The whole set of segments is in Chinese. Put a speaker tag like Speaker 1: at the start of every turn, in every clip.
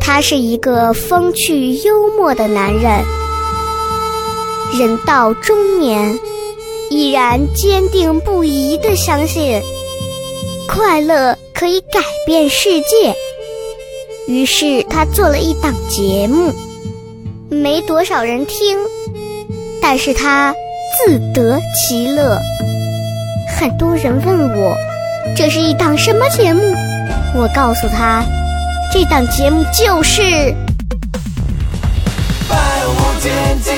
Speaker 1: 他是一个风趣幽默的男人。人到中年，依然坚定不移地相信快乐可以改变世界。于是他做了一档节目，没多少人听，但是他自得其乐。很多人问我，这是一档什么节目？我告诉他，这档节目就是《
Speaker 2: 百无禁忌。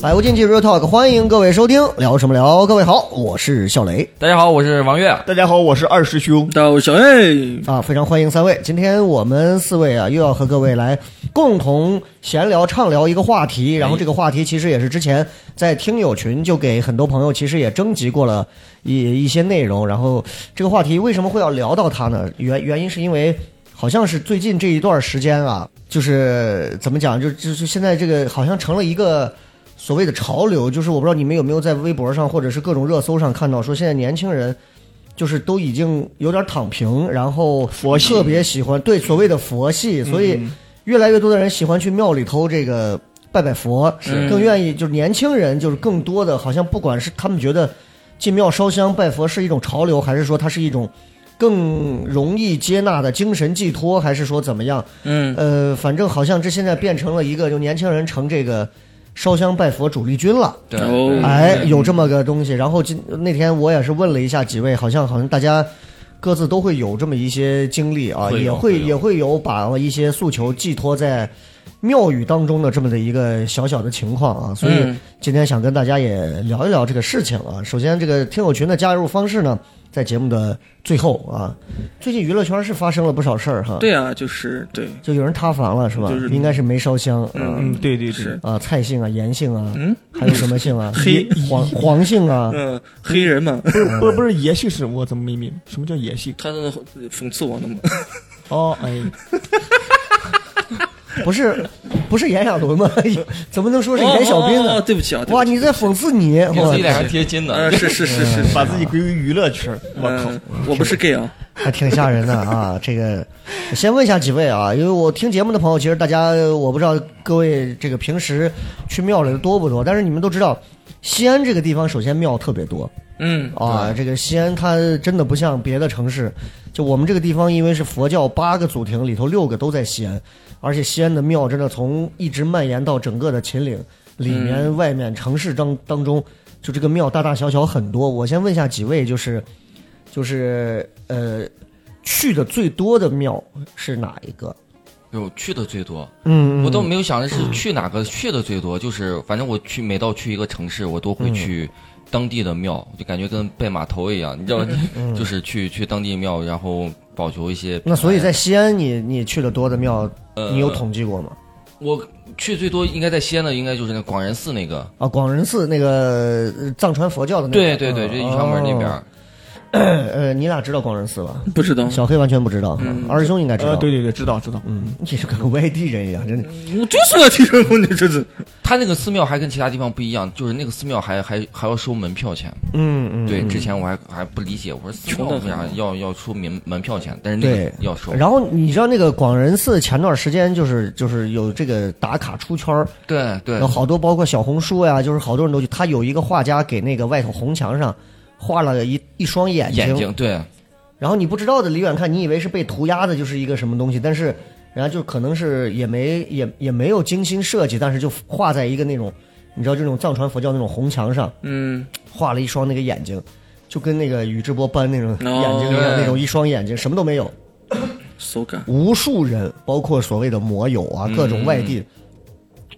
Speaker 3: 百无禁忌 Real Talk，欢迎各位收听，聊什么聊？各位好，我是笑雷
Speaker 4: 大家好，我是王月。
Speaker 5: 大家好，我是二师兄。
Speaker 6: 到小 A，
Speaker 3: 啊，非常欢迎三位。今天我们四位啊，又要和各位来共同闲聊、畅聊一个话题。然后这个话题其实也是之前在听友群就给很多朋友其实也征集过了一一些内容。然后这个话题为什么会要聊到它呢？原原因是因为好像是最近这一段时间啊，就是怎么讲，就就是现在这个好像成了一个。所谓的潮流，就是我不知道你们有没有在微博上或者是各种热搜上看到，说现在年轻人就是都已经有点躺平，然后
Speaker 5: 佛系
Speaker 3: 特别喜欢对所谓的佛系，
Speaker 5: 嗯
Speaker 3: 所以越来越多的人喜欢去庙里头这个拜拜佛，更愿意就是年轻人就是更多的，好像不管是他们觉得进庙烧香拜佛是一种潮流，还是说它是一种更容易接纳的精神寄托，还是说怎么样？
Speaker 6: 嗯，
Speaker 3: 呃，反正好像这现在变成了一个，就年轻人成这个烧香拜佛主力军了。
Speaker 4: 对，
Speaker 6: 哦
Speaker 3: 哎，有这么个东西。然后今那天我也是问了一下几位，好像好像大家各自都会有这么一些经历啊，
Speaker 4: 会有
Speaker 3: 也
Speaker 4: 会
Speaker 3: 会
Speaker 4: 有
Speaker 3: 也会有把一些诉求寄托在庙宇当中的这么的一个小小的情况啊。所以
Speaker 6: 嗯
Speaker 3: 今天想跟大家也聊一聊这个事情啊。首先，这个听友群的加入方式呢，在节目的最后啊，最近娱乐圈是发生了不少事儿哈。
Speaker 6: 对啊，就是对，
Speaker 3: 就有人塌房了是吧？
Speaker 6: 就是
Speaker 3: 应该是没烧香啊、
Speaker 5: 嗯，对对对
Speaker 6: 是，
Speaker 3: 啊，蔡姓啊，严姓啊，还有什么姓啊？
Speaker 6: 嗯 黑
Speaker 3: 黄黄姓啊，
Speaker 6: 嗯，黑人嘛，
Speaker 5: 不是不是不是野性是我怎么没明白？什么叫野性？
Speaker 6: 他的讽刺我呢嘛，
Speaker 5: 哦，哎，
Speaker 3: 不是不是炎亚纶吗？ 怎么能说是严小兵
Speaker 6: 哦哦哦
Speaker 3: 呢？
Speaker 6: 对不起啊，对
Speaker 3: 哇，
Speaker 6: 不起
Speaker 3: 你在讽刺 你！
Speaker 4: 给
Speaker 3: 我
Speaker 4: 自己脸上贴金哎
Speaker 6: 啊，
Speaker 4: 的，
Speaker 6: 是是是是，
Speaker 5: 把自己归于娱乐圈儿，我靠！
Speaker 6: 嗯，我不是 gay 啊，
Speaker 3: 还挺吓人的啊！这个，先问一下几位啊，因为我听节目的朋友，其实大家我不知道各位这个平时去庙里的多不多，但是你们都知道，西安这个地方首先庙特别多，
Speaker 6: 嗯，
Speaker 3: 啊，这个西安它真的不像别的城市，就我们这个地方，因为是佛教八个祖庭里头六个都在西安，而且西安的庙真的从一直蔓延到整个的秦岭里面、外面城市当当中，就这个庙大大小小很多。我先问一下几位，就是就是呃，去的最多的庙是哪一个？
Speaker 4: 有去的最多，
Speaker 3: 嗯
Speaker 4: 我都没有想的是去哪个去的最多，就是反正我去每到去一个城市，我都会
Speaker 3: 嗯
Speaker 4: 去当地的庙，就感觉跟拜码头一样，你知道，
Speaker 6: 嗯
Speaker 4: 就是去去当地庙，然后保求一些。
Speaker 3: 嗯
Speaker 4: 哎
Speaker 3: 那所以在西安你，你去的多的庙，
Speaker 4: 呃
Speaker 3: 你有统计过吗？
Speaker 4: 我去最多应该在西安的，应该就是那广仁寺那个，
Speaker 3: 啊，广仁寺那个呃藏传佛教的那个，
Speaker 4: 对对对，
Speaker 3: 嗯
Speaker 4: 就玉泉门那边
Speaker 3: 哦
Speaker 4: 儿。
Speaker 3: 呃，你俩知道广仁寺吧？
Speaker 6: 不知道，
Speaker 3: 小黑完全不知道，
Speaker 4: 嗯
Speaker 3: 二师兄应该知道。
Speaker 5: 呃，对，对嗯对，知道知道。嗯，
Speaker 3: 你是跟个外地人一样，真的。
Speaker 6: 我就说要提神功，你这是，
Speaker 4: 他那个寺庙还跟其他地方不一样，就是那个寺庙还还还要收门票钱。
Speaker 3: 嗯嗯。
Speaker 4: 对，之前我还还不理解，我说寺庙
Speaker 6: 穷得
Speaker 4: 为
Speaker 6: 很
Speaker 4: 啥要要收门门票钱？但是那
Speaker 3: 对
Speaker 4: 个，要收。
Speaker 3: 然后你知道那个广仁寺前段时间就是就是有这个打卡出圈儿，
Speaker 4: 对对
Speaker 3: 有，好多包括小红书呀，就是好多人都去。他有一个画家给那个外头红墙上画了一一双眼睛，
Speaker 4: 眼睛对，
Speaker 3: 然后你不知道的离远看，你以为是被涂鸦的，就是一个什么东西，但是人家就可能是也没也也没有精心设计，但是就画在一个那种你知道这种藏传佛教那种红墙上，
Speaker 6: 嗯，
Speaker 3: 画了一双那个眼睛，就跟那个宇智波斑那种
Speaker 6: 哦
Speaker 3: 眼睛一样，
Speaker 4: 对
Speaker 3: 那种一双眼睛什么都没有。
Speaker 6: 手感，
Speaker 3: 无数人，包括所谓的摩友啊，各种外
Speaker 4: 嗯
Speaker 3: 地，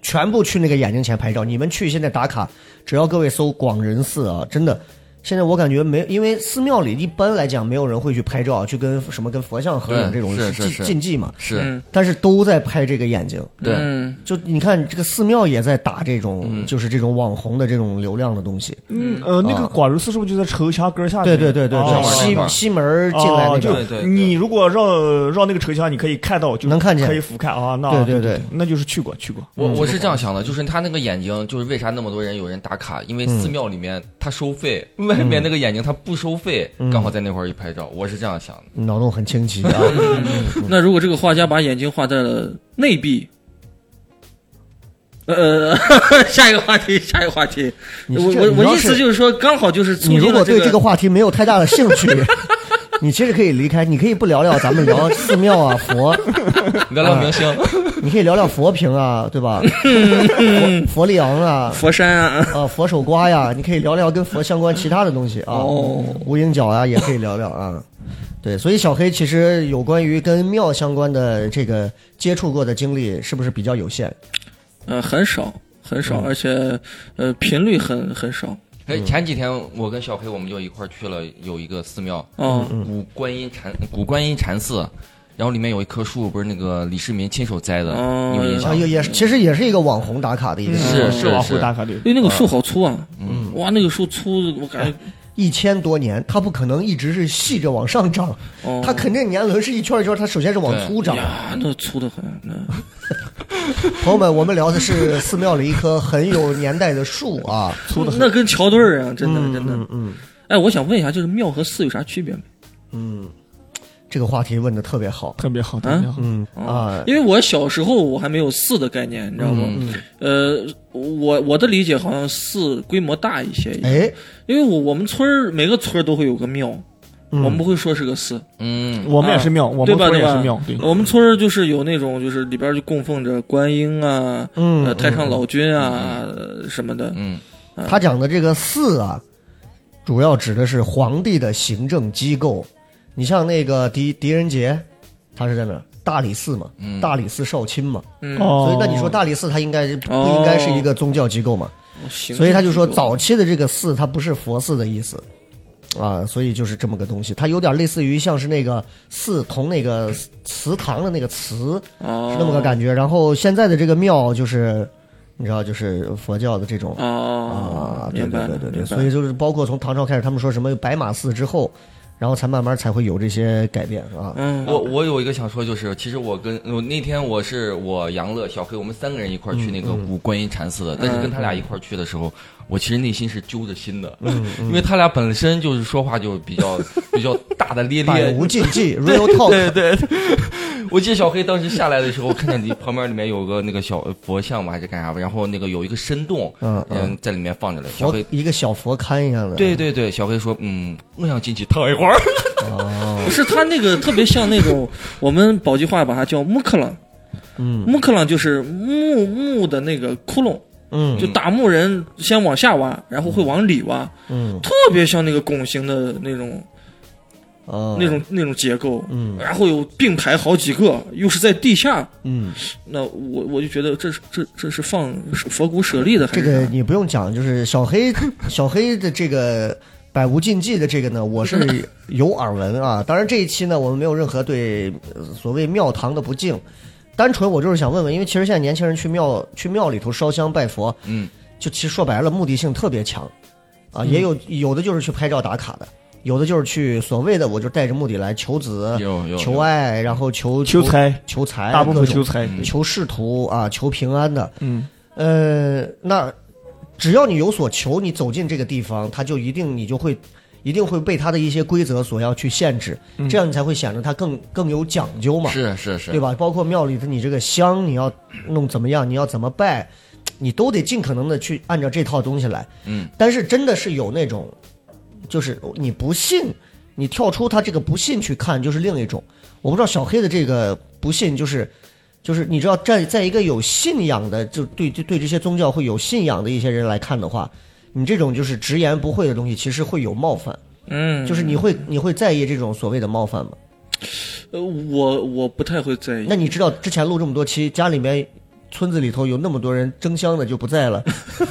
Speaker 3: 全部去那个眼睛前拍照。你们去现在打卡，只要各位搜广仁寺啊，真的现在我感觉没，因为寺庙里一般来讲没有人会去拍照，去跟什么跟佛像合影
Speaker 4: 对
Speaker 3: 这种
Speaker 4: 是是
Speaker 3: 禁
Speaker 4: 是
Speaker 3: 禁忌嘛，
Speaker 4: 是，
Speaker 3: 但是都在拍这个眼睛。
Speaker 4: 对，
Speaker 6: 嗯，
Speaker 3: 就你看，这个寺庙也在打这种，
Speaker 4: 嗯
Speaker 3: 就是这种网红的这种流量的东西。
Speaker 5: 嗯呃，那个
Speaker 3: 啊
Speaker 5: 广州寺是不是就在城墙根儿下面？
Speaker 3: 对对对对
Speaker 4: 门那
Speaker 5: 哦
Speaker 3: 对，
Speaker 4: 块儿
Speaker 3: 西西门儿进来
Speaker 5: 哦
Speaker 3: 那
Speaker 5: 就
Speaker 3: 个，
Speaker 4: 对对对
Speaker 5: 你如果绕绕那个城墙，你可以看到，就
Speaker 3: 能看见
Speaker 5: 可以俯瞰啊。那
Speaker 3: 对对
Speaker 5: 对
Speaker 3: 对，
Speaker 5: 那就是去过去过。
Speaker 4: 我
Speaker 3: 嗯
Speaker 4: 我是这样想的，就是他那个眼睛，就是为啥那么多人有人打卡？因为寺
Speaker 3: 嗯
Speaker 4: 庙里面他收费，外面那个眼睛他不收费，
Speaker 3: 嗯
Speaker 4: 刚好在那块儿一拍照，我是这样想的。
Speaker 3: 脑洞很清 奇啊。
Speaker 6: 那如果这个画家把眼睛画在了内壁，呃， 下一个话题，下一个话题。
Speaker 3: 你
Speaker 6: 我
Speaker 3: 这
Speaker 6: 我
Speaker 3: 你要
Speaker 6: 我意思
Speaker 3: 是
Speaker 6: 就是说，刚好就是促
Speaker 3: 你
Speaker 6: 进
Speaker 3: 如果
Speaker 6: 了
Speaker 3: 对
Speaker 6: 这
Speaker 3: 这个话题没有太大的兴趣，你其实可以离开，你可以不聊聊咱们聊寺庙啊、佛，
Speaker 4: 聊
Speaker 3: 嗯
Speaker 4: 聊 明星，
Speaker 3: 你可以聊聊佛屏啊，对 吧？佛佛利昂啊，
Speaker 6: 佛山啊，
Speaker 3: 啊，佛手瓜呀，你可以聊聊跟佛相关其他的东西啊，
Speaker 6: 哦
Speaker 3: 无影脚啊，也可以聊聊啊。对，所以小黑其实有关于跟庙相关的这个接触过的经历，是不是比较有限？
Speaker 6: 呃，很少很少，而且呃频率很很少。
Speaker 4: 哎，
Speaker 3: 嗯
Speaker 4: 前几天我跟小黑我们就一块儿去了有一个寺庙，
Speaker 6: 哦，
Speaker 3: 嗯
Speaker 4: 古观音禅古观音禅寺，然后里面有一棵树，不是那个李世民亲手栽的，
Speaker 6: 哦
Speaker 4: 你有印
Speaker 3: 啊，
Speaker 4: 象？
Speaker 3: 也也是，其实也是一个网红打卡的一个项目
Speaker 4: 是
Speaker 5: 是往后
Speaker 4: 是
Speaker 5: 打卡的。
Speaker 6: 因为那个树好粗啊，
Speaker 3: 嗯
Speaker 6: 哇，那个树粗，我感觉
Speaker 3: 一千多年，它不可能一直是细着往上涨，
Speaker 6: 哦，
Speaker 3: 哎它肯定年轮是一圈一圈，它首先是往粗长。
Speaker 6: 呀，那粗的很，那
Speaker 3: 朋友们，我们聊的是寺庙里一棵很有年代的树啊，
Speaker 5: 粗的很。
Speaker 6: 那跟桥墩儿啊，真的真
Speaker 3: 嗯
Speaker 6: 的。
Speaker 3: 嗯，
Speaker 6: 哎，我想问一下，就是庙和寺有啥区别没？
Speaker 3: 嗯这个话题问的特别好，
Speaker 5: 特别好，特别好。
Speaker 3: 嗯
Speaker 6: 哦
Speaker 3: 啊，
Speaker 6: 因为我小时候我还没有寺的概念，你知道
Speaker 3: 嗯
Speaker 6: 吗？呃，我我的理解好像寺规模大一些，
Speaker 3: 哎，
Speaker 6: 因为我我们村儿每个村儿都会有个庙，
Speaker 3: 嗯
Speaker 6: 我们不会说是个寺，
Speaker 4: 嗯，
Speaker 5: 我们也是庙，
Speaker 6: 啊
Speaker 5: 我
Speaker 6: 对
Speaker 5: 们
Speaker 6: 吧？
Speaker 5: 村
Speaker 6: 对
Speaker 5: 也是
Speaker 6: 吧？
Speaker 5: 庙，对。
Speaker 6: 我们村儿就是有那种，就是里边儿就供奉着观音啊，
Speaker 3: 嗯
Speaker 6: 呃，太上老君啊、呃什么的，
Speaker 4: 嗯，
Speaker 3: 他讲的这个寺啊，主要指的是皇帝的行政机构。你像那个狄狄仁杰，他是在哪儿？大理寺嘛，
Speaker 4: 嗯
Speaker 3: 大理寺少卿嘛，
Speaker 6: 嗯，
Speaker 5: 哦
Speaker 3: 所以那你说大理寺它应该是不
Speaker 6: 哦
Speaker 3: 应该是一个宗教机构嘛？
Speaker 6: 行
Speaker 3: 所以他就说
Speaker 6: 这个
Speaker 3: 早期的这个寺它不是佛寺的意思，啊，所以就是这么个东西，它有点类似于像是那个寺同那个祠堂的那个祠，
Speaker 6: 哦
Speaker 3: 是那么个感觉。然后现在的这个庙就是，你知道，就是佛教的这种
Speaker 6: 哦
Speaker 3: 啊，，对
Speaker 6: 明白
Speaker 3: 对
Speaker 6: 了，
Speaker 3: 对对
Speaker 6: 明
Speaker 3: 对，
Speaker 6: 白
Speaker 3: 所以就是包括从唐朝开始，他们说什么白马寺之后，然后才慢慢才会有这些改变啊。
Speaker 6: 嗯，
Speaker 4: 我我有一个想说，就是其实我跟我那天我是我杨乐、小黑，我们三个人一块儿
Speaker 3: 嗯
Speaker 4: 去那个古观音禅寺的，但是跟他俩一块儿去的时候，我其实内心是揪着心的，
Speaker 3: 嗯
Speaker 4: 因为他俩本身就是说话就比较比较大大咧
Speaker 3: 百
Speaker 4: 咧，
Speaker 3: 无禁忌，real talk，
Speaker 4: 对对，我记得小黑当时下来的时候，看见你旁边里面有个那个小佛像嘛，还是干啥吧，然后那个有一个深洞，
Speaker 3: 嗯嗯
Speaker 4: 嗯，在里面放着嘞。小
Speaker 3: 佛
Speaker 4: 黑，
Speaker 3: 一个小佛龛一样的。
Speaker 4: 对对对，小黑说，嗯，我想进去躺一会儿。
Speaker 3: 哦
Speaker 6: 不是他那个特别像那 种，我们宝鸡话把它叫木克朗，
Speaker 3: 嗯
Speaker 6: 木克朗就是木木的那个窟窿，
Speaker 3: 嗯
Speaker 6: 就打木人先往下挖，然后会往里挖，
Speaker 3: 嗯
Speaker 6: 特别像那个拱形的那种
Speaker 3: 啊，
Speaker 6: 那种那种结构，
Speaker 3: 嗯
Speaker 6: 然后有并排好几个，又是在地下，
Speaker 3: 嗯，
Speaker 6: 那我我就觉得这是这这是放佛骨舍利的还
Speaker 3: 这
Speaker 6: 是
Speaker 3: 个
Speaker 6: 啥
Speaker 3: 你不用讲，就是小黑小黑的这个。百无禁忌的这个呢，我是有耳闻啊。当然这一期呢，我们没有任何对呃所谓庙堂的不敬，单纯我就是想问问，因为其实现在年轻人去庙去庙里头烧香拜佛，
Speaker 4: 嗯，
Speaker 3: 就其实说白了，目的性特别强，啊，也有有的就是去拍照打卡的，有的就是去所谓的我就带着目的来求子、
Speaker 4: 有有
Speaker 3: 嗯求爱，然后求
Speaker 5: 哦求、财，
Speaker 3: 求财，
Speaker 5: 大部分
Speaker 3: 哎各种
Speaker 5: 求财。
Speaker 4: 嗯
Speaker 3: 求仕途啊、求平安的。
Speaker 5: 嗯，
Speaker 3: 呃，那只要你有所求，你走进这个地方，它就一定你就会。一定会被它的一些规则所要去限制，这样你才会显得它更更有讲究嘛。
Speaker 4: 嗯是是是，
Speaker 3: 对吧？包括庙里的你这个香，你要弄怎么样，你要怎么拜，你都得尽可能的去按照这套东西来。
Speaker 4: 嗯，
Speaker 3: 但是真的是有那种，就是你不信，你跳出他这个不信去看，就是另一种。我不知道小黑的这个不信，就是就是你知道在在一个有信仰的，就对对对这些宗教会有信仰的一些人来看的话。你这种就是直言不讳的东西，其实会有冒犯，
Speaker 6: 嗯，
Speaker 3: 就是你会你会在意这种所谓的冒犯吗？
Speaker 6: 呃我我不太会在意
Speaker 3: 那，你知道之前录这么多期，家里面村子里头有那么多人争相的就不在了， 你觉得会不会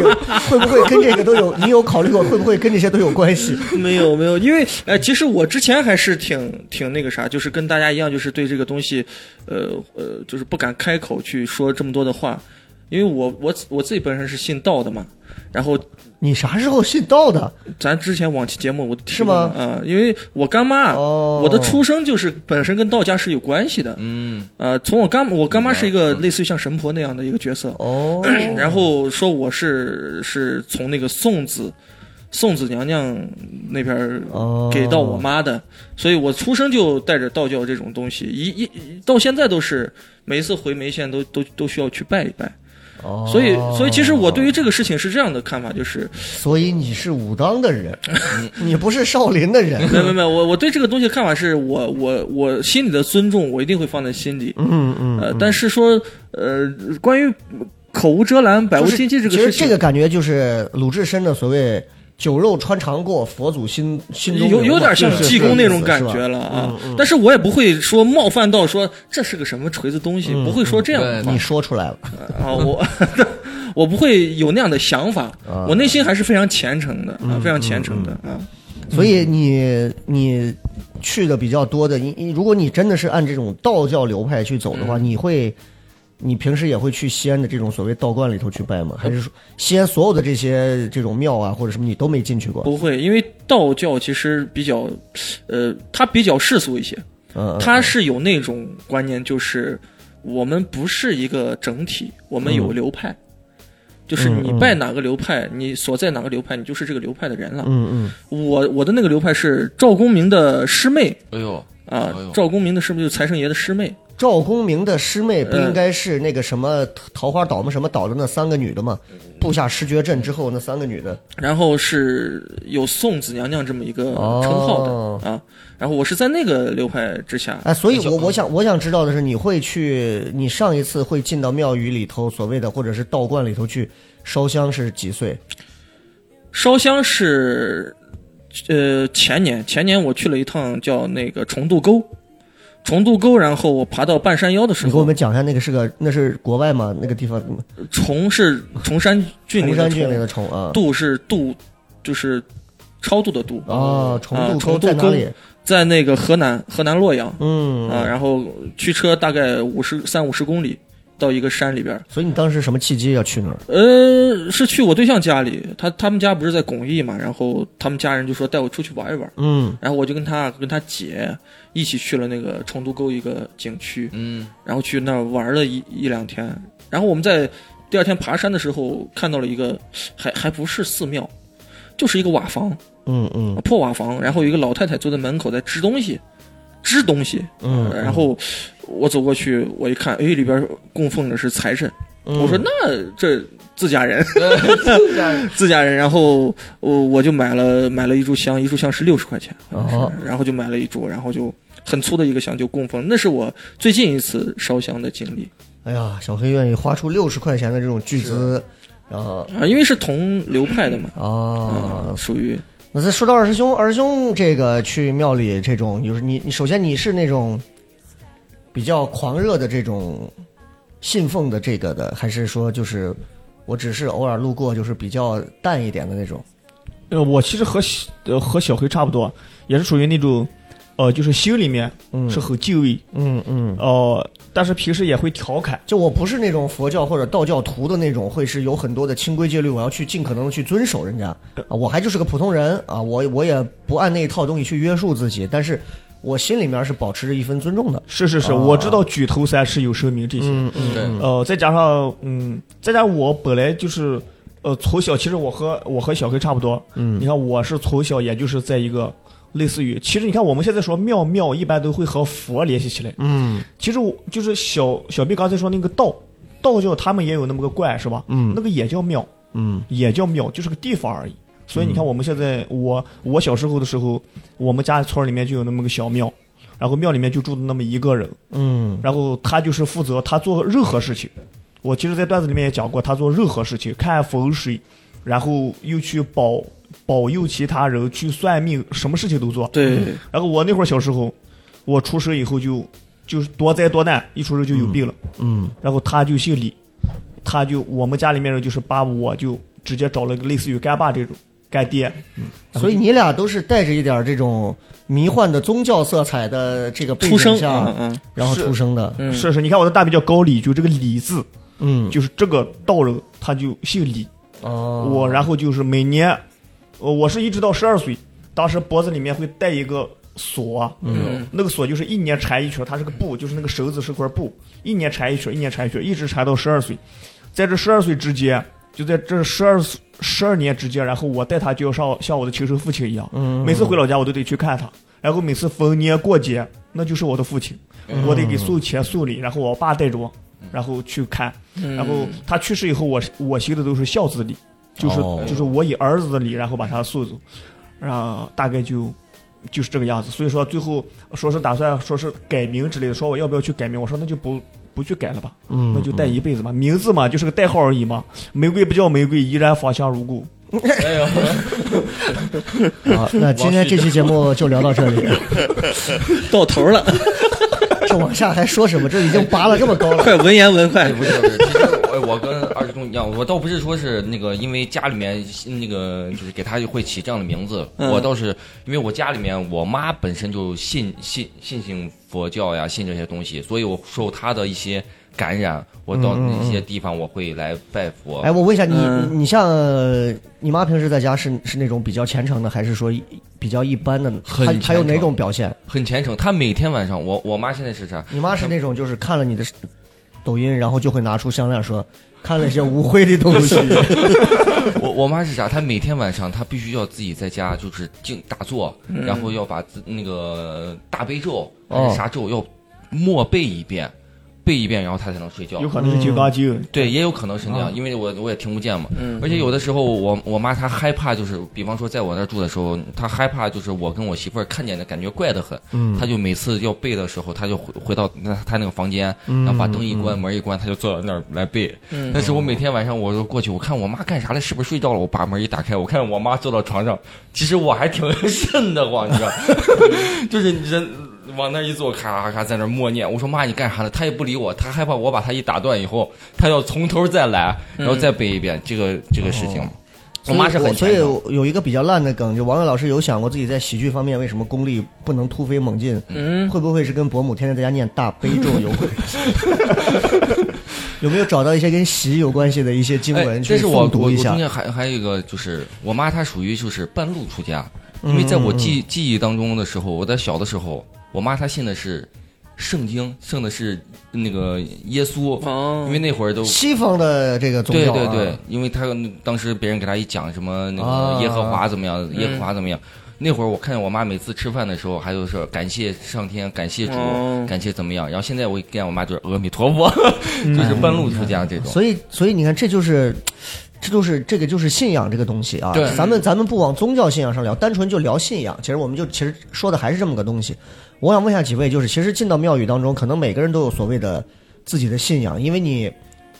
Speaker 3: 有？会不会跟这个都有？你有考虑过会不会跟这些都有关系？
Speaker 6: 没有没有，因为哎、其实我之前还是挺挺那个啥，就是跟大家一样，就是对这个东西，呃呃，就是不敢开口去说这么多的话，因为我我我自己本身是信道的嘛，然后
Speaker 3: 你啥时候信道的？
Speaker 6: 咱之前往期节目我提
Speaker 3: 是吗
Speaker 6: 过啊、因为我干妈，
Speaker 3: 哦
Speaker 6: 我的出生就是本身跟道家是有关系的，
Speaker 4: 嗯，
Speaker 6: 呃，从我干我干妈是一个类似于像神婆那样的一个角色，
Speaker 3: 哦，
Speaker 6: 然后说我是是从那个宋子，宋子娘娘那边儿
Speaker 3: 哦
Speaker 6: 给到我妈的，所以我出生就带着道教这种东西，一一一到现在都是每一次回梅县都都都需要去拜一拜，
Speaker 3: 哦
Speaker 6: 所以所以其实我对于这个事情是这样的看 法，就是
Speaker 3: 所以你是武当的人，你不是少林的人。
Speaker 6: 没有没有没有，我我对这个东西的看法是我我我心里的尊重，我一定会放在心里，
Speaker 3: 嗯嗯，
Speaker 6: 呃，但是说呃关于口无遮拦百无禁忌这个
Speaker 3: 其实
Speaker 6: 事
Speaker 3: 这
Speaker 6: 情
Speaker 3: 个。感觉就是鲁智深的所谓“酒肉穿肠过，佛祖心心中
Speaker 6: 有
Speaker 3: 留嘛
Speaker 6: 有点像
Speaker 3: 是
Speaker 6: 济公那种感
Speaker 3: 是吧嗯
Speaker 6: 觉了啊，但是我也不会说冒犯到说这是个什么锤子东
Speaker 3: 嗯
Speaker 6: 西，不会说这样的
Speaker 4: 对
Speaker 6: 话
Speaker 3: 你说出来了，
Speaker 6: 啊，我我不会有那样的想法，
Speaker 3: 啊
Speaker 6: 我内心还是非常虔诚的啊，非常虔
Speaker 3: 嗯
Speaker 6: 诚的啊。
Speaker 3: 所以你你去的比较多的，你你如果你真的是按这种道教流派去走的
Speaker 6: 嗯
Speaker 3: 话，你会。你平时也会去西安的这种所谓道观里头去拜吗？还是说西安所有的这些这种庙啊或者什么你都没进去过？
Speaker 6: 不会，因为道教其实比较，呃，它比较世俗一些，
Speaker 3: 嗯，嗯
Speaker 6: 它是有那种观念，就是我们不是一个整体，我
Speaker 3: 嗯
Speaker 6: 们有流派，就是你拜哪个流派，你所在哪个流派，你就是这个流派的人了。
Speaker 3: 嗯嗯，
Speaker 6: 我我的那个流派是赵公明的师妹
Speaker 4: 哎呦，
Speaker 6: 啊
Speaker 4: 哎呦，
Speaker 6: 赵公明的师妹就是财神爷的师妹，
Speaker 3: 赵公明的师妹不
Speaker 6: 嗯
Speaker 3: 应该是那个什么桃花岛吗？什么岛的那三个女的吗？
Speaker 6: 嗯
Speaker 3: 布下失觉阵之后那三个女的，
Speaker 6: 然后是有送子娘娘这么一个称号的、
Speaker 3: 哦
Speaker 6: 啊。然后我是在那个流派之下，
Speaker 3: 哎，所以我我想我想知道的是，你会去你上一次会进到庙宇里头所谓的或者是道观里头去烧香是几岁？
Speaker 6: 烧香是，呃，前年前年我去了一趟叫那个重渡沟，重渡沟，然后我爬到半山腰的时
Speaker 3: 你给我
Speaker 6: 候，
Speaker 3: 们讲一下那个是个那是国外吗？那个地方
Speaker 6: 崇是崇山峻
Speaker 3: 崇
Speaker 6: 岭的
Speaker 3: 山峻岭的
Speaker 6: 崇，
Speaker 3: 崇啊
Speaker 6: 渡是渡，就是超度的渡
Speaker 3: 啊，崇
Speaker 6: 啊
Speaker 3: 渡
Speaker 6: 崇
Speaker 3: 沟
Speaker 6: 渡
Speaker 3: 在哪
Speaker 6: 沟
Speaker 3: 里？
Speaker 6: 在那个河南河南洛阳
Speaker 3: 嗯
Speaker 6: 啊，然后驱车大概五十三五十公里到一个山里边儿，
Speaker 3: 所以你当时什么契机要去那儿？
Speaker 6: 呃，是去我对象家里，他他们家不是在巩义嘛，然后他们家人就说带我出去玩一玩，
Speaker 3: 嗯
Speaker 6: 然后我就跟他跟他姐一起去了那个成都沟一个景区，
Speaker 4: 嗯，
Speaker 6: 然后去那儿玩了一一两天，然后我们在第二天爬山的时候看到了一个还 还不是寺庙，就是一个瓦房
Speaker 3: 嗯嗯
Speaker 6: 破瓦房，然后有一个老太太坐在门口在支东西，支东西，
Speaker 3: 嗯
Speaker 6: 呃然后我走过去我一看，哎，里边供奉的是财神，
Speaker 3: 嗯，
Speaker 6: 我说那这自家人，自家人，然后我我就买了买了一炷香，一炷香是六十块钱，
Speaker 3: 哦
Speaker 6: 然后就买了一炷，然后就很粗的一个香就供奉，那是我最近一次烧香的经历
Speaker 3: 哎呀，小黑愿意花出六十块钱的这种巨资，然后
Speaker 6: 啊，因为是同流派的嘛，
Speaker 3: 啊
Speaker 6: 啊，，属于
Speaker 3: 那再说到二师兄，二师兄这个去庙里这种，就是你，你首先你是那种比较狂热的这种信奉的这个的，还是说就是我只是偶尔路过，就是比较淡一点的那种？
Speaker 5: 呃，我其实和小呃和小黑差不多，也是属于那种，呃，就是心里面
Speaker 3: 嗯
Speaker 5: 是很敬畏，
Speaker 3: 嗯嗯，
Speaker 5: 哦，但是平时也会调侃。
Speaker 3: 就我不是那种佛教或者道教徒的那种，会是有很多的清规戒律，我要去尽可能的去遵守人家啊。我还就是个普通人啊，我我也不按那一套东西去约束自己，但是我心里面是保持着一份尊重的。
Speaker 5: 是是是，
Speaker 3: 啊
Speaker 5: 我知道举头三尺有神明这些。
Speaker 4: 对，
Speaker 5: 呃，再加上嗯，再加上我本来就是，呃，从小其实我和我和小黑差不多。嗯，你看我是从小也就是在一个类似于，其实你看我们现在说庙庙一般都会和佛联系起来。
Speaker 3: 嗯
Speaker 5: 其实我就是小小毕刚才说那个道，道教他们也有那么个观是吧？嗯，那个也叫庙，
Speaker 3: 嗯
Speaker 5: 也叫庙，就是个地方而已。所以你看，我们现在我我小时候的时候，我们家村里面就有那么个小庙，然后庙里面就住的那么一个人，
Speaker 3: 嗯，
Speaker 5: 然后他就是负责他做任何事情。我其实，在段子里面也讲过，他做任何事情，看风水，然后又去保保佑其他人，去算命，什么事情都做。
Speaker 6: 对
Speaker 5: 然后我那会儿小时候，我出生以后就就是多灾多难，一出生就有病了。
Speaker 3: 嗯
Speaker 5: 然后他就姓李，他就我们家里面人就是把我就直接找了个类似于干爸这种干爹，
Speaker 3: 所以你俩都是带着一点这种迷幻的宗教色彩的这个背
Speaker 6: 出生
Speaker 3: 景，下，
Speaker 6: 嗯
Speaker 3: 然后
Speaker 5: 是
Speaker 3: 出生的。
Speaker 6: 嗯，
Speaker 5: 是是，你看我的大名叫高李，就这个李字，
Speaker 3: 嗯，
Speaker 5: 就是这个道人他就姓李，
Speaker 3: 哦，
Speaker 5: 我然后就是每年，呃我是一直到十二岁，当时脖子里面会带一个锁，
Speaker 6: 嗯，
Speaker 5: 那个锁就是一年缠一圈，它是个布，就是那个绳子是块布，一年缠一圈，一年缠一圈，一直缠到十二岁，在这十二岁之间，就在这十二十二年之间，然后我带他就要上像我的亲生父亲一样，
Speaker 3: 嗯
Speaker 5: 每次回老家我都得去看他，然后每次逢年过节，那就是我的父亲，我得给送钱送礼，然后我爸带着我，然后去看，
Speaker 6: 嗯
Speaker 5: 然后他去世以后，我是我行的都是孝子礼，就是、
Speaker 3: 哦
Speaker 5: 就是我以儿子的礼，然后把他送走，啊，大概就就是这个样子。所以说最后说是打算说是改名之类的，说我要不要去改名？我说那就不不去改了吧，
Speaker 3: 嗯
Speaker 5: 那就带一辈子嘛，名字嘛就是个代号而已嘛，玫瑰不叫玫瑰，依然芳香如故。
Speaker 4: 哎呦，
Speaker 3: 好，那今天这期节目就聊到这里。
Speaker 6: 到头了，
Speaker 3: 这往下还说什么？这已经拔了这么高了。
Speaker 6: 快文言文 快，
Speaker 4: 不是不是，其实我我跟二师兄一样，我倒不是说是那个，因为家里面那个就是给他会起这样的名字，
Speaker 6: 嗯
Speaker 4: 我倒是因为我家里面我妈本身就信信信信佛教呀，信这些东西，所以我受她的一些感染，我到那些地方我会来拜佛。
Speaker 3: 哎，我问一下你，
Speaker 6: 嗯
Speaker 3: 你像呃你妈平时在家是是那种比较虔诚的，还是说比较一般的？
Speaker 4: 很
Speaker 3: 还
Speaker 4: 虔诚
Speaker 3: 还有哪种表现？
Speaker 4: 很虔诚，她每天晚上，我我妈现在是啥？
Speaker 3: 你妈是那种就是看了你的抖音，然后就会拿出项链说，看了一些无灰的东西。
Speaker 4: 我我妈是啥？她每天晚上她必须要自己在家就是静打坐，然后要把自那个大悲咒还
Speaker 3: 哦
Speaker 4: 是啥咒要默背一遍，背一遍，然后她才能睡觉
Speaker 5: 有。可能是金刚经，
Speaker 4: 对，也有可能是那样，因为我我也听不见嘛。
Speaker 6: 嗯
Speaker 4: 而且有的时候我我妈她害怕，就是比方说在我那儿住的时候，她害怕就是我跟我媳妇儿看见的感觉怪得很。
Speaker 3: 嗯
Speaker 4: 她就每次要背的时候，她就回回到那她那个房间，
Speaker 3: 嗯
Speaker 4: 然后把灯一关，门一关，她就坐在那儿来背。
Speaker 6: 嗯
Speaker 4: 但是我每天晚上我就过去，我看我妈干啥了，是不是睡着了？我把门一打开，我看我妈坐到床上，其实我还挺 瘆得慌，你知道， 就是你人往那一坐，咔咔咔在那默念。我说妈，你干啥呢？她也不理我，她害怕我把她一打断以后，她要从头再来，然后再背一遍这个这个事情。哦我妈是很
Speaker 3: 所以
Speaker 4: 虔诚，
Speaker 3: 我有一个比较烂的梗，就王伟老师有想过自己在喜剧方面为什么功力不能突飞猛进？
Speaker 6: 嗯，
Speaker 3: 会不会是跟伯母天天在家念大悲咒有 关？有没有找到一些跟习有关系的一些经
Speaker 4: 哎
Speaker 3: 文去
Speaker 4: 但是我
Speaker 3: 诵
Speaker 4: 我
Speaker 3: 读
Speaker 4: 我
Speaker 3: 一
Speaker 4: 中
Speaker 3: 下？
Speaker 4: 间还还有一个就是，我妈她属于就是半路出家，
Speaker 3: 嗯
Speaker 4: 因为在我记记忆当中的时候，我在小的时候，我妈她信的是圣经，信的是那个耶稣，
Speaker 6: 哦
Speaker 4: 因为那会儿都。
Speaker 3: 西方的这个宗
Speaker 4: 对
Speaker 3: 嗯教、啊，
Speaker 4: 对对，因为她当时别人给她一讲什么那
Speaker 3: 啊嗯
Speaker 4: 个耶和华怎么样，耶和华怎么样。那会儿我看见我妈每次吃饭的时候，还有是感谢上天，感谢主，
Speaker 3: 嗯
Speaker 6: 哦
Speaker 4: 感谢怎么样。然后现在我一见我妈就是阿弥陀佛，
Speaker 3: 嗯
Speaker 4: 就是半路出家这种。
Speaker 3: 所以所以你看，这就是。这就是这个就是信仰这个东西啊
Speaker 4: 对，
Speaker 3: 咱们咱们不往宗教信仰上聊，单纯就聊信仰。其实我们就其实说的还是这么个东西。我想问一下几位，就是其实进到庙宇当中，可能每个人都有所谓的自己的信仰，因为你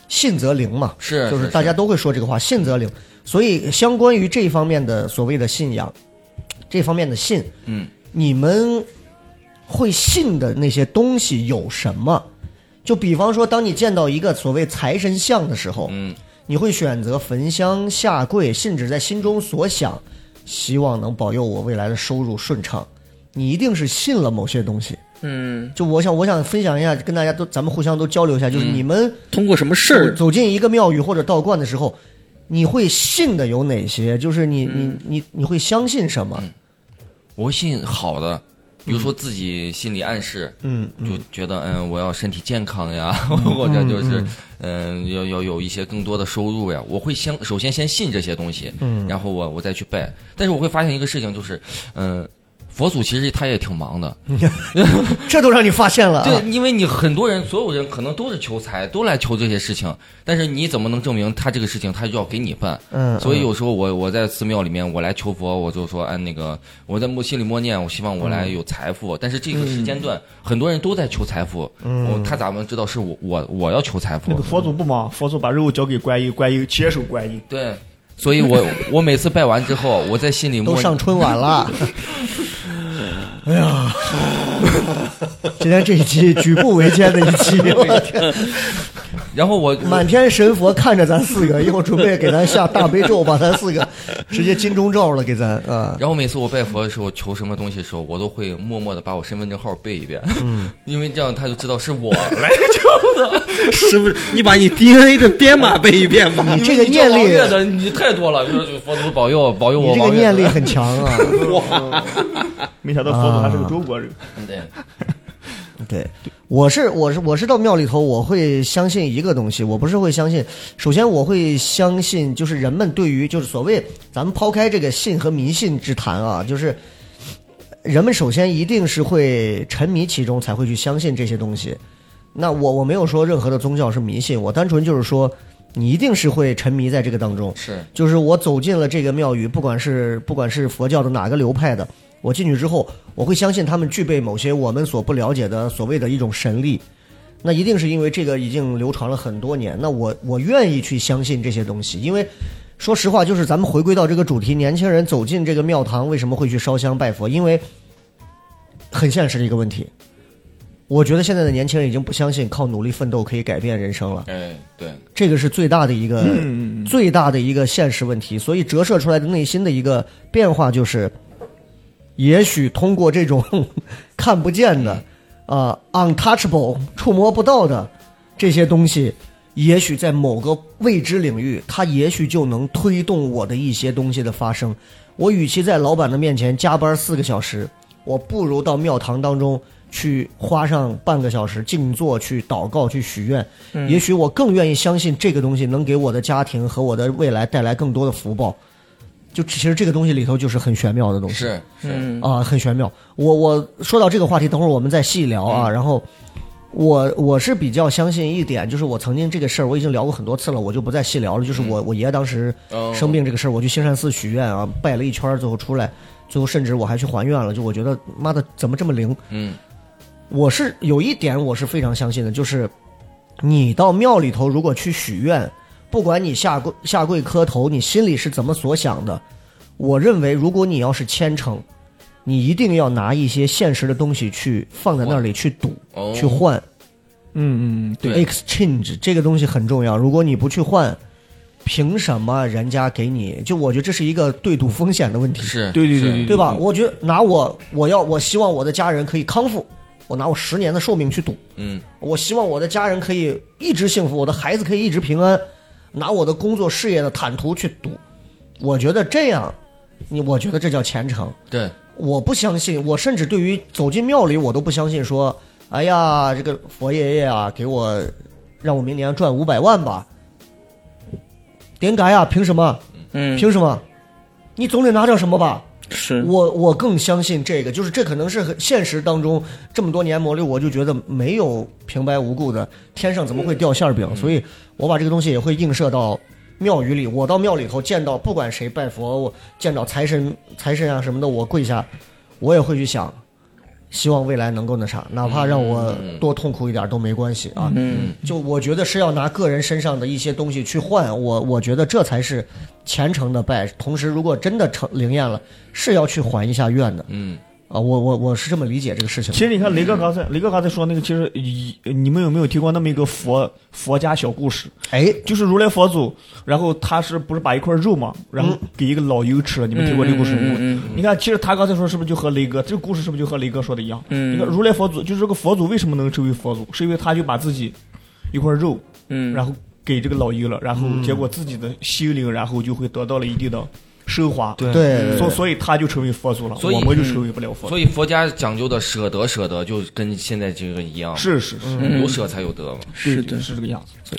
Speaker 3: 信则灵嘛，
Speaker 4: 是
Speaker 3: 就是
Speaker 4: 是
Speaker 3: 大家都会说这个话，信则灵。所以相关于这一方面的所谓的信仰，这方面的信，
Speaker 4: 嗯，
Speaker 3: 你们会信的那些东西有什么？就比方说，当你见到一个所谓财神像的时候，
Speaker 4: 嗯，
Speaker 3: 你会选择焚香下跪，信指在心中所想，希望能保佑我未来的收入顺畅。你一定是信了某些东西。
Speaker 6: 嗯，
Speaker 3: 就我想，我想分享一下，跟大家都咱们互相都交流一下，
Speaker 4: 嗯
Speaker 3: 就是你们
Speaker 6: 通过什么事
Speaker 3: 走
Speaker 6: 儿？
Speaker 3: 走进一个庙宇或者道观的时候，你会信的有哪些？就是你
Speaker 4: 嗯
Speaker 3: 你你你会相信什么？
Speaker 4: 我信好的，比如说自己心理暗示，
Speaker 3: 嗯，
Speaker 4: 就觉得嗯嗯，我要身体健康呀， 或者就是嗯，要要有一些更多的收入呀。我会先首先先信这些东西，嗯，然后我我再去拜。但是我会发现一个事情，就是嗯。佛祖其实他也挺忙的，
Speaker 3: 这都让你发现了、啊。
Speaker 4: 对，因为你很多人，所有人可能都是求财，都来求这些事情，但是你怎么能证明他这个事情他就要给你办？
Speaker 3: 嗯，
Speaker 4: 所以有时候我我在寺庙里面我来求佛，我就说，哎，那个我在默心里默念，我希望我来有财富。但是这个时间段，很多人都在求财富，我他咋么知道是我我我要求财
Speaker 5: 嗯那
Speaker 4: 富
Speaker 5: 个？佛祖不忙，佛祖把肉交给观音，观音接手观音。
Speaker 4: 对，所以我我每次拜完之后，我在心里
Speaker 3: 都
Speaker 4: 默
Speaker 3: 上春晚了， 哎呀，今天这一期举步维艰的一期，我的天，
Speaker 4: 然后我
Speaker 3: 满天神佛看着咱四个，一会儿准备给咱下大悲咒，把咱四个 直接金钟罩了，给咱 啊。
Speaker 4: 然后每次我拜佛的时候求什么东西的时候，我都会默默的把我身份证号背一遍，
Speaker 5: 嗯
Speaker 4: 因为这样他就知道是我来求的。
Speaker 6: 是不是？你把你 DNA 的编码背一遍 吧。
Speaker 3: 你这个念
Speaker 4: 王
Speaker 3: 力，
Speaker 4: 月的你太多了，就是佛祖保佑保佑
Speaker 3: 你
Speaker 4: 我
Speaker 3: 这个
Speaker 4: 王
Speaker 3: 念
Speaker 4: 月
Speaker 3: 力
Speaker 4: 的。
Speaker 3: 很强啊。
Speaker 5: 没想到佛祖还是个中国人。
Speaker 4: 嗯对，
Speaker 3: 对，我是我是我是到庙里头，我会相信一个东西，我不是会相信。首先，我会相信就是人们对于就是所谓咱们抛开这个信和迷信之谈啊，就是人们首先一定是会沉迷其中，才会去相信这些东西。那我我没有说任何的宗教是迷信，我单纯就是说，你一定是会沉迷在这个当中。
Speaker 4: 是
Speaker 3: 就是我走进了这个庙宇，不管是不管是佛教的哪个流派的，我进去之后，我会相信他们具备某些我们所不了解的所谓的一种神力。那一定是因为这个已经流传了很多年，那我我愿意去相信这些东西，因为说实话，就是咱们回归到这个主题，年轻人走进这个庙堂为什么会去烧香拜佛？因为很现实的一个问题，我觉得现在的年轻人已经不相信靠努力奋斗可以改变人生了。
Speaker 4: 哎，对，
Speaker 3: 这个是最大的一个、最大的一个现实问题，所以折射出来的内心的一个变化就是，也许通过这种 看不见的、啊、untouchable 触摸不到的这些东西，也许在某个未知领域，它也许就能推动我的一些东西的发生。我与其在老板的面前加班四个小时，我不如到庙堂当中去花上半个小时静坐、去祷告、去许愿。也许我更愿意相信这个东西能给我的家庭和我的未来带来更多的福报。就其实这个东西里头就是很玄妙的东西。
Speaker 4: 是是，
Speaker 6: 嗯，
Speaker 3: 啊，很玄妙。我我说到这个话题，等会儿我们再细聊啊。然后我我是比较相信一点，就是我曾经这个事儿我已经聊过很多次了，我就不再细聊了。就是我、我爷当时
Speaker 4: 哦
Speaker 3: 生病这个事儿，我去兴善寺许愿啊，拜了一圈儿，最后出来，最后甚至我还去还愿了。就我觉得妈的怎么这么灵？
Speaker 4: 嗯，
Speaker 3: 我是有一点我是非常相信的，就是你到庙里头如果去许愿，不管你下跪下跪磕头，你心里是怎么所想的，我认为如果你要是虔诚，你一定要拿一些现实的东西去放在那里去赌、
Speaker 4: 哦，
Speaker 3: 去换
Speaker 5: 嗯嗯，
Speaker 4: 对
Speaker 3: exchange 这个东西很重要。如果你不去换，凭什么人家给你？就我觉得这是一个对赌风险的问题。
Speaker 4: 是，
Speaker 5: 对对对
Speaker 4: 是
Speaker 5: 对
Speaker 3: 对吧？我觉得拿我，我要，我希望我的家人可以康复，我拿我十年的寿命去赌，
Speaker 4: 嗯，
Speaker 3: 我希望我的家人可以一直幸福，我的孩子可以一直平安，拿我的工作事业的坦途去赌，我觉得这样，你我觉得这叫虔诚。
Speaker 4: 对，
Speaker 3: 我不相信，我甚至对于走进庙里，我都不相信说，哎呀，这个佛爷爷啊，给我让我明年赚五百万吧，点改啊，凭什么？
Speaker 6: 嗯，
Speaker 3: 凭什么？你总得拿点什么吧？
Speaker 6: 是
Speaker 3: 我我更相信这个，就是这可能是很现实当中这么多年磨砺，我就觉得没有平白无故的，天上怎么会掉馅儿饼？所以我把这个东西也会映射到庙宇里。我到庙里头见到不管谁拜佛，我见到财神、财神啊什么的，我跪下，我也会去想，希望未来能够那啥，哪怕让我多痛苦一点都没关系啊。
Speaker 6: 嗯，
Speaker 3: 就我觉得是要拿个人身上的一些东西去换，我我觉得这才是虔诚的拜。同时，如果真的成灵验了，是要去还一下愿的
Speaker 4: 嗯，
Speaker 3: 啊！我我我是这么理解这个事情的。
Speaker 5: 其实你看雷哥刚才，雷哥刚才说那个，其实你你们有没有听过那么一个佛佛家小故事？
Speaker 3: 哎，
Speaker 5: 就是如来佛祖，然后他是不是把一块肉嘛，然后给一个老牛吃了？你们听过这个故事
Speaker 6: 嗯嗯嗯
Speaker 5: 吗？
Speaker 6: 嗯
Speaker 5: 你看，其实他刚才说是不是就和雷哥这个故事是不是就和雷哥说的一样？
Speaker 6: 嗯
Speaker 5: 你看如来佛祖就是这个佛祖为什么能成为佛祖，是因为他就把自己一块肉，
Speaker 6: 嗯，
Speaker 5: 然后给这个老牛了，然后结果自己的心灵，然后就会得到了一定的升华。
Speaker 3: 对，
Speaker 5: 所所以他就成为佛祖了，
Speaker 4: 所以
Speaker 5: 我们就成为不了佛祖。
Speaker 4: 所以佛家讲究的舍得舍得，就跟现在这个一样，
Speaker 5: 嗯是是是，
Speaker 3: 嗯
Speaker 4: 有舍才有得嘛。
Speaker 3: 哎
Speaker 6: 嗯是
Speaker 5: 对
Speaker 6: 的，
Speaker 5: 是这个样子。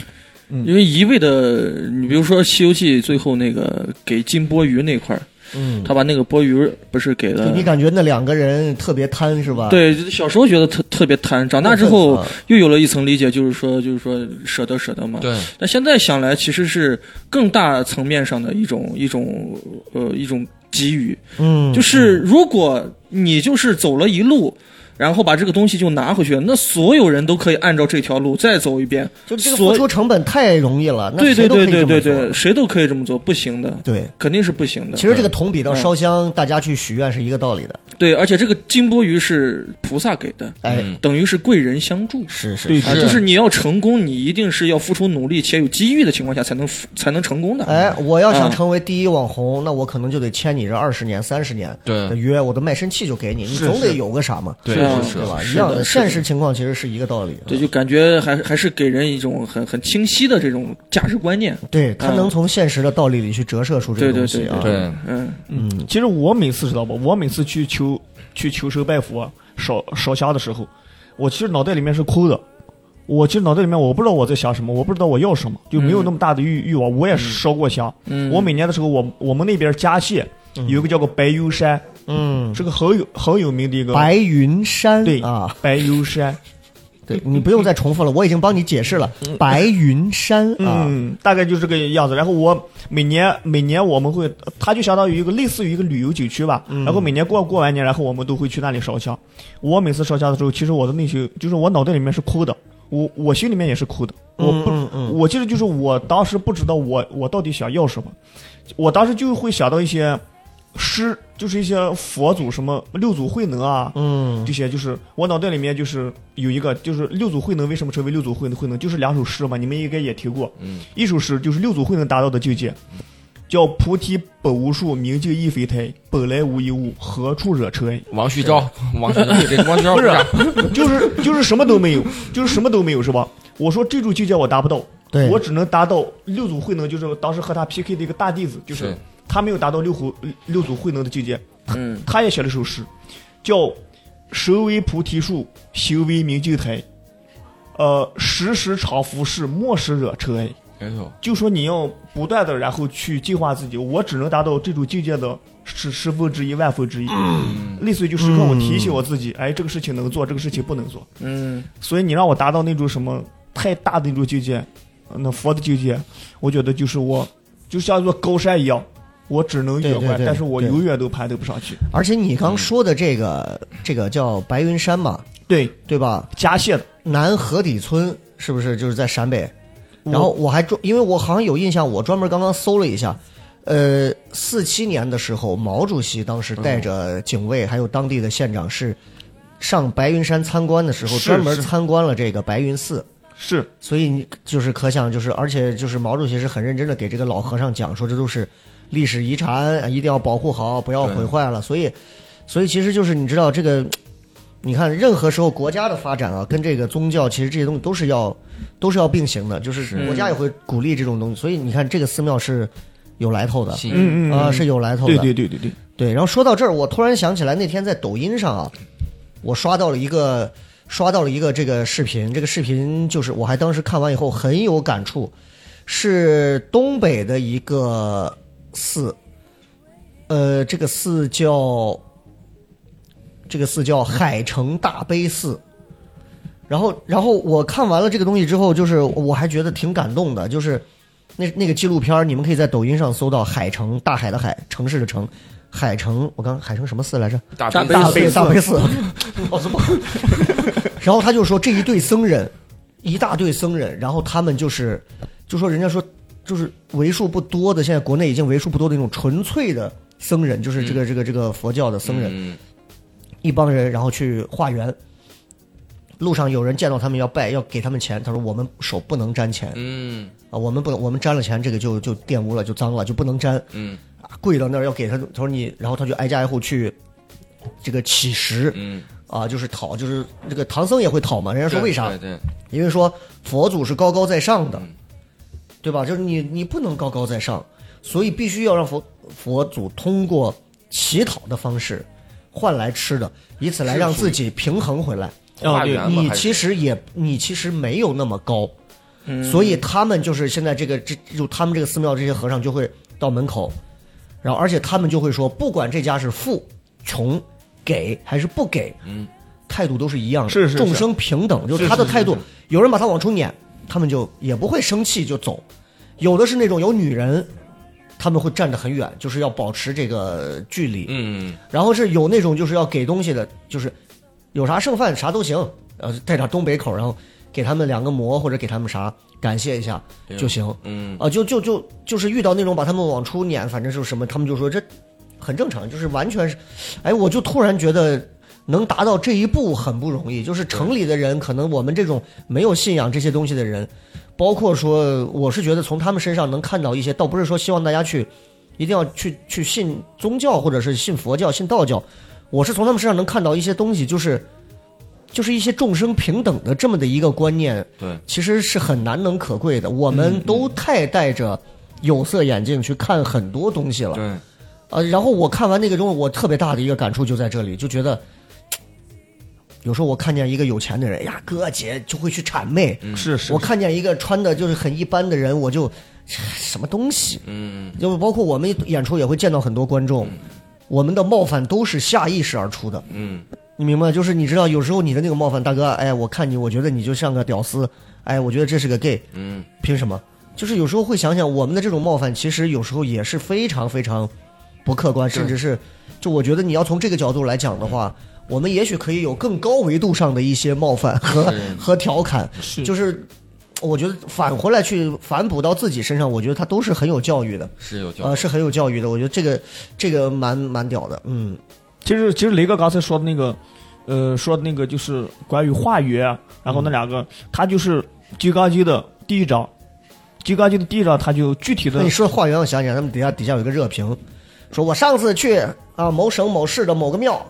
Speaker 6: 嗯因为一味的，你比如说《西游记》最后那个给金钵盂那块儿，
Speaker 3: 嗯，
Speaker 6: 他把那个钵盂不是给
Speaker 3: 就
Speaker 6: 了
Speaker 3: 你感觉那两个人特别贪是吧？，
Speaker 6: 对，小时候觉得特特别贪，长大之
Speaker 3: 过
Speaker 6: 后
Speaker 3: 分了
Speaker 6: 又有了一层理解，就是说，就是说舍得舍得嘛。
Speaker 4: 对，
Speaker 6: 但现在想来，其实是更大层面上的一种一种呃一种给予，
Speaker 3: 嗯，
Speaker 6: 就是如果你就是走了一路。然后把这个东西就拿回去，那所有人都可以按照这条路再走一遍。
Speaker 3: 就这个付
Speaker 6: 所
Speaker 3: 出成本太容易了，那
Speaker 6: 对
Speaker 3: 谁
Speaker 6: 对
Speaker 3: 都可
Speaker 6: 对
Speaker 3: 以这
Speaker 6: 对
Speaker 3: 么
Speaker 6: 对
Speaker 3: 做
Speaker 6: 对，谁都可以这么做，不行的，
Speaker 3: 对。
Speaker 6: 肯定是不行的。嗯
Speaker 3: 其实这个同比到烧香，大家去许愿是一个道理的。
Speaker 6: 对，而且这个金钵盂是菩萨给的，
Speaker 3: 哎，
Speaker 4: 嗯
Speaker 6: 等于是贵人相助。
Speaker 3: 是是
Speaker 5: 对，
Speaker 6: 啊，就是你要成功，你一定是要付出努力且有机遇的情况下才能才能成功的。
Speaker 3: 哎，我要想
Speaker 6: 嗯
Speaker 3: 成为第一网红，那我可能就得签你这二十年、三十年
Speaker 4: 对
Speaker 3: 的约，我的卖身契就给你，你
Speaker 5: 是
Speaker 3: 总得
Speaker 5: 是
Speaker 3: 有个啥嘛，
Speaker 4: 嗯对
Speaker 6: 是啊
Speaker 4: 是是
Speaker 3: 对吧？一
Speaker 6: 是的
Speaker 3: 样的，
Speaker 6: 是的
Speaker 3: 现实情况其实是一个道理。啊
Speaker 6: 对，就感觉还还是给人一种很很清晰的这种价值观念。
Speaker 3: 对，他
Speaker 6: 嗯
Speaker 3: 能从现实的道理里去折射出这个
Speaker 6: 对对
Speaker 3: 东西
Speaker 6: 对
Speaker 3: 啊。
Speaker 4: 对，
Speaker 6: 嗯，
Speaker 3: 嗯，
Speaker 5: 其实我每次知道不？我每次去求去求神拜佛啊烧烧香的时候，我其实脑袋里面是空的。我其实脑袋里面我不知道我在想什么，我不知道我要什么，就没有那么大的欲欲望。我也烧过香，
Speaker 6: 嗯
Speaker 5: 我每年的时候，我我们那边嘉县有一个叫个白油山，
Speaker 3: 嗯，
Speaker 5: 是个很有很有名的一个
Speaker 3: 白云山
Speaker 5: 对
Speaker 3: 啊，
Speaker 5: 白油山，
Speaker 3: 对你不用再重复了，我已经帮你解释了，白云山啊，
Speaker 5: 嗯，大概就是这个样子。然后我每年每年我们会，它就相当于一个类似于一个旅游景区吧。然后每年过过完年，然后我们都会去那里烧香。我每次烧香的时候，其实我的内心就是我脑袋里面是哭的，我我心里面也是哭的。我不，
Speaker 3: 嗯嗯
Speaker 5: 我其实就是我当时不知道我我到底想要什么，我当时就会想到一些诗，就是一些佛祖什么六祖慧能啊，
Speaker 3: 嗯
Speaker 5: 这些就是我脑袋里面就是有一个，就是六祖慧能为什么成为六祖慧能？慧能就是两首诗嘛，你们应该也听过。
Speaker 4: 嗯，
Speaker 5: 一首诗就是六祖慧能达到的境界，叫“菩提本无树，明镜亦非台，本来无一物，何处惹尘埃
Speaker 4: 王旭钊，王旭钊给王旭钊
Speaker 5: 不是
Speaker 3: 啊
Speaker 4: 鼓掌”，
Speaker 5: 就是就是什么都没有，就是什么都没有，是吧？我说这种境界我达不到，
Speaker 3: 对
Speaker 5: 我只能达到六祖慧能，就是当时和他 PK 的一个大弟子，就是
Speaker 4: 是
Speaker 5: 他没有达到六虎六祖慧能的境界，
Speaker 6: 嗯
Speaker 5: 他也写了首诗，叫“手为菩提树，行为明镜台”。呃，时时常拂拭，莫使惹尘埃。
Speaker 4: 哎呦，
Speaker 5: 就说你要不断的，然后去进化自己。我只能达到这种境界的十十分之一、万分之一。类似于就时刻我提醒我自己，哎，这个事情能做，这个事情不能做。
Speaker 6: 嗯，
Speaker 5: 所以你让我达到那种什么太大的那种境界，呃那佛的境界，我觉得就是我就像一座高山一样，我只能
Speaker 3: 对
Speaker 5: 远
Speaker 3: 对
Speaker 5: 观，
Speaker 3: 对
Speaker 5: 但是我
Speaker 3: 对
Speaker 5: 永远都攀登不上去。
Speaker 3: 而且你刚说的这个这个叫白云山嘛，
Speaker 5: 对，
Speaker 3: 对吧？
Speaker 5: 加谢的。
Speaker 3: 南河底村是不是就是在陕北？
Speaker 5: 我
Speaker 3: 然后我还专，因为我好像有印象，我专门刚刚搜了一下，呃，四七年的时候，毛主席当时带着警卫还有当地的县长是上白云山参观的时候，
Speaker 5: 是
Speaker 3: 专门
Speaker 5: 是
Speaker 3: 参观了这个白云寺。
Speaker 5: 是
Speaker 3: 所以你就是可想，就是而且就是毛主席是很认真的给这个老和尚讲说，这都是历史遗产，一定要保护好，不要毁坏了。所以，所以其实就是你知道这个，你看任何时候国家的发展啊，跟这个宗教其实这些东西都是要都是要并行的，就是国家也会鼓励这种东西。所以你看这个寺庙是有来头的
Speaker 4: 信
Speaker 5: 嗯嗯
Speaker 3: 啊、是有来头的。
Speaker 5: 对对对对对，
Speaker 3: 对，然后说到这儿，我突然想起来，那天在抖音上啊，我刷到了一个刷到了一个这个视频，这个视频就是我还当时看完以后很有感触，是东北的一个寺，呃，这个寺叫这个寺叫海城大悲寺。然后，然后我看完了这个东西之后，就是我还觉得挺感动的，就是那那个纪录片儿，你们可以在抖音上搜到“海城”，大海的海，城市的城，海城。我刚海城什么寺来着？
Speaker 4: 大
Speaker 6: 大
Speaker 4: 悲嗯寺
Speaker 6: 悲寺
Speaker 3: 悲大悲寺，脑子不好。 然后他就说这一对僧人，一大队僧人，然后他们就是，就说人家说就是为数不多的，现在国内已经为数不多的那种纯粹的僧人，就是这个、这个这个佛教的僧人，
Speaker 4: 嗯
Speaker 3: 一帮人然后去化缘。路上有人见到他们要拜，要给他们钱，他说我们手不能沾钱，
Speaker 4: 嗯
Speaker 3: 啊，我们不能，我们沾了钱，这个就就玷污了，就脏了，就不能沾。
Speaker 4: 嗯
Speaker 3: 啊跪到那儿要给他，他说你，然后他就挨家挨户去这个乞食
Speaker 4: 嗯，
Speaker 3: 啊，就是讨，就是这个唐僧也会讨嘛。人家说为啥
Speaker 4: 对？对，
Speaker 3: 因为说佛祖是高高在上的
Speaker 4: 嗯，
Speaker 3: 对吧？就是你你不能高高在上，所以必须要让佛佛祖通过乞讨的方式换来吃的，以此来让自己平衡回来。
Speaker 4: 对化缘嘛
Speaker 3: 哦你
Speaker 4: 还是
Speaker 3: 其实也你其实没有那么高，所以他们就是现在这个这就他们这个寺庙这些和尚就会到门口，然后而且他们就会说，不管这家是富穷给还是不给，
Speaker 4: 嗯，
Speaker 3: 态度都是一样的，
Speaker 5: 是是是
Speaker 3: 众生平等，就是他的态度，有人把他往出撵，他们就也不会生气就走，有的是那种有女人。他们会站得很远，就是要保持这个距离。
Speaker 4: 嗯
Speaker 3: 然后是有那种就是要给东西的，就是有啥剩饭啥都行，呃，带点东北口，然后给他们两个馍或者给他们啥感谢一下就行。
Speaker 4: 嗯
Speaker 3: 啊，就就就就是遇到那种把他们往出撵，反正就是什么，他们就说这很正常，就是完全是，哎，我就突然觉得能达到这一步很不容易。就是城里的人，可能我们这种没有信仰这些东西的人，包括说，我是觉得从他们身上能看到一些，倒不是说希望大家去一定要去去信宗教或者是信佛教、信道教，我是从他们身上能看到一些东西，就是。就是一些众生平等的这么的一个观念，
Speaker 4: 对，
Speaker 3: 其实是很难能可贵的。我们都太戴着有色眼镜去看很多东西
Speaker 5: 嗯
Speaker 3: 了。
Speaker 4: 对，
Speaker 3: 呃，然后我看完那个中，我特别大的一个感触就在这里，就觉得。有时候我看见一个有钱的人，哎呀哥姐就会去谄媚；
Speaker 5: 嗯是
Speaker 3: 嗯
Speaker 5: 是
Speaker 3: 我看见一个穿的就是很一般的人，我就什么东西，
Speaker 4: 嗯，
Speaker 3: 就包括我们演出也会见到很多观
Speaker 5: 嗯
Speaker 3: 众，我们的冒犯都是下意识而出的。
Speaker 4: 嗯，
Speaker 3: 你明白？就是你知道，有时候你的那个冒犯，大哥，哎，我看你，我觉得你就像个屌丝，哎，我觉得这是个 gay，
Speaker 4: 嗯，
Speaker 3: 凭什么？就是有时候会想想，我们的这种冒犯，其实有时候也是非常非常不客观，甚至是，就我觉得你要从这个角度来讲的话，我们也许可以有更高维度上的一些冒犯和
Speaker 4: 是
Speaker 3: 和调侃，
Speaker 5: 是
Speaker 3: 就是我觉得返回来去反哺到自己身上，我觉得它都是很有教育的。
Speaker 4: 是有教
Speaker 3: 呃，是很有教育的，我觉得这个这个蛮蛮屌的，嗯，
Speaker 5: 其实其实雷哥刚才说的那个，呃，说的那个就是关于化缘，然后那两个，他就是《金刚经》的第一章，《金刚经》的第一章，他就具体
Speaker 3: 那
Speaker 5: 的
Speaker 3: 你说化缘，我想起来，他们底下底下有一个热评，说我上次去啊某省某市的某个庙，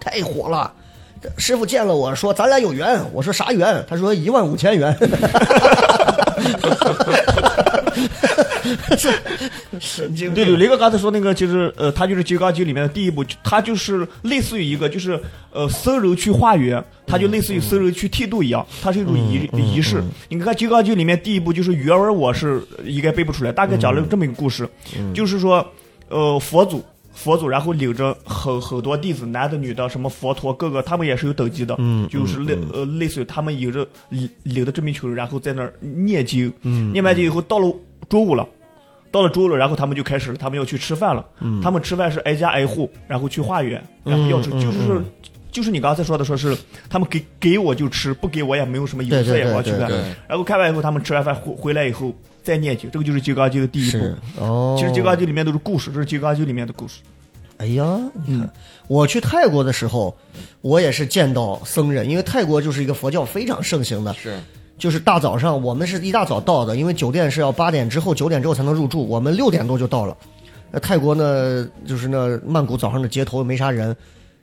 Speaker 3: 太火了。这师傅见了我说：“咱俩有缘。”我说：“啥缘？”他说：“一万五千元。” 是神经
Speaker 5: 对
Speaker 3: 病
Speaker 5: 对，雷哥刚才说那个，其实呃，他就是《金刚经》里面的第一部，他就是类似于一个就是呃僧人去化缘，他就类似于僧人去剃度一样，它是一种仪、仪式。你看《金刚经》里面第一部就是原文，我是应该背不出来，大概讲了这么一个故事，就是说呃佛祖。佛祖，然后领着很很多弟子，男的、女的，什么佛陀各个，他们也是有等级的，就是类、呃类似于他们领着领领着这么一群人，然后在那儿念经，念完经以后到了中午了，到了中午了，然后他们就开始，他们要去吃饭了。
Speaker 3: 嗯
Speaker 5: 他们吃饭是挨家挨户，然后去化缘，然后要吃，
Speaker 3: 嗯
Speaker 5: 就是就是你刚才说的，说是他们给给我就吃，不给我也没有什么有
Speaker 3: 对对
Speaker 5: 色眼光去
Speaker 3: 对
Speaker 5: 看
Speaker 4: 对。
Speaker 5: 然后看完以后，他们吃完饭回回来以后再念经，这个就是《金刚经》的第一部
Speaker 3: 是。哦，
Speaker 5: 其实《金刚经》里面都是故事，这是《金刚经》里面的故事。
Speaker 3: 哎呀，你看，我去泰国的时候，我也是见到僧人，因为泰国就是一个佛教非常盛行的，
Speaker 4: 是
Speaker 3: 就是大早上，我们是一大早到的，因为酒店是要八点之后、九点之后才能入住，我们六点多就到了。那泰国呢，就是那曼谷早上的街头没啥人，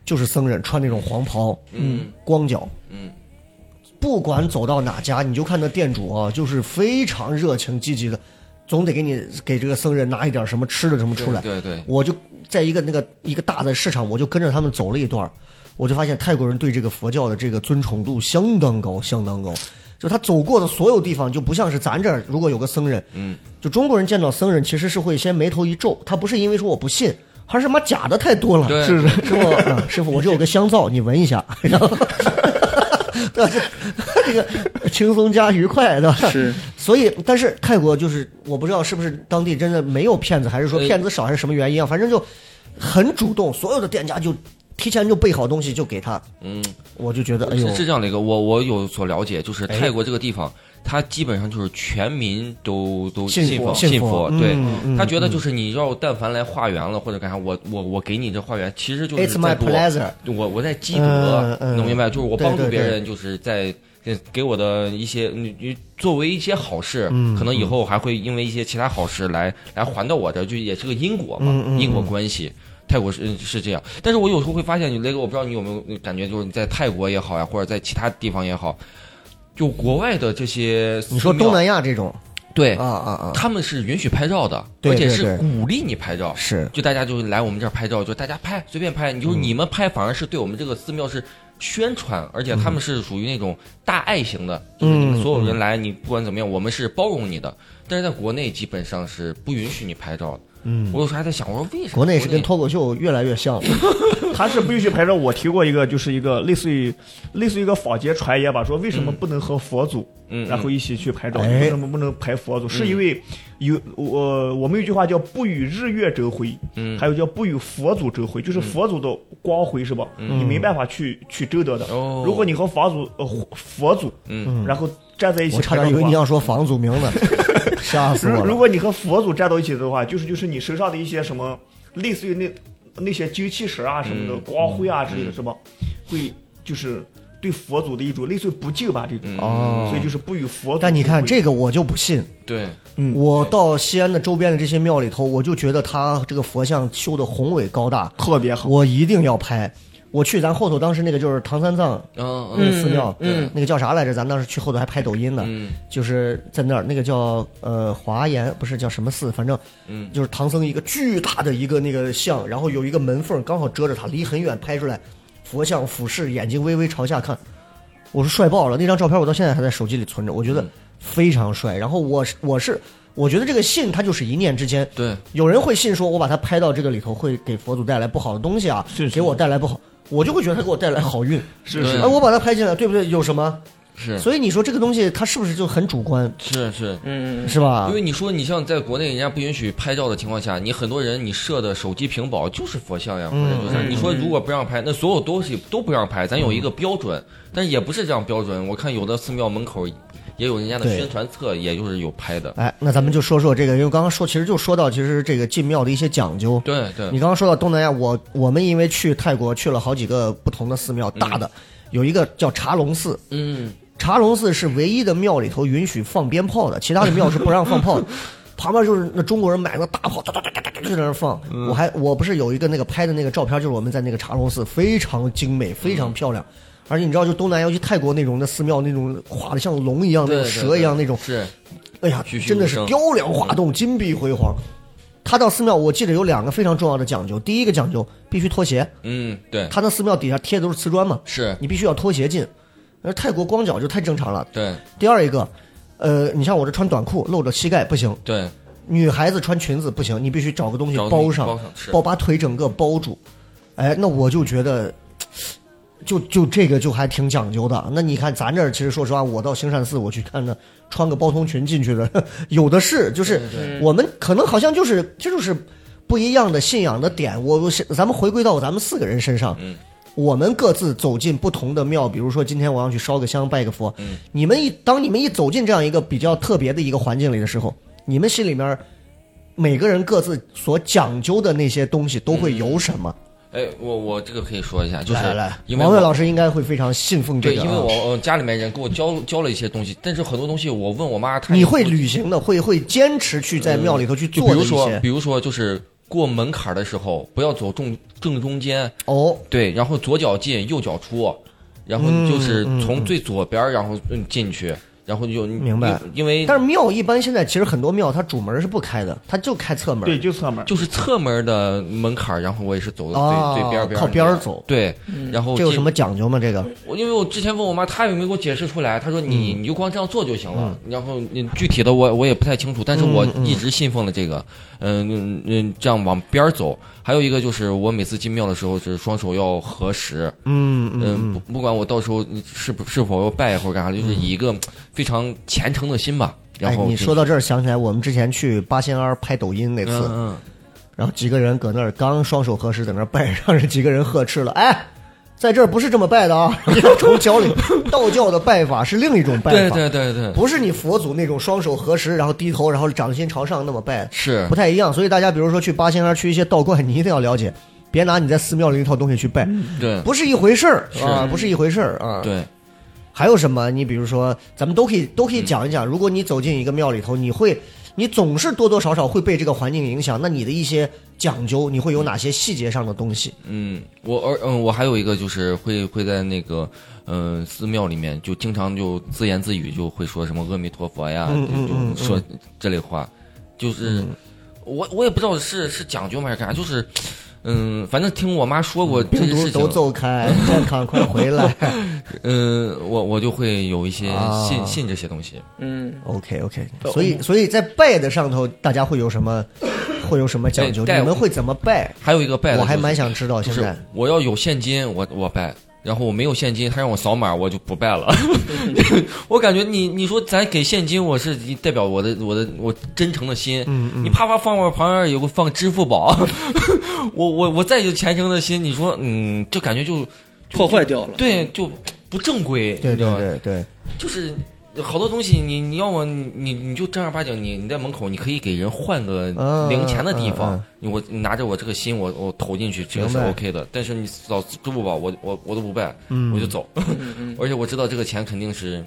Speaker 3: 就是僧人穿那种黄袍，
Speaker 4: 嗯，
Speaker 3: 光脚，
Speaker 4: 嗯，
Speaker 3: 不管走到哪家，你就看那店主啊，就是非常热情积极的，总得给你给这个僧人拿一点什么吃的什么出来。
Speaker 4: 对对，
Speaker 3: 我就在一个那个一个大的市场，我就跟着他们走了一段儿，我就发现泰国人对这个佛教的这个尊崇度相当高，相当高。就他走过的所有地方，就不像是咱这儿如果有个僧人，
Speaker 4: 嗯，
Speaker 3: 就中国人见到僧人其实是会先眉头一皱，他不是因为说我不信，而是妈假的太多了，
Speaker 4: 对
Speaker 3: 是不是？师傅、啊师傅，我这有个香皂，你闻一下。然后 对，这个轻松加愉快，对吧？
Speaker 6: 是，
Speaker 3: 所以，但是泰国就是我不知道是不是当地真的没有骗子，还是说
Speaker 4: 对
Speaker 3: 骗子少，还是什么原因啊？反正就很主动，所有的店家就提前就备好东西就给他。
Speaker 4: 嗯，
Speaker 3: 我就觉得，哎
Speaker 4: 是
Speaker 3: 呦，
Speaker 4: 是这样的一个，我我有所了解，就是
Speaker 3: 哎
Speaker 4: 泰国这个地方，它基本上就是全民都都
Speaker 3: 信
Speaker 4: 信
Speaker 3: 佛信
Speaker 4: 信
Speaker 3: 佛嗯
Speaker 4: 对
Speaker 3: 嗯
Speaker 4: 他觉得就是你要但凡来化缘了或者干啥，我我我给你这化缘，其实就
Speaker 3: It's
Speaker 4: 是
Speaker 3: my
Speaker 4: 在给我
Speaker 3: pleasure
Speaker 4: 我我在积
Speaker 3: 嗯
Speaker 4: 德，
Speaker 3: 嗯
Speaker 4: 能明白？就是我帮
Speaker 3: 对对
Speaker 4: 助别人，就是在给给我的一些你你作为一些好事，
Speaker 3: 嗯
Speaker 4: 可能以后还会因为一些其他好事来来还到我这儿，就也是个因果嘛，
Speaker 3: 嗯
Speaker 4: 因果关系。泰国是是这样，但是我有时候会发现，你雷哥，我不知道你有没有感觉，就是你在泰国也好呀，或者在其他地方也好，就国外的这些寺庙，
Speaker 3: 你说东南亚这种
Speaker 4: 对
Speaker 3: 啊啊啊，
Speaker 4: 他们是允许拍照的，
Speaker 3: 对
Speaker 4: 而且
Speaker 3: 对
Speaker 4: 是
Speaker 3: 对
Speaker 4: 鼓励你拍照，
Speaker 3: 是
Speaker 4: 就大家就来我们这儿拍照，就大家拍随便拍，你就是你们拍反而是对我们这个寺庙是宣传，而且他们是属于那种大爱型的，就是你们所有人来，你不管怎么样，我们是包容你的。但是在国内基本上是不允许你拍照的。嗯，我有时候还在想，我说为什么
Speaker 3: 国内是跟脱口秀越来越 像了。
Speaker 5: 他是不允许拍照。我提过一个，就是一个类似于类似于一个坊间传言吧，说为什么不能和佛祖，
Speaker 4: 嗯嗯嗯
Speaker 5: 然后一起去拍照？
Speaker 3: 哎
Speaker 5: 为什么不能拍佛祖？是因为有我、我们有句话叫“不与日月争辉”，
Speaker 4: 嗯
Speaker 5: 还有叫“不与佛祖争辉”，就是佛祖的光辉是吧？你没办法去去争得的。
Speaker 4: 嗯哦
Speaker 5: 如果你和佛祖呃佛祖，
Speaker 4: 嗯
Speaker 5: 然后站在一起
Speaker 3: 我差
Speaker 5: 拍照
Speaker 3: 点以
Speaker 5: 的
Speaker 3: 为
Speaker 5: 话
Speaker 3: 你。要说房祖名 呢，吓死
Speaker 5: 如
Speaker 3: 我
Speaker 5: 如
Speaker 3: 了。
Speaker 5: 果你和佛祖站到一起的话，就是就是你身上的一些什么，类似于那那些精气神啊什么
Speaker 4: 嗯
Speaker 5: 的，光辉啊之类的什么，会就是对佛祖的一种类似于不敬吧这
Speaker 4: 嗯
Speaker 5: 种，
Speaker 3: 哦
Speaker 5: 所以就是不与佛祖。
Speaker 3: 但你看这，个，我就不信。
Speaker 4: 对，
Speaker 3: 我到西安的周边的这些庙里头，我就觉得他这个佛像修的宏伟高大，
Speaker 5: 特别好。
Speaker 3: 我一定要拍。我去咱后头当时那个就是唐三藏
Speaker 4: 嗯
Speaker 3: 那个
Speaker 4: 嗯
Speaker 3: 寺庙，
Speaker 6: 嗯嗯
Speaker 3: 那个叫啥来着？咱当时去后头还拍抖音呢，
Speaker 4: 嗯
Speaker 3: 就是在那儿那个叫呃华严，不是叫什么寺，反正
Speaker 4: 嗯
Speaker 3: 就是唐僧一个巨大的一个那个像，然后有一个门缝刚好遮着他，离很远拍出来，佛像俯视，眼睛微微朝下看，我是帅爆了！那张照片我到现在还在手机里存着，我觉得非常帅。然后我是我是我觉得这个信它就是一念之间，
Speaker 4: 对，
Speaker 3: 有人会信说，我把它拍到这个里头会给佛祖带来不好的东西啊，
Speaker 5: 是是
Speaker 3: 给我带来不好，我就会觉得它给我带来好运。
Speaker 5: 是
Speaker 4: 对
Speaker 5: 是
Speaker 3: 哎、我把它拍进来，对不对？有什么？
Speaker 4: 嗯是
Speaker 3: 所以你说这个东西它是不是就很主观，
Speaker 4: 是是，
Speaker 6: 嗯，嗯
Speaker 3: 是吧
Speaker 4: 因？为你说你像在国内人家不允许拍照的情况下，你很多人你设的手机屏保就是佛像呀，或者就是啥
Speaker 3: 嗯
Speaker 4: 你说如果不让拍，那所有东西都不让拍，咱有一个标准，但是也不是这样标准。我看有的寺庙门口也有人家的
Speaker 3: 对
Speaker 4: 宣传册，也就是有拍的。
Speaker 3: 哎，那咱们就说说这个，因为刚刚说其实就说到其实这个进庙的一些讲究。
Speaker 4: 对对
Speaker 3: 你，刚刚说到东南亚，我我们因为去泰国去了好几个不同的寺庙，大的、有一个叫茶龙寺，
Speaker 4: 嗯，
Speaker 3: 茶龙寺是唯一的庙里头允许放鞭炮的，其他的庙是不让放 炮的。旁边就是那中国人买个大炮，哒哒哒哒哒哒就在那儿放。
Speaker 4: 嗯
Speaker 3: 我还我不是有一个那个拍的那个照片，就是我们在那个茶龙寺，非常精美，非
Speaker 4: 嗯
Speaker 3: 常漂亮。而且你知道，就东南亚，尤其泰国那种的寺庙，那种画的像龙一样、那
Speaker 4: 对
Speaker 3: 种蛇一样那种，
Speaker 4: 是，
Speaker 3: 哎呀
Speaker 4: 栩，栩
Speaker 3: 真的
Speaker 4: 如
Speaker 3: 是
Speaker 4: 生
Speaker 3: 雕梁画栋、金碧辉煌。他到寺庙，我记得有两个非常重要的讲究。第一个讲究必须脱鞋，
Speaker 4: 嗯，对，
Speaker 3: 他那寺庙底下贴的都是瓷砖嘛，
Speaker 4: 是，
Speaker 3: 你必须要脱鞋进。而泰国光脚就太正常了，
Speaker 4: 对
Speaker 3: 第二一个，呃，你像我这穿短裤露着膝盖不行，
Speaker 4: 对，
Speaker 3: 女孩子穿裙子不行，你必须找个东西
Speaker 4: 找个
Speaker 3: 包
Speaker 4: 东西
Speaker 3: 上，
Speaker 4: 包上是
Speaker 3: 包把腿整个包住。哎，那我就觉得，就就这个就还挺讲究的。那你看咱这儿，其实说实话，我到兴善寺我去看那穿个包筒裙进去的， 有的是，就是
Speaker 4: 嗯
Speaker 3: 我们可能好像就是这就是不一样的信仰的点。我我是咱们回归到咱们四个人身上，
Speaker 4: 嗯
Speaker 3: 我们各自走进不同的庙，比如说今天我要去烧个香拜个佛，
Speaker 4: 嗯
Speaker 3: 你们一当你们一走进这样一个比较特别的一个环境里的时候，你们心里面每个人各自所讲究的那些东西都会有什么？
Speaker 4: 哎，我我这个可以说一下，就是
Speaker 3: 来来，
Speaker 4: 因为
Speaker 3: 王
Speaker 4: 我
Speaker 3: 伟老师应该会非常信奉这
Speaker 4: 对，
Speaker 3: 个、啊。
Speaker 4: 因为我我家里面人给我教教了一些东西，但是很多东西我问我妈，她也
Speaker 3: 你
Speaker 4: 不
Speaker 3: 会旅行的，会会坚持去在庙里头去
Speaker 4: 呃就
Speaker 3: 做
Speaker 4: 比
Speaker 3: 的一
Speaker 4: 如说
Speaker 3: 些，
Speaker 4: 比如说就是过门槛的时候，不要走正正中间，
Speaker 3: 哦，
Speaker 4: 对，然后左脚进右脚出，然后你就是从最左边儿，然后嗯进去，然后就
Speaker 3: 嗯明白，
Speaker 4: 因为
Speaker 3: 但是庙一般现在其实很多庙它主门是不开的，它就开侧门。
Speaker 5: 对，就侧门。
Speaker 4: 就是侧门的门槛儿，然后我也是走的
Speaker 3: 哦
Speaker 4: 最最边儿边儿
Speaker 3: 靠
Speaker 4: 那
Speaker 3: 边儿
Speaker 4: 样
Speaker 3: 走
Speaker 4: 对，然后
Speaker 3: 这有
Speaker 4: 进
Speaker 3: 什么讲究吗？这个
Speaker 4: 我因为我之前问我妈，她也没给我解释出来。她说你、
Speaker 3: 嗯
Speaker 4: 你就光这样做就行了。然后你具体的我我也不太清楚，但是
Speaker 3: 嗯
Speaker 4: 我一直信奉了这个，嗯嗯嗯，这样往边儿走。还有一个就是我每次进庙的时候是双手要合十，
Speaker 3: 嗯嗯嗯
Speaker 4: 嗯，不不管我到时候是不是否要拜或者干啥，就是以一个非常虔诚的心吧。然后、
Speaker 3: 哎、你说
Speaker 4: 的，
Speaker 3: 到这儿，想起来我们之前去八仙庵拍抖音那次，
Speaker 4: 嗯
Speaker 3: 然后几个人搁那儿刚双手合十，在那儿拜，让人几个人呵斥了。哎，在这儿不是这么拜的啊！ 要从脚里，道教的拜法是另一种拜
Speaker 4: 嗯，
Speaker 3: 法，
Speaker 4: 对对对对，
Speaker 3: 不是你佛祖那种双手合十，然后低头，然后掌心朝上那么拜，
Speaker 4: 是
Speaker 3: 不太一样。所以大家比如说去八仙庵去一些道观，你一定要了解，别拿你在寺庙里那套东西去拜，
Speaker 4: 对
Speaker 3: 不是一回事儿
Speaker 4: 嗯是
Speaker 3: 啊，不是一回事儿啊。。
Speaker 4: 对，
Speaker 3: 还有什么？你比如说，咱们都可以都可
Speaker 4: 嗯
Speaker 3: 以讲一讲。如果你走进一个庙里头，你会，你总是多多少少会被这个环境影响。那你的一些讲究，你会有哪些细节上的东西？
Speaker 4: 嗯，我而嗯，我还有一个就是会会在那个嗯、呃寺庙里面，就经常就自言自语，就会说什么阿弥陀佛呀，
Speaker 3: 嗯嗯
Speaker 4: 就
Speaker 3: 嗯嗯
Speaker 4: 就啊说这类话，就是、我我也不知道是是讲究吗还是干啥，就是嗯，反正听我妈说过这
Speaker 3: 嗯病
Speaker 4: 些
Speaker 3: 毒
Speaker 4: 事
Speaker 3: 都
Speaker 4: 情，
Speaker 3: 走 开，健康快回来。
Speaker 4: 嗯、我我就会有一些
Speaker 3: 啊
Speaker 4: 信、信这些东西。
Speaker 6: 嗯
Speaker 3: OK OK，所以所以在拜的上头，大家会有什么，会有什么讲究？你
Speaker 4: 对带
Speaker 3: 们会怎么拜？
Speaker 4: 还有一个拜的、
Speaker 3: 我还
Speaker 4: 就是
Speaker 3: 蛮想知道
Speaker 4: 就
Speaker 3: 啊现
Speaker 4: 是
Speaker 3: 在。
Speaker 4: 我要有现金，我我拜。然后我没有现金，他让我扫码，我就不拜了。 我感觉你你说咱给现金，我是代表我的我的我真诚的心。
Speaker 3: 嗯
Speaker 4: 你啪啪放我旁边有个放支付宝， 我我我再有虔诚的心，你说嗯，就感觉就
Speaker 6: 破坏掉了。
Speaker 4: 对就不正规，
Speaker 3: 对
Speaker 4: 你知道
Speaker 3: 对
Speaker 4: 吧
Speaker 3: 对对，
Speaker 4: 就是好多东西你，你要么你你你就正儿八经，你你在门口，你可以给人换个零钱的地方。
Speaker 3: 嗯嗯
Speaker 4: 我你拿着我这个心，我我投进去，这个是
Speaker 3: 明白
Speaker 4: OK 的。但是你找支付宝，我我我都不办，
Speaker 3: 嗯
Speaker 4: 我就走。
Speaker 6: 嗯嗯，
Speaker 4: 而且我知道这个钱肯定是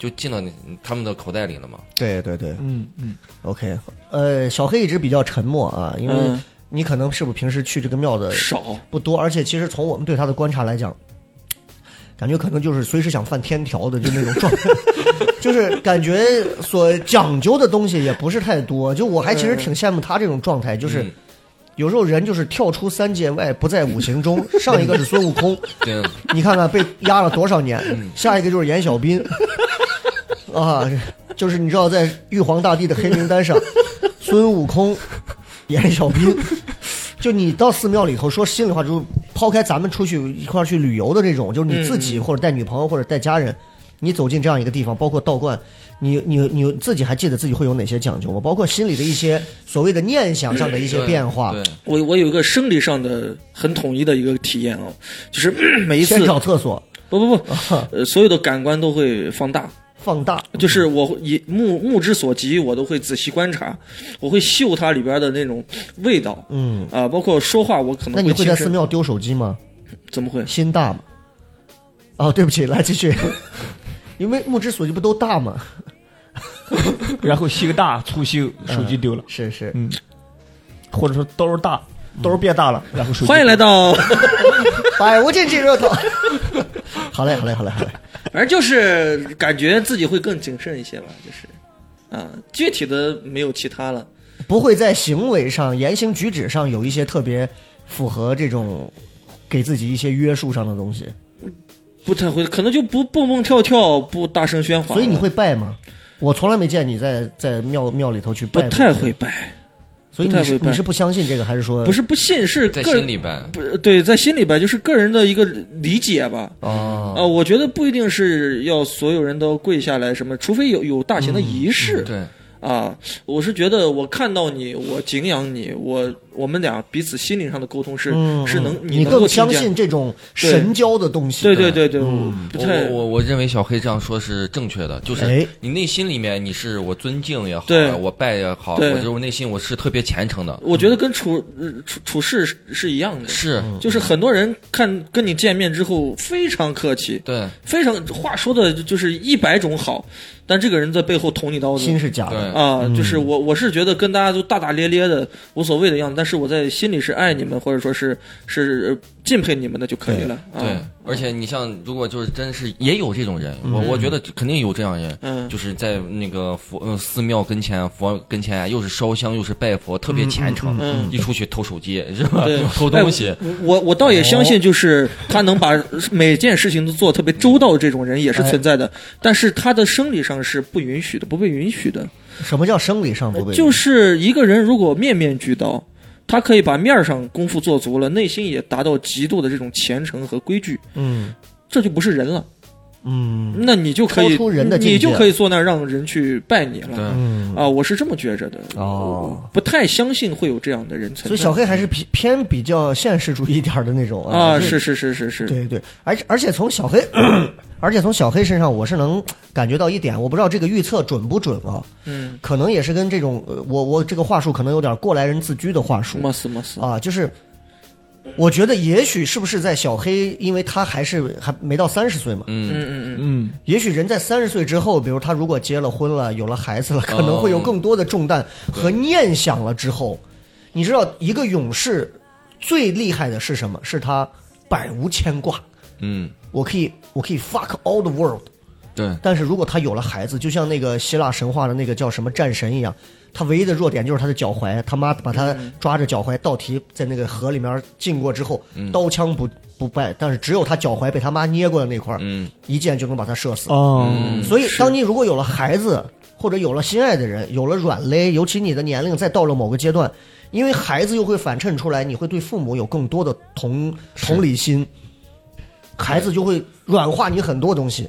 Speaker 4: 就进到你他们的口袋里了嘛。
Speaker 3: 对对对
Speaker 5: 嗯嗯，
Speaker 3: ，OK。呃，小黑一直比较沉默啊，因为
Speaker 6: 嗯
Speaker 3: 你可能是不是平时去这个庙的
Speaker 6: 少，
Speaker 3: 不多，而且其实从我们对他的观察来讲，感觉可能就是随时想犯天条的就那种状态，就是感觉所讲究的东西也不是太多。就我还其实挺羡慕他这种状态，就是
Speaker 4: 嗯
Speaker 3: 有时候人就是跳出三界外，不在五行中。上一个是孙悟空，
Speaker 4: 真的
Speaker 3: 你看看被压了多少年，
Speaker 6: 嗯
Speaker 3: 下一个就是严小 斌，啊，就是你知道在玉皇大帝的黑名单 上，孙悟空、严小斌，就你到寺庙里头说心里话，就是抛开咱们出去一块儿去旅游的这种，就是你自
Speaker 6: 嗯
Speaker 3: 己或者带女朋友或者带家人，你走进这样一个地方，包括道观，你你你自己还记得自己会有哪些讲究吗？包括心里的一些所谓的念想上的 一些
Speaker 4: 对
Speaker 3: 变化，
Speaker 4: 对，
Speaker 6: 我我有一个生理上的很统一的一个体验哦，就是 每一次
Speaker 3: 先找厕所，
Speaker 6: 不不不，呃，所有的感官都会放大，
Speaker 3: 放大，
Speaker 6: 就是我会以目目之所及，我都会仔细观察，我会嗅它里边的那种味道
Speaker 3: 嗯。
Speaker 6: 啊、包括说话，我可能
Speaker 3: 那你会在
Speaker 6: 轻
Speaker 3: 寺
Speaker 6: 声
Speaker 3: 庙丢手机吗？
Speaker 6: 怎么会？
Speaker 3: 心大吗？哦，对不起， 来继续。因为目之所及不都大吗？
Speaker 5: 然后吸个大粗心，手机丢了，
Speaker 3: 是是，
Speaker 5: 嗯，或者说兜儿大，兜儿变大了，然后手机
Speaker 6: 欢迎来到，
Speaker 3: 百无禁忌热头。 好嘞，好嘞，好嘞，好嘞。
Speaker 6: 反正就是感觉自己会更谨慎一些吧，就是啊、具体的没有其他了。
Speaker 3: 不会在行为上、言行举止上有一些特别符合这种给自己一些约束上的东西，
Speaker 6: 不太会，可能就不蹦蹦跳跳，不大声喧哗。
Speaker 3: 所以你会拜吗？我从来没见你在在庙庙里头去
Speaker 6: 不
Speaker 3: 拜，
Speaker 6: 太会。拜，
Speaker 3: 所以
Speaker 6: 不
Speaker 3: 你
Speaker 6: 太
Speaker 3: 是
Speaker 6: 会拜
Speaker 3: 你是不相信这个，还是说
Speaker 6: 不是不信，是
Speaker 4: 在
Speaker 6: 个人
Speaker 4: 心里边，
Speaker 6: 不对，在心里边就是个人的一个理解吧。
Speaker 3: 哦，
Speaker 6: 啊，我觉得不一定是要所有人都跪下来什么，除非有有大型的仪
Speaker 3: 嗯
Speaker 6: 式、
Speaker 4: 对，
Speaker 6: 啊。我是觉得我看到你，我敬仰你，我我们俩彼此心灵上的沟通是、
Speaker 3: 嗯，
Speaker 6: 是能
Speaker 3: 嗯
Speaker 6: 你
Speaker 3: 你
Speaker 6: 能够
Speaker 3: 更
Speaker 6: 听
Speaker 3: 相
Speaker 6: 见
Speaker 3: 信这嗯种神交的东西？
Speaker 6: 对对对对，我不
Speaker 4: 我
Speaker 6: 太
Speaker 4: 我我认为小黑这样说是正确的，就是
Speaker 3: 哎
Speaker 4: 你内心里面你是我尊敬也好
Speaker 6: 对，
Speaker 4: 我拜也好，
Speaker 6: 对
Speaker 4: 我就内心我是特别虔诚的，
Speaker 6: 我觉得跟处呃处处事是是一样的，
Speaker 4: 是
Speaker 6: 就是很多人看跟你见面之后非常客气，
Speaker 4: 对
Speaker 6: 非常话说的就是一百种好，但这个人在背后捅你刀子
Speaker 3: 心。是假的。
Speaker 4: 对
Speaker 6: 啊，就是我，我是觉得跟大家都大大咧咧的无所谓的样子，但是我在心里是爱你们，或者说是是呃敬佩你们的就可以了。啊
Speaker 4: 对，而且你像如果就是真是也有这种人，我我觉得肯定有这样人，
Speaker 6: 嗯
Speaker 4: 就是在那个佛呃寺庙跟前、佛跟前啊，又是烧香又是拜佛，特别虔诚，
Speaker 6: 嗯
Speaker 4: 一出去偷手机是吧
Speaker 6: 对？
Speaker 4: 偷东西，
Speaker 6: 我我我倒也相信，就是他能把每件事情都做特别周到，这种人也是存在的。但是他的生理上是不允许的，不被允许的。
Speaker 3: 什么叫生理上不被？
Speaker 6: 就是一个人如果面面俱到，他可以把面儿上功夫做足了，内心也达到极度的这种虔诚和规矩，
Speaker 3: 嗯
Speaker 6: 这就不是人了。
Speaker 3: 嗯。
Speaker 6: 那你就可以，
Speaker 3: 超出人的境界
Speaker 6: 你就可以坐那儿让人去拜你了。
Speaker 4: 对嗯
Speaker 3: 嗯，
Speaker 6: 啊，我是这么觉着的。
Speaker 3: 哦
Speaker 6: 我不太相信会有这样的人存在。
Speaker 3: 所以小黑还是比偏比较现实主义一点儿的那种
Speaker 6: 啊，
Speaker 3: 就是
Speaker 6: 是是是是，
Speaker 3: 对对，而且而且从小黑， 而且从小黑身上，我是能感觉到一点，我不知道这个预测准不准啊，
Speaker 6: 嗯，
Speaker 3: 可能也是跟这种呃我我这个话术可能有点过来人自居的话术
Speaker 6: 么死么死，
Speaker 3: 啊，就是我觉得也许是不是在小黑，因为他还是还没到三十岁嘛，
Speaker 6: 嗯
Speaker 4: 嗯，
Speaker 6: 嗯嗯，
Speaker 5: 嗯，
Speaker 3: 也许人在三十岁之后，比如他如果结了婚了，有了孩子了，可能会有更多的重担和念想了。之后，你知道一个勇士最厉害的是什么？是他百无牵挂，
Speaker 4: 嗯，
Speaker 3: 我可以我可以 fuck all the world。
Speaker 4: 对，
Speaker 3: 但是如果他有了孩子，就像那个希腊神话的那个叫什么战神一样，他唯一的弱点就是他的脚踝，他妈把他抓着脚踝倒提在那个河里面浸过之后，刀枪不不败，但是只有他脚踝被他妈捏过的那块儿，
Speaker 4: 嗯
Speaker 3: 一箭就能把他射死。
Speaker 5: 哦，
Speaker 3: 所以，当你如果有了孩子，或者有了心爱的人，有了软肋，尤其你的年龄再到了某个阶段，因为孩子又会反衬出来，你会对父母有更多的同同理心，孩子就会软化你很多东西。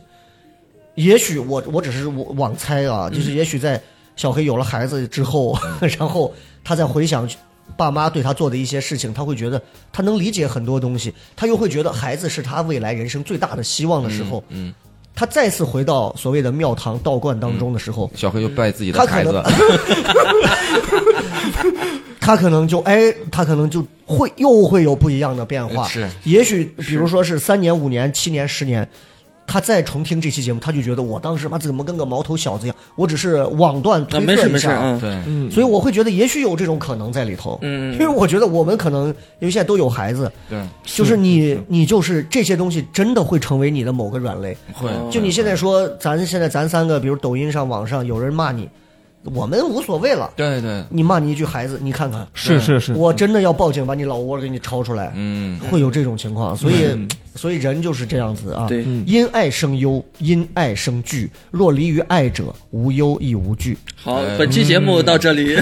Speaker 3: 也许我我只是我妄猜啊，就是也许在小黑有了孩子之后， 然后他再回想爸妈对他做的一些事情，他会觉得他能理解很多东西，他又会觉得孩子是他未来人生最大的希望的时候，
Speaker 4: 嗯，
Speaker 3: 他再次回到所谓的庙堂道观当中的时候，
Speaker 4: 小黑就拜自己的
Speaker 3: 他可
Speaker 4: 孩子
Speaker 3: 能，他可能就哎，他可能就会又会有不一样的变化。
Speaker 6: 呃
Speaker 4: 是，
Speaker 3: 也许比如说是三年、五年、七年、十年，他再重听这期节目，他就觉得我当时妈怎么跟个毛头小子一样？我只是网段
Speaker 6: 啊，
Speaker 3: 推
Speaker 6: 没
Speaker 3: 测
Speaker 6: 事
Speaker 3: 一
Speaker 6: 没事
Speaker 3: 下。嗯
Speaker 6: 啊，
Speaker 4: 对，
Speaker 3: 所以我会觉得，也许有这种可能在里头，
Speaker 6: 嗯
Speaker 3: 因为我觉得我们可能，因为现在都有孩子，
Speaker 4: 对，
Speaker 3: 就是
Speaker 6: 嗯
Speaker 3: 你，你就是这些东西真的会成为你的某个软肋。
Speaker 4: 会
Speaker 6: 哦
Speaker 3: 就你现在说，咱现在咱三个，比如抖音上、网上有人骂你，我们无所谓了。
Speaker 4: 对对，
Speaker 3: 你骂你一句孩子，你看看，
Speaker 5: 是是是，
Speaker 3: 我真的要报警把你老窝给你抄出来，
Speaker 4: 嗯，
Speaker 3: 会有这种情况。所以，所以人就是这样子啊。
Speaker 6: 对
Speaker 5: 嗯
Speaker 3: 因爱生忧，因爱生惧。若离于爱者，无忧亦无惧。
Speaker 6: 好，
Speaker 4: 哎
Speaker 6: 本期节目到这里，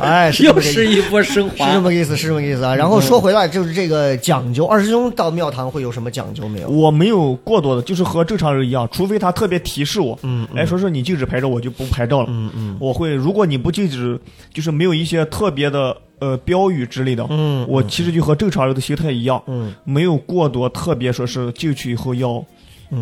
Speaker 3: 哎，是这
Speaker 6: 又
Speaker 3: 么个意思
Speaker 6: 是一波升
Speaker 3: 嗯是这
Speaker 6: 华
Speaker 3: 么。个意思，是这么个意思啊。然后说回来，就是这个讲究，二师兄到庙堂会有什么讲究没有？
Speaker 5: 我没有过多的，就是和正常人一样，除非他特别提示我，嗯，哎，说是你禁止拍照，我就不拍照了，嗯嗯，我会，如果你不禁止，就是没有一些特别的呃标语之类的，
Speaker 3: 嗯
Speaker 5: 我其实就和正常人的心态一样，
Speaker 3: 嗯，
Speaker 5: 没有过多特别说是进去以后要，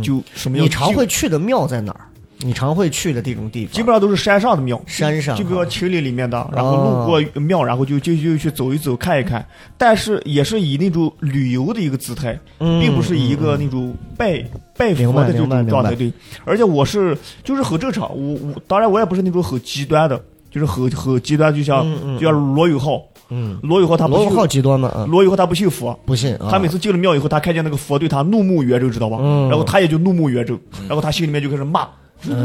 Speaker 5: 就什么要
Speaker 3: 你常
Speaker 5: 禁
Speaker 3: 会去的庙在哪儿？你常会去的这种地方？
Speaker 5: 基本上都是山上的庙，
Speaker 3: 山上哦
Speaker 5: 就比如
Speaker 3: 哈
Speaker 5: 说群里里面的，然后路过庙，然后就就就去走一走看一看，但是也是以那种旅游的一个姿态，
Speaker 3: 嗯
Speaker 5: 并不是一个那种拜拜
Speaker 3: 明
Speaker 5: 佛
Speaker 3: 白
Speaker 5: 的这
Speaker 3: 明白
Speaker 5: 种状态，
Speaker 3: 明
Speaker 5: 对。而且我是就是很正常，我我当然我也不是那种很极端的，就是很很极端，就像
Speaker 3: 嗯嗯
Speaker 5: 就像罗永浩，
Speaker 3: 嗯，
Speaker 5: 罗永浩他不
Speaker 3: 罗
Speaker 5: 信
Speaker 3: 永浩极端吗？啊，
Speaker 5: 罗永浩他不信佛，
Speaker 3: 不信啊。
Speaker 5: 他每次进了庙以后，他看见那个佛对他怒目圆睁，知道吧？
Speaker 3: 嗯
Speaker 5: 然后他也就怒目圆睁，然后他心里面就开始骂。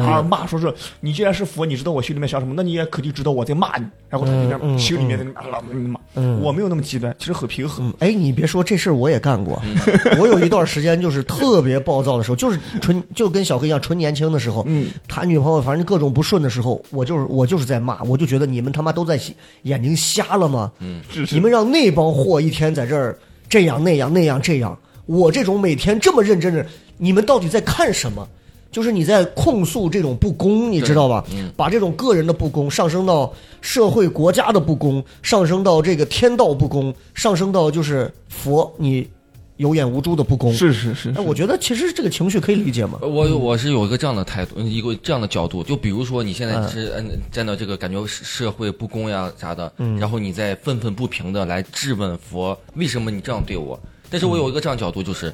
Speaker 5: 啊骂说是你既然是佛，你知道我心里面想什么，那你也肯定知道我在骂你。然后他就在那
Speaker 3: 嗯嗯
Speaker 5: 心里面在那啊骂骂骂，我没有那么极端，其实很平和
Speaker 3: 嗯。哎，你别说，这事儿我也干过。
Speaker 5: 嗯
Speaker 3: 我有一段时间就是特别暴躁的时候，就是纯就跟小黑一样，纯年轻的时候，
Speaker 5: 嗯，
Speaker 3: 他女朋友反正各种不顺的时候，我就是我就是在骂，我就觉得你们他妈都在眼睛瞎了吗？嗯，
Speaker 5: 是是
Speaker 3: 你们让那帮货一天在这儿这样那样那样这样，我这种每天这么认真的，你们到底在看什么？就是你在控诉这种不公，你知道吧？
Speaker 5: 嗯
Speaker 3: 把这种个人的不公上升到社会、国家的不公，上升到这个天道不公，上升到就是佛你有眼无珠的不公。，
Speaker 5: 是是
Speaker 3: 哎，
Speaker 5: 呃
Speaker 3: 我觉得其实这个情绪可以理解嘛。
Speaker 4: 我我是有一个这样的态度，一个这样的角度，就比如说你现在是嗯站到这个感觉社社会不公呀啥的，然后你再愤愤不平的来质问佛，为什么你这样对我？但是我有一个这样角度，就是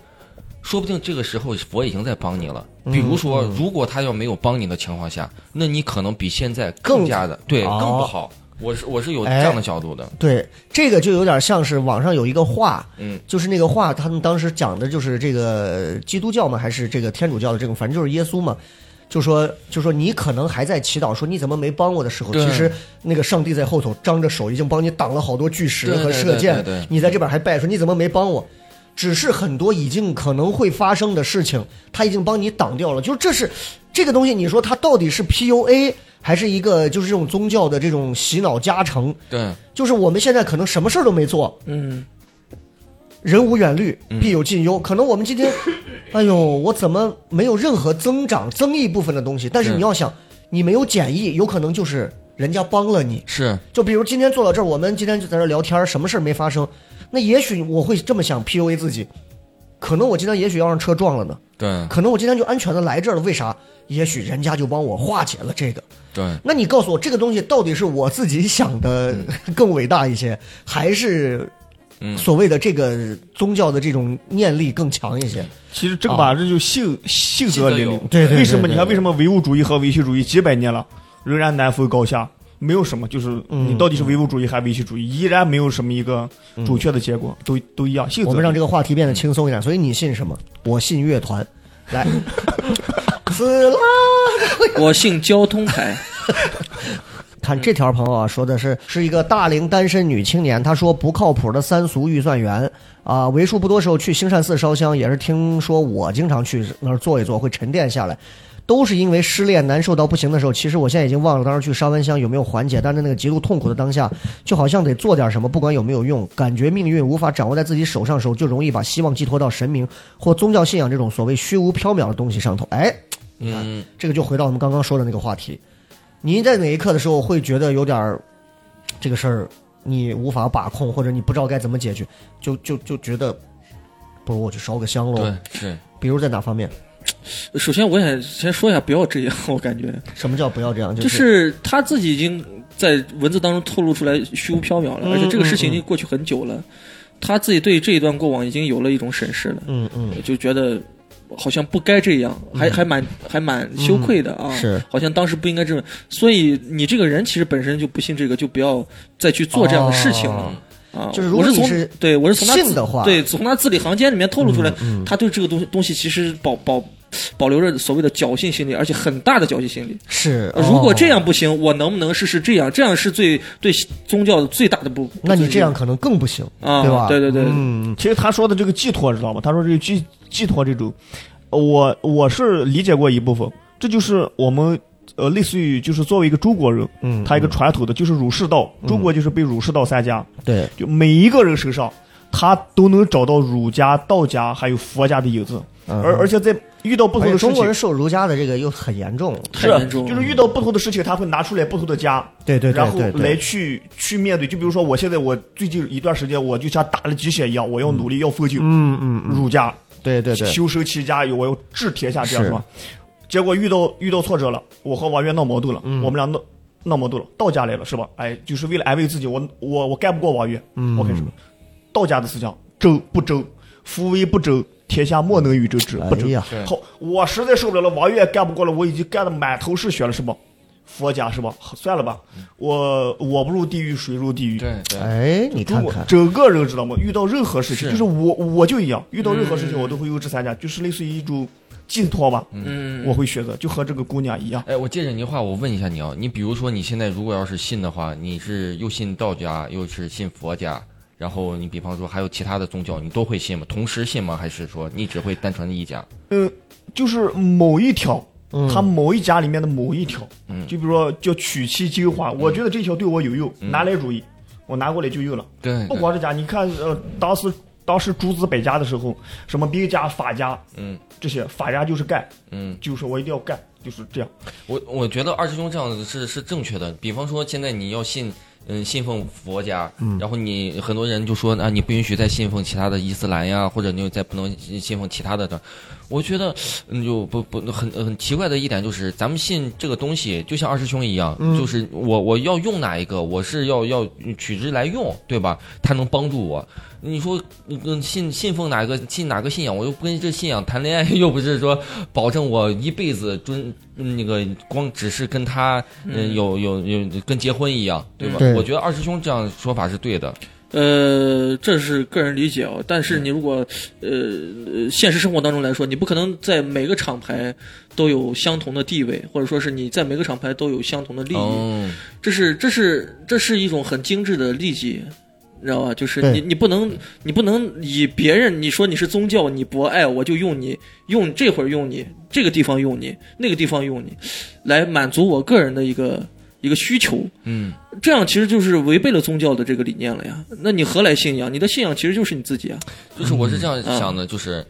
Speaker 4: 说不定这个时候佛已经在帮你了。比如说，如果他要没有帮你的情况下，那你可能比现在更加的对
Speaker 3: 哦
Speaker 4: 更不好。哎我是我是有这样的角度的，
Speaker 3: 对，这个就有点像是网上有一个话，
Speaker 4: 嗯，
Speaker 3: 就是那个话，他们当时讲的就是这个基督教嘛，还是这个天主教的这种，反正就是耶稣嘛。就说就说你可能还在祈祷，说你怎么没帮我的时候，
Speaker 4: 对
Speaker 3: 其实那个上帝在后头张着手，已经帮你挡了好多巨石和射箭，
Speaker 4: 对对对对对
Speaker 3: 你在这边还拜说你怎么没帮我？只是很多已经可能会发生的事情，他已经帮你挡掉了。就是这是这个东西，你说它到底是 PUA 还是一个就是这种宗教的这种洗脑加成？
Speaker 4: 对，
Speaker 3: 就是我们现在可能什么事儿都没做，
Speaker 6: 嗯，
Speaker 3: 人无远虑，必有近忧。可能我们今天，哎呦，我怎么没有任何增长、增益部分的东西？但是
Speaker 4: 是
Speaker 3: 你要想，你没有减益，有可能就是人家帮了你。
Speaker 4: 是
Speaker 3: 就比如今天坐到这儿，我们今天就在这儿聊天，什么事儿没发生，那也许我会这么想 PUA 自己，可能我今天也许要让车撞了呢，
Speaker 4: 对
Speaker 3: 可能我今天就安全的来这儿了，为啥？也许人家就帮我化解了这个。
Speaker 4: 对，
Speaker 3: 那你告诉我，这个东西到底是我自己想的 更伟大一些，还是
Speaker 4: 嗯
Speaker 3: 所谓的这个宗教的这种念力更强一些？
Speaker 5: 其实这个吧，这就性性格
Speaker 4: 性格
Speaker 5: 里
Speaker 4: 有
Speaker 5: 里，
Speaker 3: 啊对对对
Speaker 5: 为什么
Speaker 3: 对
Speaker 5: 你看为什么唯物主义和唯心主义几百年了仍然难分高下？没有什么，就是
Speaker 3: 嗯
Speaker 5: 你到底是唯物主义还是唯心主义，依然没有什么一个准确的结果，都都一样。性格
Speaker 3: 我们让这
Speaker 5: 个
Speaker 3: 个话题变得轻松一点。所以你信什么？我信乐团。来，死啦！
Speaker 6: 我姓交通台，
Speaker 3: 看这条朋友啊，说的是是一个大龄单身女青年，她说不靠谱的三俗预算员啊、为数不多时候去兴善寺烧香，也是听说我经常去那儿坐一坐，会沉淀下来。都是因为失恋难受到不行的时候，其实我现在已经忘了当时去烧完香有没有缓解，但是那个极度痛苦的当下，就好像得做点什么，不管有没有用，感觉命运无法掌握在自己手上时候，就容易把希望寄托到神明或宗教信仰这种所谓虚无缥缈的东西上头。哎，你看，
Speaker 4: 嗯，
Speaker 3: 这个就回到我们刚刚说的那个话题，您在哪一刻的时候会觉得有点儿这个事儿你无法把控，或者你不知道该怎么解
Speaker 4: 嗯
Speaker 3: 决，就就就觉得不如我去烧个香喽。
Speaker 4: 对是。
Speaker 3: 比如在哪方面？
Speaker 6: 首先我也先说一下，不要这样，我感觉
Speaker 3: 什么叫不要这样？
Speaker 6: 就是是他自己已经在文字当中透露出来虚无缥缈了，而且这个事
Speaker 3: 嗯
Speaker 6: 情已经过去很久了，他自己对这一段过往已经有了一种审视了，
Speaker 3: 嗯嗯，
Speaker 6: 就觉得好像不该这样，还还蛮还蛮羞愧的啊，
Speaker 3: 嗯是
Speaker 6: 好像当时不应该这么，所以你这个人其实本身就不信这个，就不要再去做这样的事情了。
Speaker 3: 哦
Speaker 6: 啊，
Speaker 3: 就是如
Speaker 6: 我
Speaker 3: 果
Speaker 6: 是
Speaker 3: 你
Speaker 6: 从
Speaker 3: 是
Speaker 6: 对我是从他
Speaker 3: 信
Speaker 6: 字
Speaker 3: 的话嗯
Speaker 6: 对从他字里行间里面透露出来，他对这个东西东西其实保保保留着所谓的侥幸心理，而且很大的侥幸心理。
Speaker 3: 是。
Speaker 6: 呃如果这
Speaker 3: 哦，
Speaker 6: 样不行，我能不能试试这样？这样是最对宗教的最大的不。
Speaker 3: 那你
Speaker 6: 不尊敬
Speaker 3: 这样可能更不行，
Speaker 6: 啊，
Speaker 3: 对吧？
Speaker 6: 对对对，
Speaker 3: 嗯，
Speaker 5: 其实他说的这个寄托，知道吗？他说这个寄寄托这种，呃我我是理解过一部分，这就是我们呃，类似于就是作为一个中国人，
Speaker 3: 嗯
Speaker 5: 他一个传统的就是儒释道，中国就是被儒释道三家，
Speaker 3: 对，
Speaker 5: 就每一个人身上，他都能找到儒家、道家还有佛家的影子，
Speaker 3: 嗯
Speaker 5: 而而且在遇到不
Speaker 3: 而且
Speaker 5: 同的事
Speaker 3: 中国
Speaker 5: 情
Speaker 3: 人。受儒家的这个又很严重，
Speaker 6: 太
Speaker 5: 是
Speaker 6: 严重，
Speaker 5: 就是遇到不同的事情，他会拿出来不同的家，
Speaker 3: 对对对
Speaker 5: 然后
Speaker 3: 对对
Speaker 5: 来去去面对。就比如说，我现在我最近一段时间，我就像打了鸡血一样，我要努力，要奋进，
Speaker 3: 嗯嗯，
Speaker 5: 儒家
Speaker 3: 对对对，
Speaker 5: 修身齐家，我要治天下，这样是吧？结果遇到遇到挫折了，我和王源闹矛盾了，
Speaker 3: 嗯
Speaker 5: 我们俩闹闹矛盾了，道家来了是吧？哎，就是为了安慰自己，我我我干不过王源，
Speaker 3: 嗯
Speaker 5: 我开始道家的思想，争不争，夫为不争，天下莫能与争之，不
Speaker 3: 哎
Speaker 5: 争。
Speaker 3: 呀，
Speaker 5: 好，我实在受不了了，王源干不过了，我已经干得满头是血了，是吧？佛家是吧？算了吧，
Speaker 3: 嗯
Speaker 5: 我我不入地狱，谁入地狱？
Speaker 4: 对对，
Speaker 3: 哎，你看
Speaker 5: 中国
Speaker 3: 看，
Speaker 5: 整个人知道吗？遇到任何事情，
Speaker 4: 是
Speaker 5: 就是我我就一样，遇到任何事情我都会有这三家，就是类似于一种寄托吧。
Speaker 6: 嗯，
Speaker 5: 我会选择，就和这个姑娘一样。
Speaker 4: 哎，我借着你的话，我问一下你啊，你比如说你现在如果要是信的话，你是又信道家，又是信佛家，然后你比方说还有其他的宗教，你都会信吗？同时信吗？还是说你只会单纯的一家？
Speaker 5: 嗯，就是某一条，他某一家里面的某一条，就比如说叫取其精华，我觉得这条对我有用，拿来如意，我拿过来就用了。
Speaker 4: 对，
Speaker 5: 不
Speaker 4: 对
Speaker 5: 光是家，你看，呃，当时当时诸子百家的时候，什么兵家、法家，
Speaker 4: 嗯，
Speaker 5: 这些法家就是干，
Speaker 4: 嗯，
Speaker 5: 就是我一定要干，就是这样。
Speaker 4: 我我觉得二师兄这样子是是正确的。比方说，现在你要信，嗯，信奉佛家，然后你很多人就说啊，你不允许再信奉其他的伊斯兰呀，或者你再不能信信奉其他的的。我觉得，嗯，就不不很很奇怪的一点就是，咱们信这个东西，就像二师兄一样，就是我我要用哪一个，我是要要取之来用，对吧？它能帮助我。你说，嗯，信信奉哪个信哪个信仰，我又不跟这信仰谈恋爱，又不是说保证我一辈子遵嗯那个光只是跟他嗯有有有跟结婚一
Speaker 6: 嗯
Speaker 4: 样，对吧？
Speaker 3: 对
Speaker 4: 我觉得二师兄这样说法是对的，
Speaker 6: 呃，这是个人理解哦，但是你如果呃呃现实生活当中来说，你不可能在每个厂牌都有相同的地位，或者说是你在每个厂牌都有相同的利益，
Speaker 4: 嗯，
Speaker 6: 这是这是这是一种很精致的利己，你知道吧？就是
Speaker 3: 对
Speaker 6: 你你不能你不能以别人你说你是宗教你博爱我就用你用这会儿用你这个地方用你那个地方用你，来满足我个人的一个一个需求，
Speaker 4: 嗯，
Speaker 6: 这样其实就是违背了宗教的这个理念了呀。那你何来信仰？你的信仰其实就是你自己啊。
Speaker 4: 就是我是这样想的，就是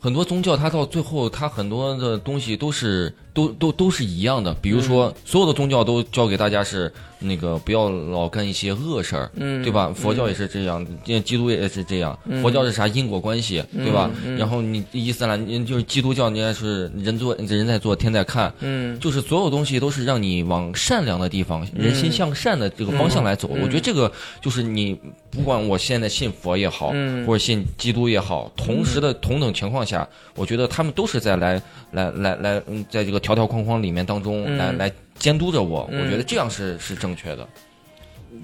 Speaker 4: 很多宗教它到最后，它很多的东西都是都都都是一样的，比如
Speaker 6: 嗯
Speaker 4: 说所有的宗教都教给大家是那个不要老干一些恶事儿，
Speaker 6: 嗯
Speaker 4: 对吧？佛教也是这样，呃基督也是这样。佛教是啥因果关系，
Speaker 6: 嗯
Speaker 4: 对吧？然后你伊斯兰嗯就是基督教，人家是人做人在做天在看，
Speaker 6: 嗯
Speaker 4: 就是所有东西都是让你往善良的地方、人心向善的这个方向来走。我觉得这个就是你不管我现在信佛也好，
Speaker 6: 嗯
Speaker 4: 或者信基督也好，同时的同等情况下，我觉得他们都是在来来来来，嗯在这个条条框框里面当中、
Speaker 6: 嗯
Speaker 4: 来来监督着我。
Speaker 6: 嗯
Speaker 4: 我觉得这样是是正确的。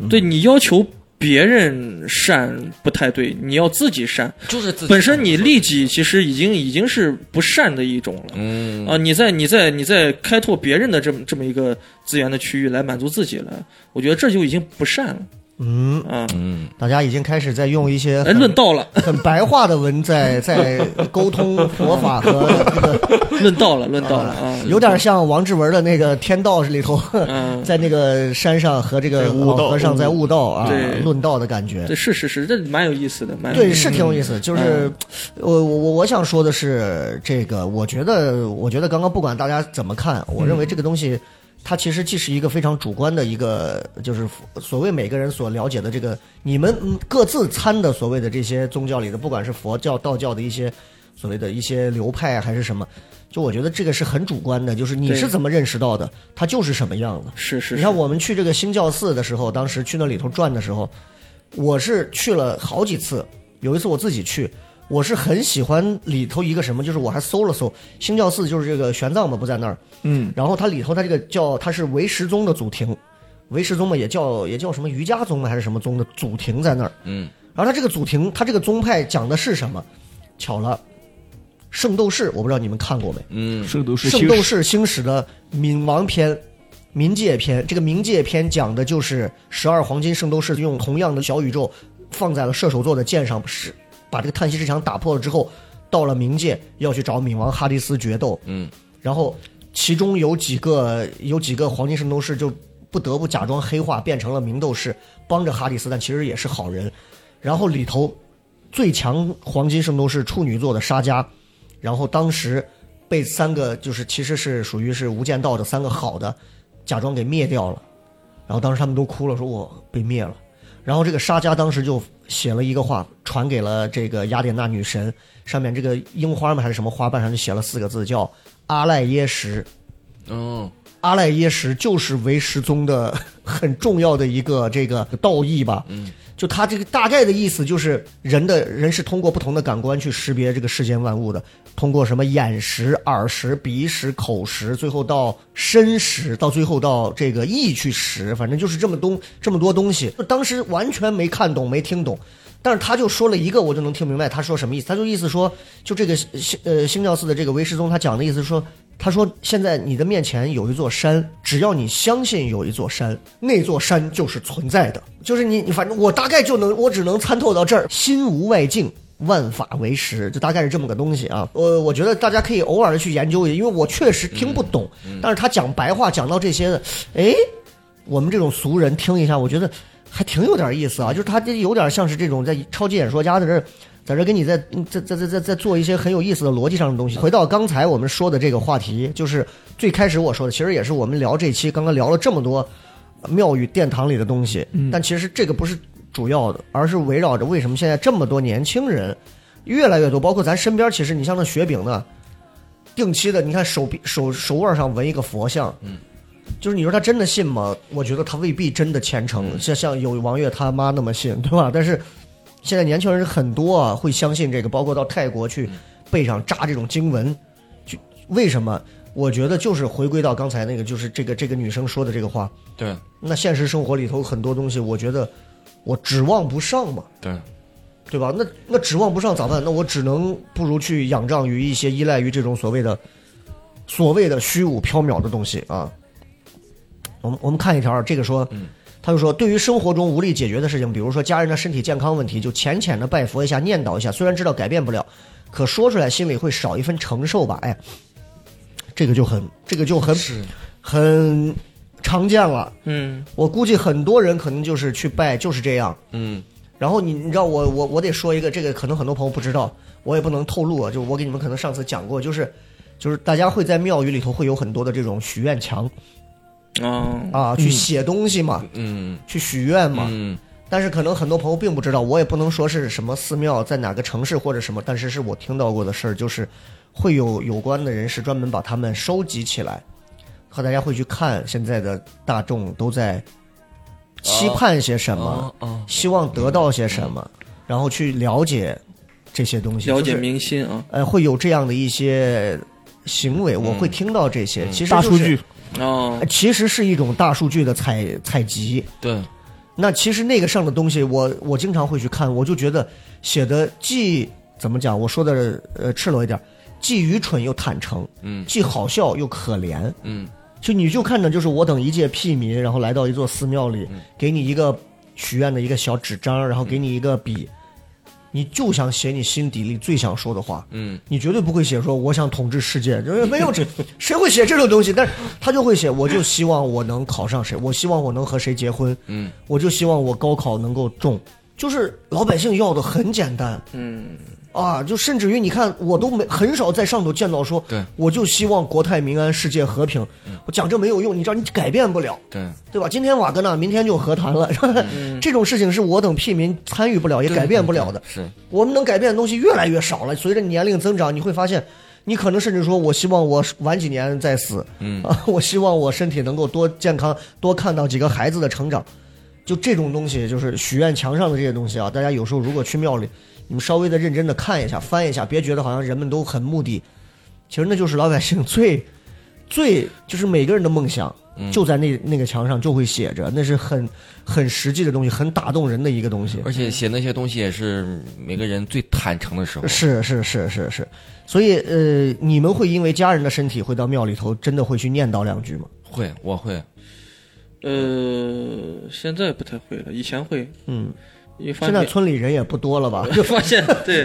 Speaker 6: 对你要求别人善不太对，你要自己善。
Speaker 4: 就是自己
Speaker 6: 本身你利己其实已经已经是不善的一种了。
Speaker 4: 嗯
Speaker 6: 啊，你在你在你在开拓别人的这么这么一个资源的区域来满足自己了，我觉得这就已经不善了
Speaker 3: 嗯，
Speaker 6: 啊！
Speaker 4: 嗯，
Speaker 3: 大家已经开始在用一些
Speaker 6: 哎，
Speaker 3: 很
Speaker 6: 论道了，
Speaker 3: 很白话的文在在沟通佛法和这个，
Speaker 6: 论道了，论道了啊！
Speaker 3: 有点像王志文的那个《天道》里头，
Speaker 6: 嗯，
Speaker 3: 在那个山上和这个
Speaker 5: 在悟
Speaker 3: 老
Speaker 5: 道
Speaker 3: 和尚在悟道啊
Speaker 6: 对，
Speaker 3: 论道的感觉
Speaker 6: 这。是是是，这蛮有意思的，蛮有
Speaker 3: 对，
Speaker 6: 意思
Speaker 3: 是挺有意思。就是
Speaker 6: 嗯
Speaker 3: 我我我我想说的是，这个我觉得我觉得刚刚不管大家怎么看，我
Speaker 6: 嗯
Speaker 3: 认为这个东西。它其实既是一个非常主观的一个，就是所谓每个人所了解的这个，你们嗯各自参的所谓的这些宗教里的，不管是佛教、道教的一些所谓的一些流派啊还是什么，就我觉得这个是很主观的，就是你
Speaker 6: 对
Speaker 3: 是怎么认识到的，它就是什么样的。
Speaker 6: 是是，
Speaker 3: 你
Speaker 6: 是
Speaker 3: 看我们去这个新教寺的时候，当时去那里头转的时候，我是去了好几次。有一次我自己去，我是很喜欢里头一个什么，就是我还搜了搜，新教寺就是这个玄奘嘛，不在那儿。
Speaker 5: 嗯，
Speaker 3: 然后它里头它这个叫它是唯识宗的祖庭，唯识宗嘛也叫也叫什么瑜伽宗嘛还是什么宗的祖庭在那儿。
Speaker 4: 嗯，
Speaker 3: 然后它这个祖庭，它这个宗派讲的是什么？巧了，圣斗士，我不知道你们看过没？
Speaker 4: 嗯，
Speaker 5: 圣斗
Speaker 3: 《
Speaker 5: 士
Speaker 3: 圣斗
Speaker 5: 星矢
Speaker 3: 士星矢》的冥王篇、冥界篇。这个冥界篇讲的就是十二黄金圣斗士用同样的小宇宙放在了射手座的剑上，是把这个叹息之墙打破了之后，到了冥界要去找冥王哈迪斯决斗。
Speaker 4: 嗯，
Speaker 3: 然后其中有几个有几个黄金圣斗士就不得不假装黑化，变成了明斗士，帮着哈迪斯，但其实也是好人。然后里头最强黄金圣斗士处女座的沙加，然后当时被三个就是其实是属于是无间道的三个好的假装给灭掉了，然后当时他们都哭了，说我被灭了。然后这个沙加当时就写了一个话，传给了这个雅典娜女神，上面这个樱花嘛还是什么花瓣上就写了四个字叫阿赖耶识。
Speaker 4: 哦，
Speaker 3: 阿赖耶识就是唯识宗的很重要的一个这个道义吧。嗯，就它这个大概的意思就是，人的人是通过不同的感官去识别这个世间万物的，通过什么眼识、耳识、鼻识、口识，最后到身识，到最后到这个意去识，反正就是这么东这么多东西。当时完全没看懂，没听懂。但是他就说了一个，我就能听明白他说什么意思。他就意思说，就这个星呃星教寺的这个唯识宗，他讲的意思说，他说现在你的面前有一座山，只要你相信有一座山，那座山就是存在的。就是你，你反正我大概就能，我只能参透到这儿，心无外境。万法为实，就大概是这么个东西啊。呃，我觉得大家可以偶尔地去研究一下，因为我确实听不懂。但是他讲白话讲到这些的，诶，我们这种俗人听一下，我觉得还挺有点意思啊。就是他这有点像是这种在超级演说家在这儿，在这儿跟你在嗯在在在在在做一些很有意思的逻辑上的东西。回到刚才我们说的这个话题，就是最开始我说的，其实也是我们聊这期刚刚聊了这么多庙宇殿堂里的东西，但其实这个不是主要的，而是围绕着为什么现在这么多年轻人越来越多，包括咱身边，其实你像那雪饼呢。定期的，你看手臂、手手腕上纹一个佛像，就是你说他真的信吗？我觉得他未必真的虔诚，像像有王月他妈那么信，对吧？但是现在年轻人很多啊，会相信这个，包括到泰国去背上扎这种经文，就为什么？我觉得就是回归到刚才那个，就是这个这个女生说的这个话。
Speaker 4: 对
Speaker 3: 那现实生活里头很多东西，我觉得我指望不上嘛，
Speaker 4: 对，
Speaker 3: 对吧？那那指望不上咋办？那我只能不如去仰仗于一些依赖于这种所谓的所谓的虚无缥缈的东西啊。我们我们看一条，啊这个说，他就说，对于生活中无力解决的事情，比如说家人的身体健康问题，就浅浅的拜佛一下，念叨一下，虽然知道改变不了，可说出来心里会少一份承受吧。哎，这个就很这个就很很常见了。
Speaker 6: 嗯，
Speaker 3: 我估计很多人可能就是去拜就是这样，
Speaker 4: 嗯，
Speaker 3: 然后你你知道我我我得说一个，这个可能很多朋友不知道，我也不能透露啊，就我给你们可能上次讲过，就是就是大家会在庙宇里头会有很多的这种许愿墙
Speaker 6: 哦，
Speaker 3: 啊，去写东西嘛，
Speaker 4: 嗯
Speaker 3: 去许愿嘛，
Speaker 4: 嗯
Speaker 3: 但是可能很多朋友并不知道，我也不能说是什么寺庙在哪个城市或者什么，但是是我听到过的事儿，就是会有有关的人士专门把他们收集起来，和大家会去看现在的大众都在期盼些什么，
Speaker 4: 哦哦
Speaker 3: 希望得到些什么，然后去了解这些东西，
Speaker 6: 了解
Speaker 3: 就是
Speaker 6: 民心啊，
Speaker 3: 呃，会有这样的一些行为，我会听到这些，其实、呃
Speaker 5: 大数据，，
Speaker 6: 哦，
Speaker 3: 其实是一种大数据的采采集，
Speaker 4: 对，
Speaker 3: 那其实那个上的东西我，我经常会去看，我就觉得写的既怎么讲，我说的呃赤裸一点，既愚蠢又坦诚，
Speaker 4: 嗯
Speaker 3: 既好笑又可怜。
Speaker 4: 嗯
Speaker 3: 就你就看着，就是我等一介屁民，然后来到一座寺庙
Speaker 4: 嗯
Speaker 3: 里，给你一个许愿的一个小纸张，然后给你一个笔，你就想写你心底里最想说的话。
Speaker 4: 嗯，
Speaker 3: 你绝对不会写说我想统治世界，就是没有这 谁会写这种东西？但是他就会写，我就希望我能考上谁，我希望我能和谁结婚，
Speaker 4: 嗯，
Speaker 3: 我就希望我高考能够中，就是老百姓要的很简单，
Speaker 6: 嗯，
Speaker 3: 啊，就甚至于你看，我都没很少在上头见到说，
Speaker 4: 对嗯
Speaker 3: 我就希望国泰民安、世界和平。我讲这没有用，你知道你改变不了，
Speaker 4: 对
Speaker 3: 对吧？今天瓦格纳，明天就和谈了， 这种事情是我等屁民参与不了，也
Speaker 4: 嗯对
Speaker 3: 改变不了的。
Speaker 4: 是
Speaker 3: 我们能改变的东西越来越少了。随着年龄增长，你会发现，你可能甚至说，我希望我晚几年再死，
Speaker 4: 嗯
Speaker 3: 啊， 我希望我身体能够多健康，多看到几个孩子的成长。就这种东西，就是许愿墙上的这些东西啊，大家有时候如果去庙里，你们稍微的认真的看一下、翻一下，别觉得好像人们都很目的，其实那就是老百姓最最就是每个人的梦想，就在那那个墙上就会写着，那是很很实际的东西，很打动人的一个东西。
Speaker 4: 而且写那些东西也是每个人最坦诚的时候。
Speaker 3: 是是是是是，所以呃，你们会因为家人的身体会到庙里头，真的会去念叨两句吗？
Speaker 4: 会，我会，
Speaker 6: 呃，现在不太会了，以前会。
Speaker 3: 嗯，
Speaker 6: 因为发
Speaker 3: 现在
Speaker 6: 现
Speaker 3: 村里人也不多了吧？
Speaker 6: 就发现对，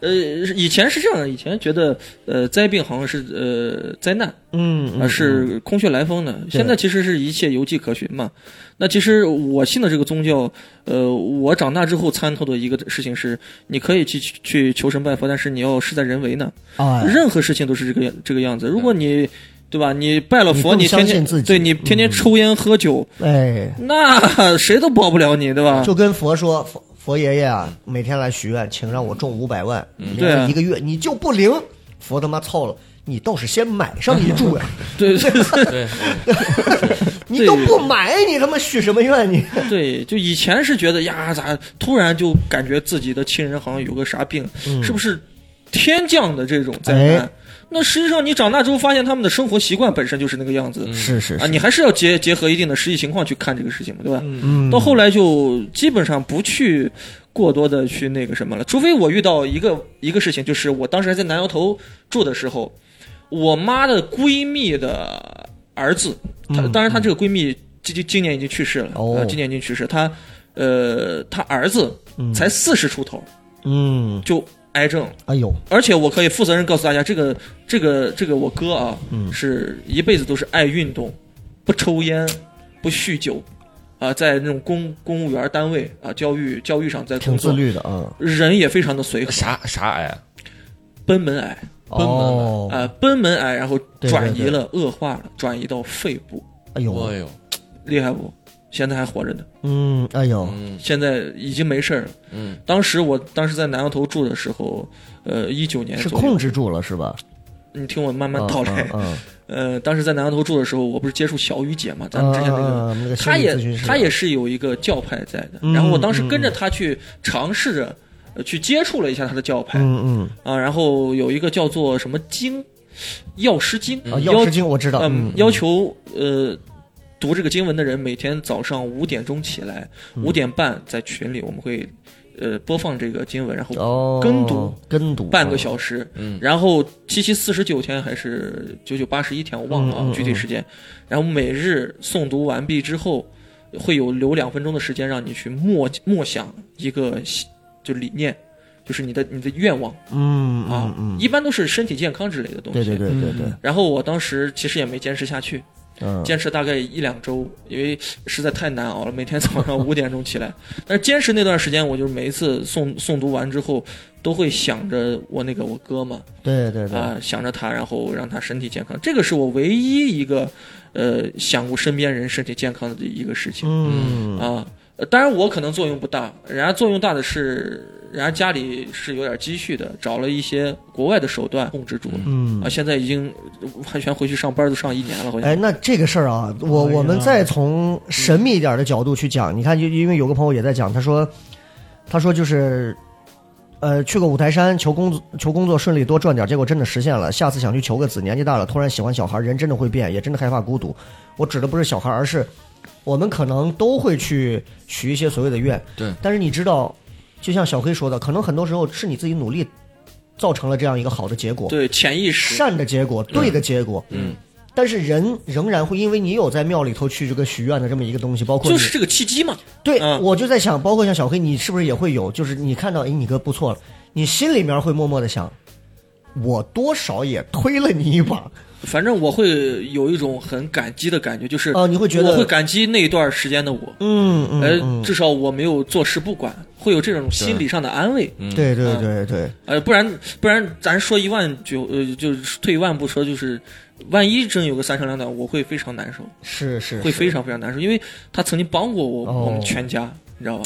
Speaker 6: 呃，以前是这样的，以前觉得呃灾病好像是呃灾难
Speaker 3: 嗯
Speaker 6: 啊、是空穴来风的，现在其实是一切有迹可循嘛。那其实我信的这个宗教，呃，我长大之后参透的一个事情是，你可以去去求神拜佛，但是你要事在人为呢。
Speaker 3: 啊，哎
Speaker 6: 任何事情都是这个这个样子。如果你对吧，你拜了佛，
Speaker 3: 你更相
Speaker 6: 你天
Speaker 3: 信
Speaker 6: 天
Speaker 3: 自己嗯
Speaker 6: 对你天天抽烟喝酒，
Speaker 3: 哎，
Speaker 6: 那谁都保不了你，对吧？
Speaker 3: 就跟佛说，佛佛爷爷啊，每天来许愿，请让我中五百万，你
Speaker 6: 对啊
Speaker 3: 这一个月你就不灵，佛他妈操了。你倒是先买上一注呀！
Speaker 6: 对对对
Speaker 4: 对，
Speaker 3: 你都不买，你他妈许什么愿你？
Speaker 6: 对，就以前是觉得呀，咋突然就感觉自己的亲人好像有个啥病，是不是天降的这种灾难？
Speaker 3: 嗯哎
Speaker 6: 那实际上你长大之后发现他们的生活习惯本身就是那个样子。
Speaker 3: 嗯是是
Speaker 6: 啊，你还是要结结合一定的实际情况去看这个事情嘛，对吧？
Speaker 3: 嗯
Speaker 6: 到后来就基本上不去过多的去那个什么了，除非我遇到一个一个事情，就是我当时还在南窑头住的时候，我妈的闺蜜的儿子，她当然她这个闺蜜今今今年已经去世了，
Speaker 3: 哦
Speaker 6: 呃今年已经去世，她呃她儿子才四十出头
Speaker 3: 嗯，
Speaker 6: 就癌症，
Speaker 3: 哎呦，
Speaker 6: 而且我可以负责任告诉大家，这个这个这个我哥啊，
Speaker 3: 嗯
Speaker 6: 是一辈子都是爱运动，不抽烟，不酗酒，啊、在那种公公务员单位啊、教育教育上在
Speaker 3: 挺
Speaker 6: 工
Speaker 3: 自
Speaker 6: 作，
Speaker 3: 律的啊。
Speaker 6: 人也非常的随和，
Speaker 4: 啥啥癌？
Speaker 6: 贲门癌
Speaker 4: 奔门了
Speaker 3: 哦
Speaker 6: 啊、，贲门癌，然后
Speaker 3: 对
Speaker 6: 转移
Speaker 3: 对
Speaker 6: 了，恶化了，转移到肺部，
Speaker 3: 哎呦
Speaker 4: 哎，呦，
Speaker 6: 厉害不？现在还活着呢，
Speaker 3: 嗯，哎呦，
Speaker 4: 嗯
Speaker 6: 现在已经没事儿了。
Speaker 4: 嗯，
Speaker 6: 当时我当时在南阳头住的时候，呃，一九年
Speaker 3: 是
Speaker 6: 左右
Speaker 3: 控，制住了是吧？
Speaker 6: 你听我慢慢
Speaker 3: 嗯
Speaker 6: 道来。
Speaker 3: 嗯嗯
Speaker 6: 呃，当时在南洋头住的时候，我不是接触小雨姐嘛， 咱们之前那
Speaker 3: 啊啊啊
Speaker 6: 个，
Speaker 3: 啊那个
Speaker 6: 她
Speaker 3: 心理
Speaker 6: 也
Speaker 3: 咨询师
Speaker 6: 她也是有一个教派在的，
Speaker 3: 嗯
Speaker 6: 然后我当时跟着她去尝试着、呃去接触了一下她的教派、
Speaker 3: 嗯
Speaker 6: 啊，然后有一个叫做什么经药师经，
Speaker 3: 嗯，啊，
Speaker 6: 要
Speaker 3: 药师经我知道，
Speaker 6: 嗯
Speaker 3: 嗯，，
Speaker 6: 要求呃读这个经文的人每天早上五点钟起来，
Speaker 3: 嗯
Speaker 6: 五点半在群里我们会呃播放这个经文，然后
Speaker 3: 哦，
Speaker 6: 跟读
Speaker 3: 跟读啊
Speaker 6: 半个小时，
Speaker 4: 嗯
Speaker 6: 然后七七四十九天还是九九八十一天，我忘了啊、
Speaker 3: 嗯嗯嗯
Speaker 6: 具体时间。然后每日诵读完毕之后，会有留两分钟的时间让你去默默想一个就理念，就是你的你的愿望
Speaker 3: 嗯
Speaker 6: 啊
Speaker 3: 嗯，嗯，
Speaker 6: 一嗯般都是身体健康之类的东西。
Speaker 3: 对对对对对，
Speaker 6: 然后我当时其实也没坚持下去，
Speaker 3: 嗯，
Speaker 6: 坚持大概一两周，因为实在太难熬了，每天早上五点钟起来。 但是坚持那段时间，我就是每一次诵诵读完之后，都会想着我那个我哥嘛，
Speaker 3: 对对对，
Speaker 6: 啊、想着他，然后让他身体健康，这个是我唯一一个，呃，想过身边人身体健康的一个事情
Speaker 3: 嗯，
Speaker 6: 啊、呃当然我可能作用不大，人家作用大的是，人家家里是有点积蓄的，找了一些国外的手段控制住了。
Speaker 3: 嗯
Speaker 6: 啊，现在已经完全回去上班，都上一年了，好像。
Speaker 3: 哎，那这个事儿啊，我
Speaker 5: 哎呀
Speaker 3: 我们再从神秘一点的角度去讲，你看，就因为有个朋友也在讲，他说，他说就是，呃，去个五台山求工作，求工作顺利多赚点，结果真的实现了。下次想去求个子，年纪大了，突然喜欢小孩，人真的会变，也真的害怕孤独。我指的不是小孩，而是我们可能都会去许一些所谓的愿，
Speaker 4: 对
Speaker 3: 但是你知道，就像小黑说的，可能很多时候是你自己努力造成了这样一个好的结果，
Speaker 6: 对，潜意识。
Speaker 3: 善的结果，对的结果，
Speaker 4: 嗯，
Speaker 3: 但是人仍然会因为你有在庙里头去这个许愿的这么一个东西，包括你
Speaker 6: 就是这个契机嘛，
Speaker 3: 对，
Speaker 6: 嗯
Speaker 3: 我就在想，包括像小黑，你是不是也会有？就是你看到，哎，你哥不错了，你心里面会默默的想，我多少也推了你一把，
Speaker 6: 反正我会有一种很感激的感觉，就是
Speaker 3: 哦你会觉得
Speaker 6: 我会感激那一段时间的我，
Speaker 3: 嗯嗯
Speaker 6: 呃，
Speaker 3: 嗯，
Speaker 6: 至少我没有坐视不管，会有这种心理上的安慰。
Speaker 4: 嗯，
Speaker 3: 对对对对，
Speaker 6: 呃，不然不然，咱说一万就呃，就是退一万步说，就是万一真有个三长两短，我会非常难受，
Speaker 3: 是是
Speaker 6: 会
Speaker 3: 是
Speaker 6: 非常非常难受，因为他曾经帮过我，
Speaker 3: 哦
Speaker 6: 我们全家，你知道吧？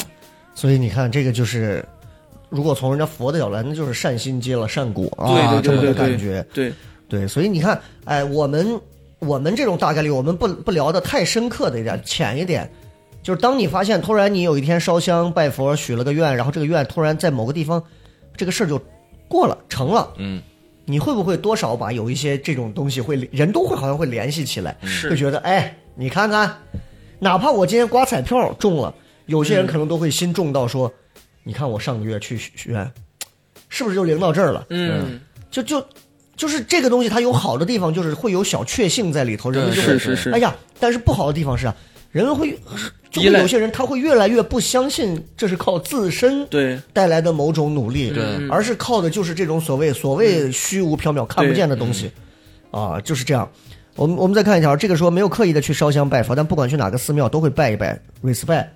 Speaker 3: 所以你看，这个就是，如果从人家佛的角度来，那就是善心结了善果啊，
Speaker 6: 对对对
Speaker 3: 这么个
Speaker 6: 对对
Speaker 3: 感觉。
Speaker 6: 对，
Speaker 3: 对，所以你看，哎，我们我们这种大概率，我们不不聊的太深刻的一点，浅一点，就是当你发现突然你有一天烧香拜佛许了个愿，然后这个愿突然在某个地方，这个事儿就过了成了，
Speaker 4: 嗯，
Speaker 3: 你会不会多少把有一些这种东西会人都会好像会联系起来，
Speaker 6: 是
Speaker 3: 会觉得哎，你看看，哪怕我今天刮彩票中了，有些人可能都会心重到说，你看我上个月去许许愿，是不是就灵到这儿了？
Speaker 6: 嗯，
Speaker 3: 就就就是这个东西，它有好的地方，就是会有小确幸在里头，人们就会
Speaker 6: 是是是
Speaker 3: 哎呀，但是不好的地方是啊，人们会就会
Speaker 6: 依赖
Speaker 3: 有些人他会越来越不相信这是靠自身
Speaker 6: 对
Speaker 3: 带来的某种努力，
Speaker 4: 对
Speaker 3: 而是靠的就是这种所谓所
Speaker 6: 嗯
Speaker 3: 谓虚无缥缈看不见的东西，啊，就是这样。我们我们再看一条，这个说没有刻意的去烧香拜佛，但不管去哪个寺庙都会拜一拜，respect。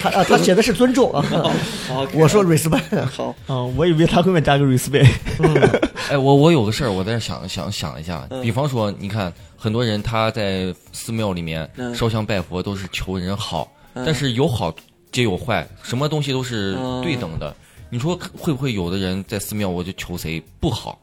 Speaker 3: 他啊，他写的是尊重啊，
Speaker 6: 好，
Speaker 3: 我说 respect，
Speaker 6: 好，
Speaker 5: 啊、我以为他后面加个 respect，
Speaker 4: 哎，我我有个事儿，我在这想想想一下，
Speaker 6: 嗯
Speaker 4: 比方说，你看很多人他在寺庙里面
Speaker 6: 嗯
Speaker 4: 烧香拜佛都是求人好，但是有好皆有坏，什么东西都是
Speaker 6: 嗯
Speaker 4: 对等的。你说会不会有的人在寺庙我就求谁不好？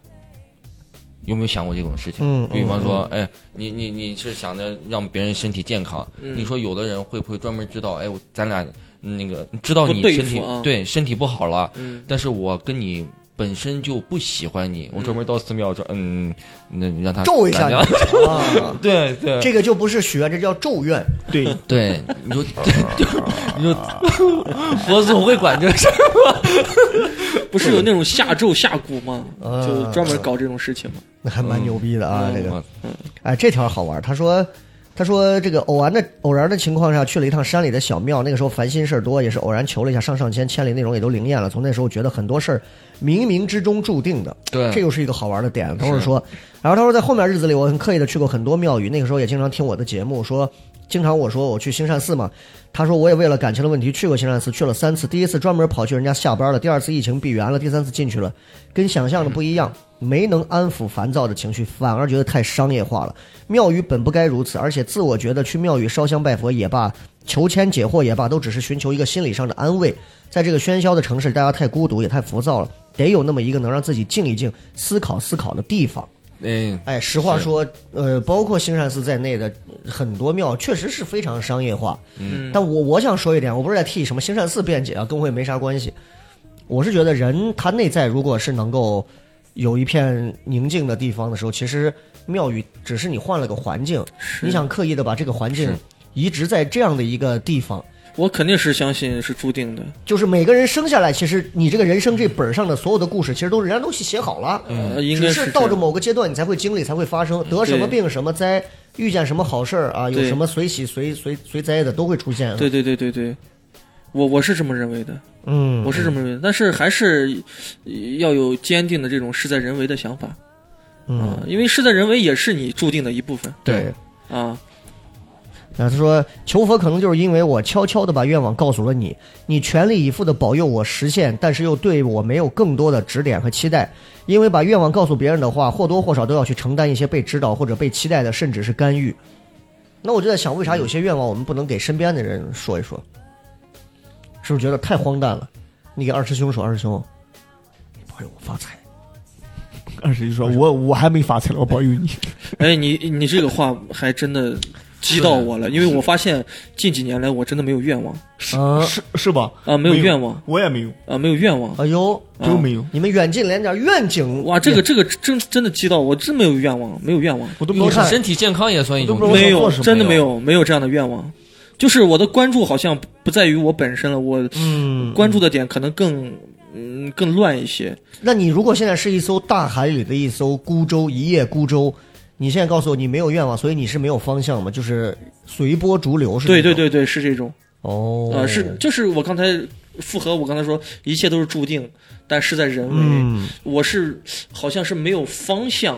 Speaker 4: 有没有想过这种事情？
Speaker 3: 嗯
Speaker 4: 比方说，哎，你你你是想着让别人身体健康，
Speaker 6: 嗯
Speaker 4: 你说有的人会不会专门知道，哎，我咱俩嗯那个知道
Speaker 6: 不
Speaker 4: 你
Speaker 6: 对
Speaker 4: 身体
Speaker 6: 付啊
Speaker 4: 对身体不好了，
Speaker 6: 嗯，
Speaker 4: 但是我跟你本身就不喜欢你，我专门到寺庙说，嗯，那你让他
Speaker 3: 咒一下你
Speaker 4: 感觉
Speaker 3: 啊。
Speaker 4: 对对
Speaker 3: 这个就不是许愿，这叫咒怨。
Speaker 5: 对，
Speaker 4: 对，你说 你说 佛祖会管这事儿？
Speaker 6: 不是有那种下咒下蛊吗？
Speaker 3: 嗯
Speaker 6: 就专门搞这种事情吗？
Speaker 3: 那还蛮牛逼的啊，这个
Speaker 4: 我，
Speaker 3: 哎，这条好玩。他说，他说这个偶然的偶然的情况下去了一趟山里的小庙，那个时候烦心事儿多，也是偶然求了一下上上签，签里内容也都灵验了。从那时候觉得很多事儿冥冥之中注定的，
Speaker 4: 对
Speaker 3: 这又是一个好玩的点。他会说，然后他说在后面日子里，我很刻意的去过很多庙宇，那个时候也经常听我的节目说。经常我说我去兴善寺嘛，他说我也为了感情的问题去过兴善寺，去了三次，第一次专门跑去人家下班了，第二次疫情闭园了，第三次进去了，跟想象的不一样，没能安抚烦躁的情绪，反而觉得太商业化了。庙宇本不该如此，而且自我觉得去庙宇烧香拜佛也罢，求签解惑也罢，都只是寻求一个心理上的安慰。在这个喧嚣的城市里，大家太孤独也太浮躁了，得有那么一个能让自己静一静、思考思考的地方。
Speaker 4: 嗯，
Speaker 3: 哎，实话说，呃，包括兴善寺在内的很多庙，确实是非常商业化。嗯，但我我想说一点，我不是在替什么兴善寺辩解啊，跟我也没啥关系。我是觉得人他内在如果是能够有一片宁静的地方的时候，其实庙宇只是你换了个环境，你想刻意的把这个环境
Speaker 4: 是
Speaker 3: 移植在这样的一个地方，
Speaker 6: 我肯定是相信是注定的，
Speaker 3: 就是每个人生下来，其实你这个人生这本上的所有的故事，其实都是人家都写好了，
Speaker 6: 呃应该
Speaker 3: 只
Speaker 6: 是
Speaker 3: 嗯到
Speaker 6: 这
Speaker 3: 了
Speaker 6: 样
Speaker 3: 某个阶段你才会经历，才会发生，得什么病什么灾，遇见什么好事儿啊，有
Speaker 6: 对
Speaker 3: 什么随喜随随随灾的都会出现。啊
Speaker 6: 对，对对对对，我我是这么认为的，
Speaker 3: 嗯，
Speaker 6: 我是这么认为的，但是还是呃要有坚定的这种事在人为的想法
Speaker 3: 嗯，
Speaker 6: 啊，因为事在人为也是你注定的一部分
Speaker 3: 对。
Speaker 6: 啊。
Speaker 3: 然后呃他说，求佛可能就是因为我悄悄的把愿望告诉了你，你全力以赴的保佑我实现，但是又对我没有更多的指点和期待，因为把愿望告诉别人的话，或多或少都要去承担一些被指导或者被期待的，甚至是干预。那我就在想，为啥有些愿望我们不能给身边的人说一说？是不是觉得太荒诞了？你给二师兄说，二师兄，你保佑我发财。
Speaker 5: 二十一说，我我还没发财了，我保佑你。
Speaker 6: 哎，你你这个话还真的击到我了，因为我发现近几年来我真的没有愿望
Speaker 5: 是
Speaker 3: 啊
Speaker 5: 是是吧？
Speaker 6: 啊没有愿望，
Speaker 5: 我也没有，
Speaker 6: 啊，没有愿望。
Speaker 3: 哎呦，
Speaker 5: 都没有，
Speaker 3: 你们远近连点愿景，
Speaker 6: 哇，这个这个真真的击到我，真没有愿望，没有愿望，
Speaker 5: 我都不
Speaker 3: 你
Speaker 5: 知道
Speaker 3: 看
Speaker 4: 身体健康也算一种
Speaker 3: 我都不知道想
Speaker 6: 没有
Speaker 3: 做什，么
Speaker 6: 真的没有，没有这样的愿望。就是我的关注好像不在于我本身了，我
Speaker 3: 嗯，
Speaker 6: 关注的点可能更嗯更乱一些。
Speaker 3: 那你如果现在是一艘大海里的一艘孤舟，一叶孤舟，你现在告诉我你没有愿望，所以你是没有方向嘛？就是随波逐流是？
Speaker 6: 对对，对对，是这种。
Speaker 3: 哦，
Speaker 6: 啊，是就是我刚才复合我刚才说，一切都是注定，但是在人为。
Speaker 3: 嗯，
Speaker 6: 我是好像是没有方向，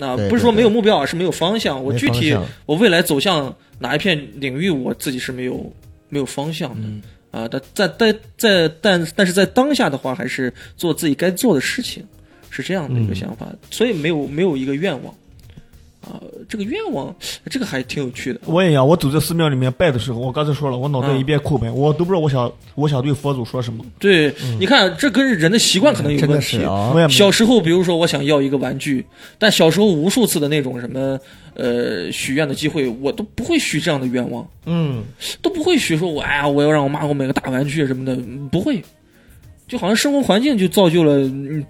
Speaker 6: 啊，
Speaker 3: 对
Speaker 6: 不是说没有目标啊，是没有方向。我
Speaker 3: 没
Speaker 6: 具
Speaker 3: 方
Speaker 6: 体
Speaker 3: 向嗯
Speaker 6: 我未来走向哪一片领域，我自己是没有没有方向的。啊，但在在在但但是在当下的话，还是做自己该做的事情，是这样的
Speaker 3: 嗯
Speaker 6: 一个想法，所以没有没有一个愿望。啊，这个愿望，这个还挺有趣的。
Speaker 5: 我也一样，我走在寺庙里面拜的时候，我刚才说了，我脑
Speaker 3: 嗯
Speaker 5: 袋一片空白，我都不知道我想我想对佛祖说什么。
Speaker 6: 对，你看，这跟人的习惯可能有
Speaker 3: 嗯真
Speaker 6: 问
Speaker 3: 的
Speaker 6: 题
Speaker 3: 是。啊
Speaker 5: 我，也没
Speaker 6: 小时候，比如说我想要一个玩具，但小时候无数次的那种什么呃许愿的机会，我都不会许这样的愿望，
Speaker 5: 嗯，
Speaker 6: 都不会许说我哎呀我要让我妈给我买个大玩具什么的，嗯不会。就好像生活环境就造就了你，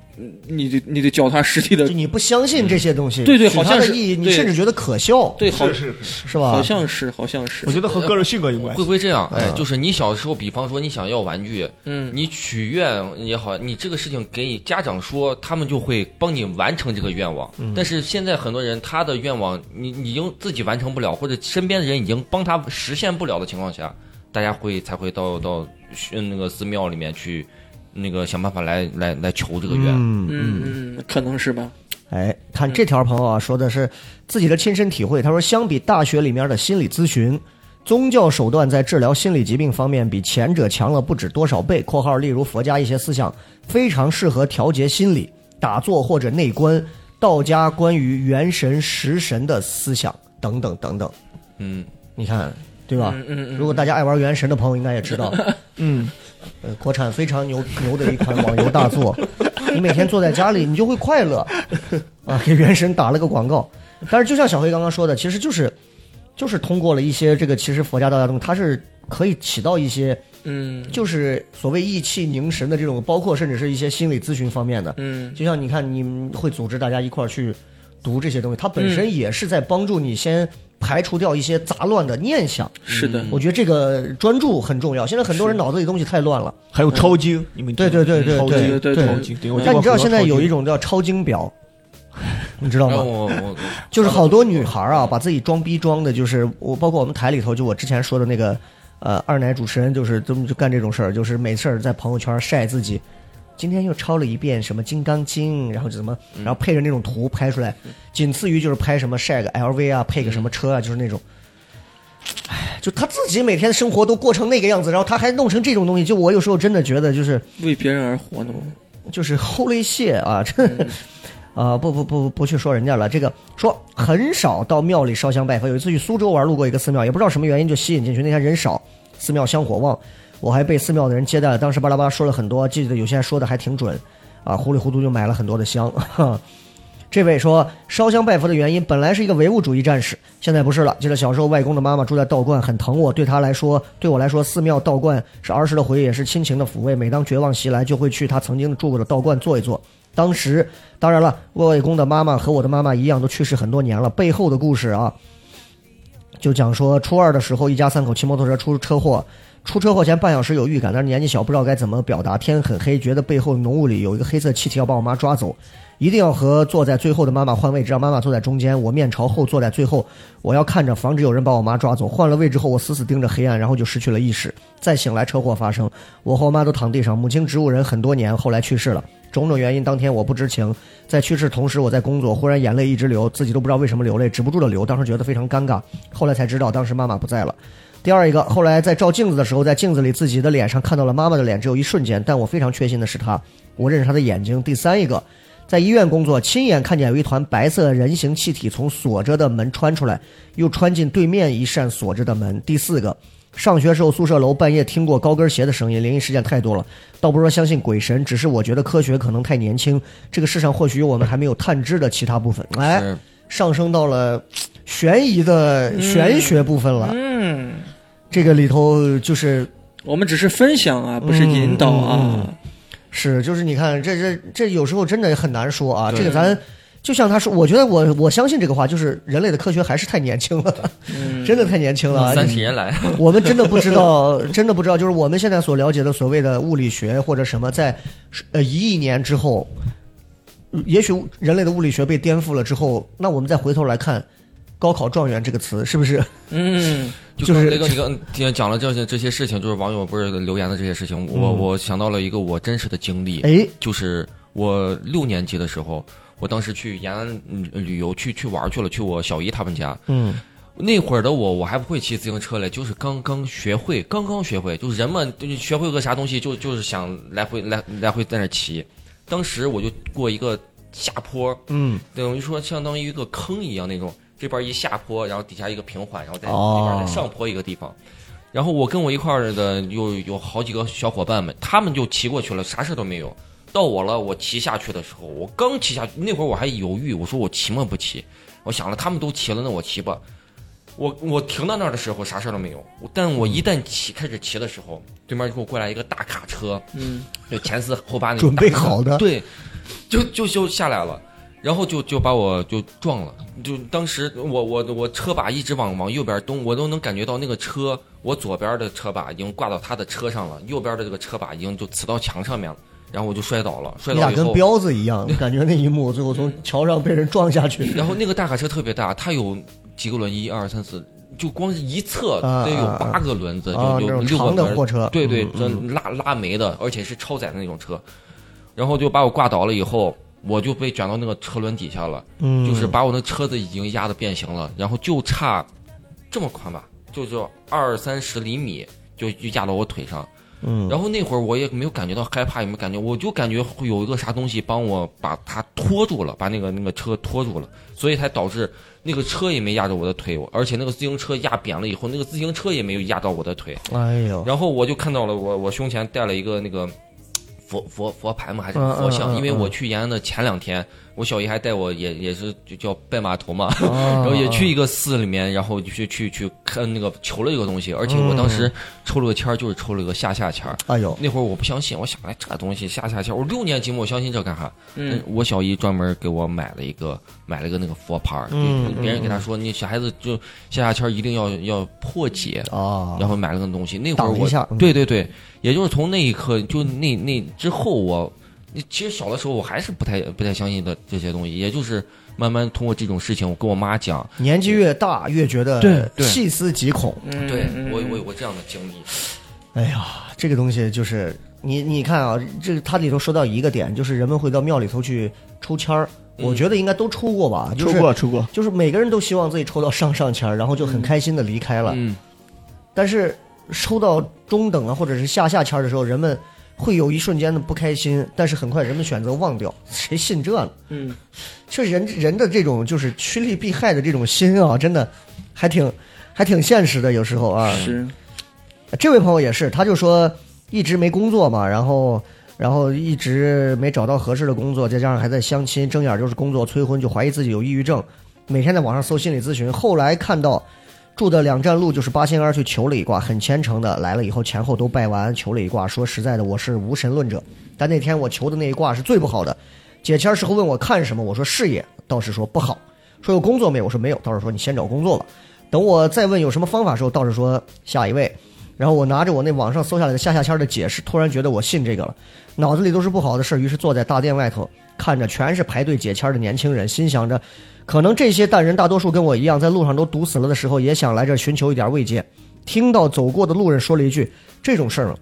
Speaker 6: 你得你得脚踏实地的
Speaker 3: 就，你不相信这些东西，
Speaker 6: 对对
Speaker 3: 取它
Speaker 6: 好像
Speaker 3: 的
Speaker 6: 是
Speaker 3: 意义，你
Speaker 6: 对
Speaker 3: 甚至觉得可笑，
Speaker 6: 对，好，
Speaker 5: 是是，
Speaker 3: 是吧？
Speaker 6: 好像是，好像是
Speaker 5: 我，觉得和个人性格有关
Speaker 4: 会
Speaker 5: 系。
Speaker 4: 不会这样？
Speaker 3: 哎
Speaker 4: 就是你小时候，比方说你想要玩具，
Speaker 6: 嗯，
Speaker 4: 你许愿也好，你这个事情给你家长说，他们就会帮你完成这个愿望。
Speaker 3: 嗯
Speaker 4: 但是现在很多人他的愿望，你你已经自己完成不了，或者身边的人已经帮他实现不了的情况下，大家会才会到到去那个寺庙里面去，那个想办法来来来求这个愿。
Speaker 3: 嗯
Speaker 6: 嗯嗯，可能是吧，
Speaker 3: 哎，看这条朋友啊，说的是自己的亲身体会。他说，相比大学里面的心理咨询，宗教手段在治疗心理疾病方面比前者强了不止多少倍。（括号例如佛家一些思想非常适合调节心理、打坐或者内观，道家关于元神、食神的思想等等等等。
Speaker 4: 嗯，）
Speaker 3: 你看，对吧？
Speaker 6: 嗯嗯嗯
Speaker 3: 如果大家爱玩元神的朋友，应该也知 道，
Speaker 5: 嗯，
Speaker 3: 呃，国产非常牛牛的一款网游大 作，你每天坐在家里，你就会快乐啊！给原神打了个广告，但是就像小黑刚刚说的，其实就是就是通过了一些这个，其实佛家道家东西，它是可以起到一些
Speaker 6: 嗯
Speaker 3: 就是所谓意气凝神的这种，包括甚至是一些心理咨询方面的。
Speaker 6: 嗯
Speaker 3: 就像你看，你们会组织大家一块儿去读这些东西，它本身也是在帮助你先排除掉一些杂乱的念想。
Speaker 6: 是的，
Speaker 3: 我觉得这个专注很重要。现在很多人脑子里东西太乱了。
Speaker 5: 还有抄经，你们
Speaker 3: 对对对对
Speaker 5: 抄
Speaker 3: 对
Speaker 5: 经
Speaker 6: 对对
Speaker 5: 抄
Speaker 6: 对
Speaker 5: 经，对嗯我
Speaker 3: 但你知道现在有一
Speaker 5: 种
Speaker 3: 种叫抄经表，你知道
Speaker 4: 然后
Speaker 3: 吗？
Speaker 4: 我我
Speaker 3: 就是好多女孩啊，把自己装逼装的，就是我，包括我们台里头，就我之前说的那个，呃，二奶主持人就是这么就干这种事儿，就是没事儿在朋友圈晒自己，今天又抄了一遍什么《金刚经》，然后就怎么，然后配着那种图拍出来，仅次于就是拍什么晒个 LV 啊，配个什么车啊，就是那种。哎，就他自己每天生活都过成那个样子，然后他还弄成这种东西，就我有时候真的觉得就是，
Speaker 6: 为别人而活呢，
Speaker 3: 就是 holy shit 啊，这。 啊，不不不不去说人家了。这个说很少到庙里烧香拜佛。有一次去苏州玩，路过一个寺庙，也不知道什么原因就吸引进去。那天人少，寺庙香火旺，我还被寺庙的人接待了。当时巴拉巴拉说了很多，记得有些还说的还挺准，啊，糊里糊涂就买了很多的香。 这位说烧香拜佛的原因，本来是一个唯物主义战士，现在不是了。记得小时候外公的妈妈住在道观，很疼我，对他来说，对我来说，寺庙道观是儿时的回忆，也是亲情的抚慰。每当绝望袭来，就会去他曾经住过的道观坐一坐。当时，当然了，外公的妈妈和我的妈妈一样，都去世很多年了。背后的故事啊，就讲说初二的时候，一家三口骑摩托车出车祸。出车祸前半小时有预感，但是年纪小，不知道该怎么表达。天很黑，觉得背后浓雾里有一个黑色气体要把我妈抓走，一定要和坐在最后的妈妈换位置，让妈妈坐在中间，我面朝后坐在最后，我要看着，防止有人把我妈抓走。换了位置后，我死死盯着黑暗，然后就失去了意识。再醒来，车祸发生，我和我妈都躺地上，母亲植物人很多年，后来去世了。种种原因，当天我不知情，在去世同时，我在工作，忽然眼泪一直流，自己都不知道为什么流泪，止不住的流，当时觉得非常尴尬，后来才知道当时妈妈不在了。第二一个，后来在照镜子的时候，在镜子里自己的脸上看到了妈妈的脸，只有一瞬间，但我非常确信的是她，我认识她的眼睛。第三一个，在医院工作，亲眼看见有一团白色人形气体从锁着的门穿出来，又穿进对面一扇锁着的门。第四个，上学时候宿舍楼半夜听过高跟鞋的声音，灵异事件太多了。倒不是说相信鬼神，只是我觉得科学可能太年轻，这个世上或许有我们还没有探知的其他部分。哎，
Speaker 4: 是
Speaker 3: 上升到了嘖悬疑的玄学部分了。
Speaker 6: 嗯，
Speaker 3: 这个里头就是
Speaker 6: 我们只是分享啊，不是引导啊，
Speaker 3: 是就是你看这这这有时候真的很难说啊。
Speaker 4: 对
Speaker 3: 这个咱就像他说，我觉得我我相信这个话，就是人类的科学还是太年轻了，
Speaker 6: 嗯，
Speaker 3: 真的太年轻了啊。
Speaker 4: 三十年来，
Speaker 3: 我们真的不知道，真的不知道，就是我们现在所了解的所谓的物理学或者什么，在呃一亿年之后，呃也许人类的物理学被颠覆了之后，那我们再回头来看“高考状元”这个词，是不是？
Speaker 6: 嗯，
Speaker 4: 就
Speaker 3: 就是
Speaker 4: 是雷哥，你 刚今天讲了这些这些事情，就是网友不是留言的这些事情，
Speaker 3: 嗯
Speaker 4: 我、我想到了一个我真实的经历，
Speaker 3: 哎，
Speaker 4: 就是我六年级的时候，我当时去延安嗯旅游去去玩去了，去我小姨他们家，
Speaker 3: 嗯
Speaker 4: 那会儿的我，我还不会骑自行车嘞，就是刚刚学会，刚刚学会，就是人嘛，就是学会个啥东西，就就是想来回来来回在那骑。当时我就过一个下坡，
Speaker 3: 嗯，
Speaker 4: 等于说相当于一个坑一样那种，这边一下坡，然后底下一个平缓，然后再
Speaker 3: 哦
Speaker 4: 那边再上坡一个地方。然后我跟我一块儿的有有好几个小伙伴们，他们就骑过去了，啥事儿都没有。到我了，我骑下去的时候，我刚骑下去那会儿我还犹豫，我说我骑吗不骑？我想了，他们都骑了，那我骑吧。我我停到那儿的时候啥事儿都没有，我但我一旦骑开始骑的时候，对面就给我过来一个大卡车，
Speaker 6: 嗯，
Speaker 4: 就前四后八那种
Speaker 3: 准
Speaker 4: 大
Speaker 3: 备
Speaker 4: 卡
Speaker 3: 好的，
Speaker 4: 对，就就就下来了，然后就就把我就撞了，就当时我我我车把一直往往右边动，我都能感觉到那个车，我左边的车把已经挂到他的车上了，右边的这个车把已经就呲到墙上面了，然后我就摔倒了，摔
Speaker 3: 你
Speaker 4: 倒
Speaker 3: 俩
Speaker 4: 以
Speaker 3: 跟
Speaker 4: 后。
Speaker 3: 彪子一样，感觉那一幕最后从桥上被人撞下 去，
Speaker 4: 然后那个大卡车特别大，它有几个轮？一二三四，就光是一侧
Speaker 3: 啊
Speaker 4: 得有
Speaker 3: 啊啊
Speaker 4: 八个轮子，
Speaker 3: 啊那
Speaker 4: 就有
Speaker 3: 种
Speaker 4: 六个
Speaker 3: 长的
Speaker 4: 轮儿
Speaker 3: 货车
Speaker 4: 对对
Speaker 3: 嗯，
Speaker 4: 这拉拉煤的，而且是超载的那种车。然后就把我挂倒了以后，我就被卷到那个车轮底下了，
Speaker 3: 嗯
Speaker 4: 就是把我那车子已经压得变形了，然后就差这么宽吧，就就二三十厘米就就压到我腿上。
Speaker 3: 嗯，
Speaker 4: 然后那会儿我也没有感觉到害怕，也没有感觉，我就感觉会有一个啥东西帮我把它拖住了，把那个那个车拖住了，所以才导致那个车也没压着我的腿，我而且那个自行车压扁了以后，那个自行车也没有压到我的腿。
Speaker 3: 哎呦，
Speaker 4: 然后我就看到了我我胸前戴了一个那个佛佛佛牌嘛，还是
Speaker 3: 嗯嗯
Speaker 4: 佛像，
Speaker 3: 嗯
Speaker 4: 因为我
Speaker 3: 嗯
Speaker 4: 去延安的前两天，我小姨还带我也也是就叫拜码头嘛，
Speaker 3: 然
Speaker 4: 然后也去
Speaker 3: 啊
Speaker 4: 一个寺里面，然后就去去去看那个求了一个东西，而且我当
Speaker 3: 嗯
Speaker 4: 时抽了个签儿，就是抽了个下下签儿。
Speaker 3: 哎呦，
Speaker 4: 那会儿我不相信，我想哎这东西下下签儿，我六年级嘛，我相信这干啥？
Speaker 6: 嗯，
Speaker 4: 我小姨专门给我买了一个买了一个那个佛牌儿，
Speaker 3: 嗯
Speaker 4: 别人给她说你小孩子就下下签儿一定要要破解，
Speaker 3: 啊，
Speaker 4: 然后买了个东西。那会儿
Speaker 3: 挡一
Speaker 4: 我
Speaker 3: 下嗯
Speaker 4: 对对对，也就是从那一刻就那那之后我，那其实小的时候我还是不太不太相信的这些东西，也就是慢慢通过这种事情，我跟我妈讲。
Speaker 3: 年纪越大越觉得
Speaker 4: 对对
Speaker 3: 细思极恐。
Speaker 6: 嗯
Speaker 4: 对
Speaker 6: 嗯
Speaker 4: 我我有过这样的经历，
Speaker 3: 哎呀，这个东西就是你你看啊，这它里头说到一个点，就是人们会到庙里头去抽签儿，我
Speaker 4: 嗯
Speaker 3: 觉得应该都抽过吧，就
Speaker 5: 抽
Speaker 3: 是
Speaker 5: 过抽过，
Speaker 3: 就是每个人都希望自己抽到上上签儿，然后就很开心的离开了。
Speaker 4: 嗯，
Speaker 3: 但是抽到中等啊，或者是下下签儿的时候，人们会有一瞬间的不开心，但是很快人们选择忘掉，谁信这呢？
Speaker 6: 嗯，
Speaker 3: 这人人的这种就是趋利避害的这种心啊，真的还挺还挺现实的，有时候啊。
Speaker 6: 是，
Speaker 3: 这位朋友也是，他就说一直没工作嘛，然后然后一直没找到合适的工作，再加上还在相亲，睁眼就是工作催婚，就怀疑自己有抑郁症，每天在网上搜心理咨询。后来看到住的两站路就是八仙庵去求了一卦，很虔诚的来了以后，前后都拜完，求了一卦，说实在的，我是无神论者，但那天我求的那一卦是最不好的。解签儿时候问我看什么，我说事业，道士说不好，说有工作没有，我说没有，道士说你先找工作吧。等我再问有什么方法的时候，道士说下一位。然后我拿着我那网上搜下来的下下签儿的解释，突然觉得我信这个了，脑子里都是不好的事儿，于是坐在大殿外头看着全是排队解签儿的年轻人，心想着，可能这些淡人大多数跟我一样，在路上都堵死了的时候，也想来这儿寻求一点慰藉。听到走过的路人说了一句：“这种事儿嘛，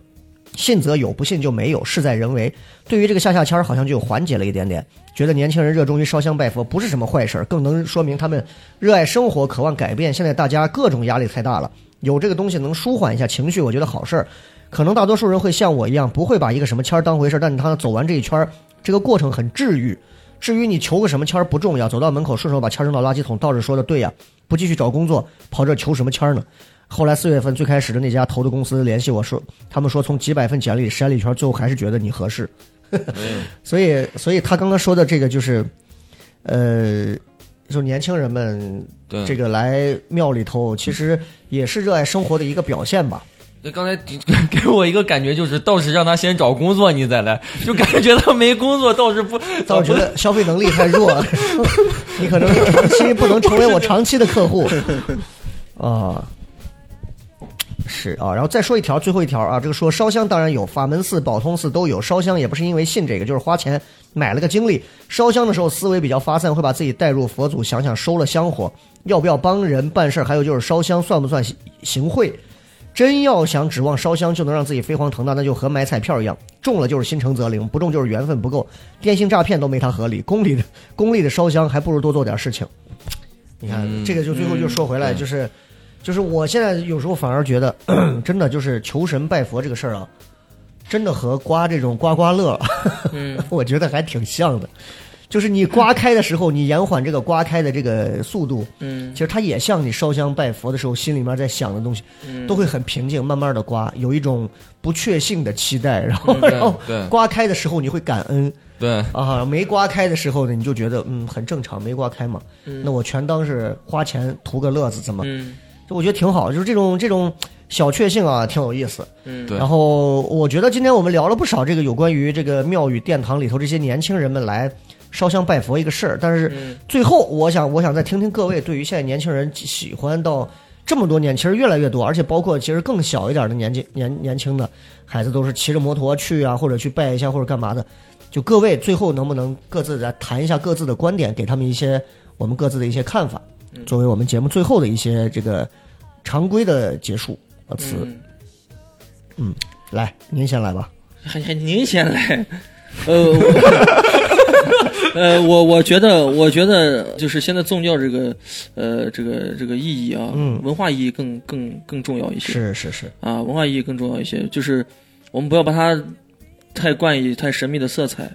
Speaker 3: 信则有，不信就没有，事在人为。”对于这个下下签儿，好像就有缓解了一点点，觉得年轻人热衷于烧香拜佛不是什么坏事儿，更能说明他们热爱生活，渴望改变。现在大家各种压力太大了。有这个东西能舒缓一下情绪，我觉得好事儿。可能大多数人会像我一样，不会把一个什么签儿当回事儿，但是他走完这一圈儿，这个过程很治愈。至于你求个什么签儿不重要，走到门口顺手把签儿扔到垃圾桶，道士说的对呀、不继续找工作，跑这儿求什么签儿呢？后来四月份最开始的那家投的公司联系我说，他们说从几百份简历筛了一圈，最后还是觉得你合适。所以，所以他刚刚说的这个就是，呃，就年轻人们
Speaker 4: 对。
Speaker 3: 这个来庙里头，其实也是热爱生活的一个表现吧。
Speaker 4: 那刚才给我一个感觉就是，道士让他先找工作，你再来，就感觉他没工作，道士不，
Speaker 3: 但我觉得消费能力太弱了，你可能长期不能成为我长期的客户啊。是啊，然后再说一条，最后一条啊，这个说烧香当然有，法门寺、宝通寺都有。烧香也不是因为信这个，就是花钱买了个经历。烧香的时候思维比较发散，会把自己带入佛祖，想想收了香火要不要帮人办事儿，还有就是烧香算不算行行贿。真要想指望烧香就能让自己飞黄腾达，那就和买彩票一样，中了就是心诚则灵，不中就是缘分不够。电信诈骗都没他合理，公里的公里的烧香还不如多做点事情。你看，
Speaker 4: 嗯
Speaker 3: 这个就最后就说回来，
Speaker 4: 嗯
Speaker 3: 就是，就是我现在有时候反而觉得， 真的就是求神拜佛这个事儿啊，真的和刮这种刮刮乐，
Speaker 6: 嗯，
Speaker 3: 我觉得还挺像的。就是你刮开的时候，你延缓这个刮开的这个速度，
Speaker 6: 嗯
Speaker 3: 其实它也像你烧香拜佛的时候心里面在想的东西，
Speaker 4: 嗯
Speaker 3: 都会很平静，慢慢的刮，有一种不确信的期待，然后
Speaker 4: 嗯对
Speaker 3: 然后
Speaker 4: 对
Speaker 3: 刮开的时候你会感恩
Speaker 4: 对，
Speaker 3: 啊，没刮开的时候呢，你就觉得嗯很正常，没刮开嘛，那我全当是花钱图个乐子，怎么？
Speaker 6: 嗯
Speaker 3: 就我觉得挺好，就是这种这种小确幸啊，挺有意思。
Speaker 6: 嗯，
Speaker 4: 对
Speaker 3: 然后我觉得今天我们聊了不少这个有关于这个庙宇殿堂里头这些年轻人们来烧香拜佛一个事儿，但是
Speaker 6: 嗯
Speaker 3: 最后我想我想再听听各位对于现在年轻人喜欢到这么多年，其实越来越多，而且包括其实更小一点的年纪年年轻的孩子都是骑着摩托去啊，或者去拜一下或者干嘛的。就各位最后能不能各自来谈一下各自的观点，给他们一些我们各自的一些看法，
Speaker 6: 嗯
Speaker 3: 作为我们节目最后的一些这个常规的结束呃词。
Speaker 6: 嗯
Speaker 3: 来，您先来吧。
Speaker 6: 还还您先来， 呃，我呃，我我觉得，我觉得就是现在宗教这个，呃，这个这个意义啊，
Speaker 3: 嗯
Speaker 6: 文化意义更更更重要一些
Speaker 3: 是是是，
Speaker 6: 啊，文化意义更重要一些，就是我们不要把它太冠以太神秘的色彩，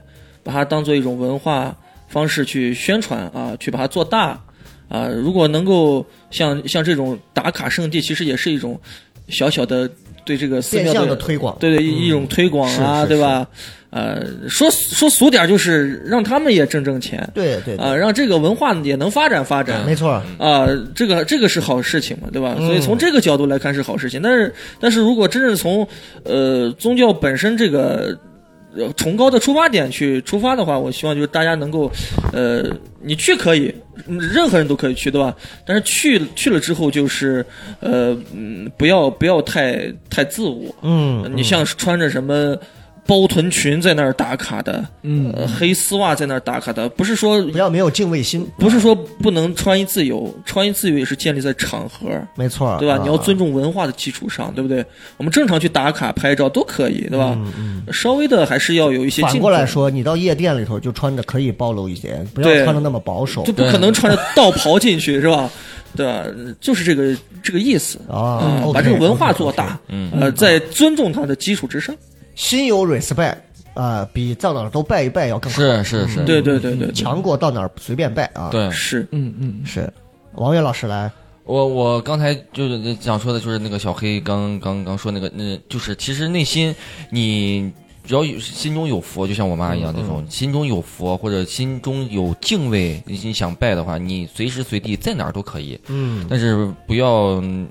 Speaker 6: 把它当做一种文化方式去宣传啊，去把它做大啊。如果能够像像这种打卡圣地，其实也是一种小小的对这个寺
Speaker 3: 变
Speaker 6: 庙
Speaker 3: 相
Speaker 6: 的
Speaker 3: 的推广。
Speaker 6: 对对，一一种推广
Speaker 3: 嗯是
Speaker 6: 啊，
Speaker 3: 是
Speaker 6: 对吧？呃，说说俗点儿就是让他们也挣挣钱
Speaker 3: 对对嗯
Speaker 6: 啊、
Speaker 3: 对，
Speaker 6: 让这个文化也能发展发展
Speaker 3: 没错。
Speaker 6: 啊、这个这个是好事情嘛，对吧？所以
Speaker 3: 嗯
Speaker 6: 从这个角度来看是好事情，但是但是如果真是从呃宗教本身这个。呃崇高的出发点去出发的话，我希望就是大家能够，呃，你去可以，嗯任何人都可以去，对吧？但是去去了之后，就是，呃，嗯，不要不要太太自我，
Speaker 3: 嗯，
Speaker 6: 你像穿着什么包臀裙在那儿打卡的，嗯、黑丝袜在那儿打卡的，不是说
Speaker 3: 不要没有敬畏心，
Speaker 6: 不是说不能穿衣自由，穿衣自由也是建立在场合，
Speaker 3: 没错，
Speaker 6: 对吧？
Speaker 3: 啊
Speaker 6: 你要尊重文化的基础上，对不对？我们正常去打卡拍照都可以，对吧？稍微的还是要有一些
Speaker 3: 嗯反
Speaker 6: 敬
Speaker 3: 过来
Speaker 6: 重。
Speaker 3: 说，你到夜店里头就穿着可以暴露一点，不要
Speaker 6: 对
Speaker 3: 穿的那么保守
Speaker 6: 就不可能穿着道袍进去，是吧？对吧？就是这个这个意思嗯
Speaker 3: 啊。
Speaker 6: 把这个文化做，大，嗯，呃，在尊重它的基础之上，
Speaker 3: 心有 respect 啊，比到哪儿都拜一拜要更好。
Speaker 4: 是是是，
Speaker 6: 对对对对，对
Speaker 3: 强过到哪儿随便拜啊。，
Speaker 4: 对，
Speaker 6: 是，
Speaker 5: 嗯嗯，
Speaker 3: 是。王悦老师来，
Speaker 4: 我我刚才就是想说的，就是那个小黑刚刚刚说那个，那就是其实内心你只要有心中有佛，就像我妈一样那种，心中有佛或者心中有敬畏，你你想拜的话，你随时随地在哪儿都可以，
Speaker 3: 嗯，
Speaker 4: 但是不要嗯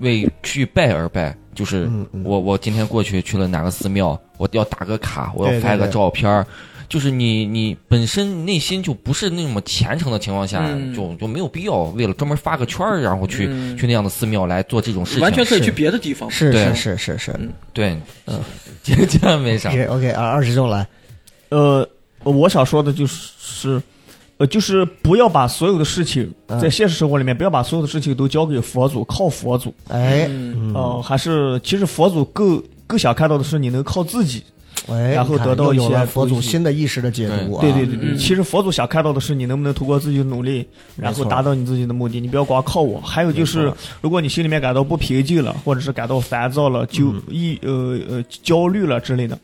Speaker 4: 为去拜而拜。就是
Speaker 3: 嗯嗯
Speaker 4: 我我今天过去去了哪个寺庙，我要打个卡，我
Speaker 3: 对
Speaker 4: 要
Speaker 3: 对
Speaker 4: 拍个
Speaker 3: 对
Speaker 4: 照片儿。就是你你本身内心就不是那么虔诚的情况下，
Speaker 6: 嗯
Speaker 4: 就就没有必要为了专门发个圈儿，然后去、
Speaker 6: 嗯
Speaker 4: 去那样的寺庙来做这种事情。
Speaker 6: 完全可以
Speaker 3: 是
Speaker 6: 去别的地方，
Speaker 3: 是
Speaker 4: 对
Speaker 3: 是是是是
Speaker 6: 嗯
Speaker 4: 对， 这这没啥。
Speaker 3: 是，OK 啊，二师兄来，嗯
Speaker 5: 呃，我想说的就是，呃，就是不要把所有的事情
Speaker 3: 嗯
Speaker 5: 在现实生活里面，不要把所有的事情都交给佛祖，靠佛祖。
Speaker 3: 哎
Speaker 6: 嗯
Speaker 5: 呃，还是其实佛祖更更想看到的是你能靠自己。
Speaker 3: 哎，
Speaker 5: 然后
Speaker 3: 你看
Speaker 5: 得
Speaker 3: 又
Speaker 5: 到一
Speaker 3: 有
Speaker 5: 些
Speaker 3: 了佛祖
Speaker 5: 东西
Speaker 3: 新的意识的解读啊，
Speaker 5: 对对对，对
Speaker 6: 嗯
Speaker 5: 其实佛祖想看到的是你能不能通过自己的努力，然
Speaker 3: 没错
Speaker 5: 后
Speaker 3: 嗯
Speaker 5: 达到你自己的目的。你不要光靠我。还有就是
Speaker 3: 没，
Speaker 5: 如果你心里面感到不平静了，或者是感到烦躁了、就
Speaker 3: 嗯
Speaker 5: 抑呃呃焦虑了之类的，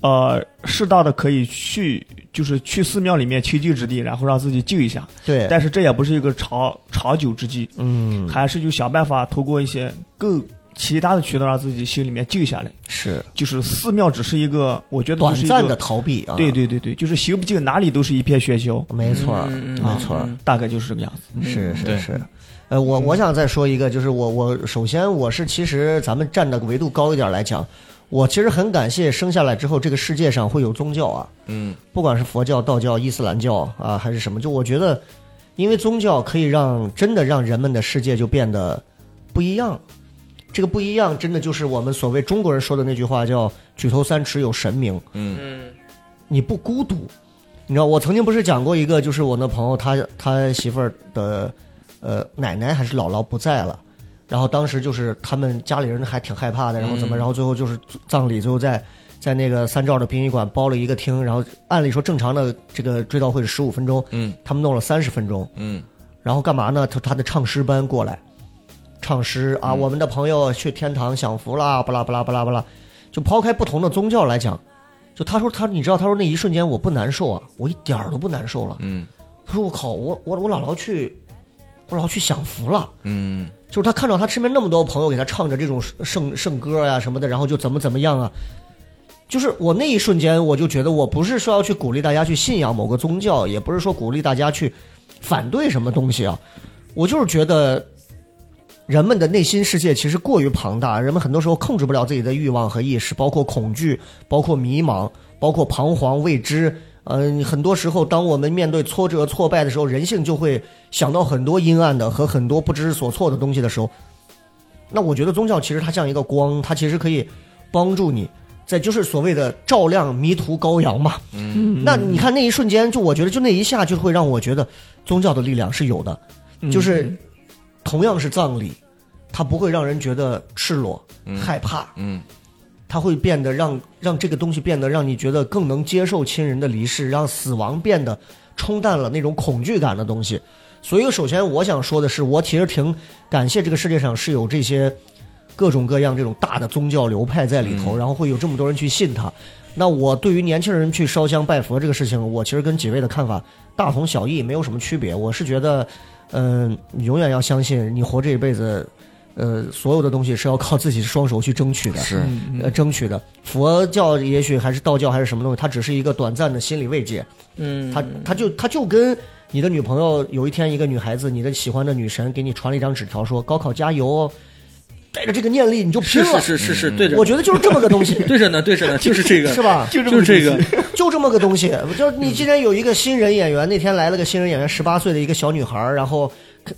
Speaker 5: 呃，适当的可以去就是去寺庙里面清净之地，然后让自己静一下。
Speaker 3: 对
Speaker 5: 但是这也不是一个长长久之计，
Speaker 3: 嗯，
Speaker 5: 还是就想办法通过一些更其他的渠道让自己心里面静下来。
Speaker 3: 是
Speaker 5: 就是寺庙只是一个，我觉得
Speaker 3: 短
Speaker 5: 就是一个
Speaker 3: 暂的逃避啊，
Speaker 5: 对，对对对，就是行不进哪里都是一片喧嚣，
Speaker 3: 没错儿，
Speaker 6: 嗯嗯
Speaker 3: 没错儿，嗯
Speaker 5: 大概就是这个样子。
Speaker 3: 是是
Speaker 4: 对
Speaker 3: 是。呃，我我想再说一个，就是我我首先我是其实咱们站的维度高一点来讲，我其实很感谢生下来之后这个世界上会有宗教啊，
Speaker 4: 嗯，
Speaker 3: 不管是佛教、道教、伊斯兰教啊还是什么，就我觉得，因为宗教可以让真的让人们的世界就变得不一样。这个不一样，真的就是我们所谓中国人说的那句话，叫“举头三尺有神明”。
Speaker 6: 嗯
Speaker 3: 你不孤独。你知道，我曾经不是讲过一个，就是我那朋友他他媳妇儿的呃奶奶还是姥姥不在了，然后当时就是他们家里人还挺害怕的，然后怎么，然后最后就是葬礼最后在在那个三兆的殡仪馆包了一个厅，然后按理说正常的这个追悼会是十五分钟，
Speaker 4: 嗯
Speaker 3: 他们弄了三十分钟，
Speaker 4: 嗯
Speaker 3: 然后干嘛呢？他他的唱诗班过来，唱诗
Speaker 4: 嗯
Speaker 3: 啊，我们的朋友去天堂享福啦，不啦不啦不啦不啦，就抛开不同的宗教来讲，就他说他你知道他说那一瞬间我不难受啊，我一点儿都不难受了。
Speaker 4: 嗯
Speaker 3: 他说我靠，我我我姥姥去，我姥姥去享福了。
Speaker 4: 嗯
Speaker 3: 就是他看到他身边那么多朋友给他唱着这种圣圣歌呀、什么的，然后就怎么怎么样啊，就是我那一瞬间我就觉得，我不是说要去鼓励大家去信仰某个宗教，也不是说鼓励大家去反对什么东西啊，我就是觉得人们的内心世界其实过于庞大，人们很多时候控制不了自己的欲望和意识，包括恐惧，包括迷茫，包括彷徨未知。嗯、很多时候，当我们面对挫折、挫败的时候，人性就会想到很多阴暗的和很多不知所措的东西的时候，那我觉得宗教其实它像一个光，它其实可以帮助你，在就是所谓的照亮迷途羔羊嘛。嗯，那你看那一瞬间，就我觉得就那一下就会让我觉得宗教的力量是有的，
Speaker 5: 嗯
Speaker 3: 就是同样是葬礼，它不会让人觉得赤裸、害怕，
Speaker 4: 嗯
Speaker 3: 它会变得让让这个东西变得让你觉得更能接受亲人的离世，让死亡变得冲淡了那种恐惧感的东西。所以，首先我想说的是，我其实挺感谢这个世界上是有这些各种各样这种大的宗教流派在里头，然后会有这么多人去信它。那我对于年轻人去烧香拜佛这个事情，我其实跟几位的看法大同小异，没有什么区别。我是觉得，嗯、你永远要相信，你活这一辈子，呃，所有的东西是要靠自己双手去争取的。
Speaker 4: 是
Speaker 3: 呃争取的。佛教也许还是道教还是什么东西，它只是一个短暂的心理慰藉，
Speaker 6: 嗯，
Speaker 3: 它它就它就跟你的女朋友有一天一个女孩子，你的喜欢的女神给你传了一张纸条说高考加油哦，带着这个念力你就拼
Speaker 6: 是
Speaker 3: 了。
Speaker 6: 是是是是，对着。
Speaker 3: 我觉得就是这么个东西
Speaker 6: 对着呢，对着呢，就是这个，
Speaker 3: 是吧？
Speaker 6: 就这个，
Speaker 3: 就这么个东西，就是你今天有一个新人演员，那天来了个新人演员，十八岁的一个小女孩儿，然后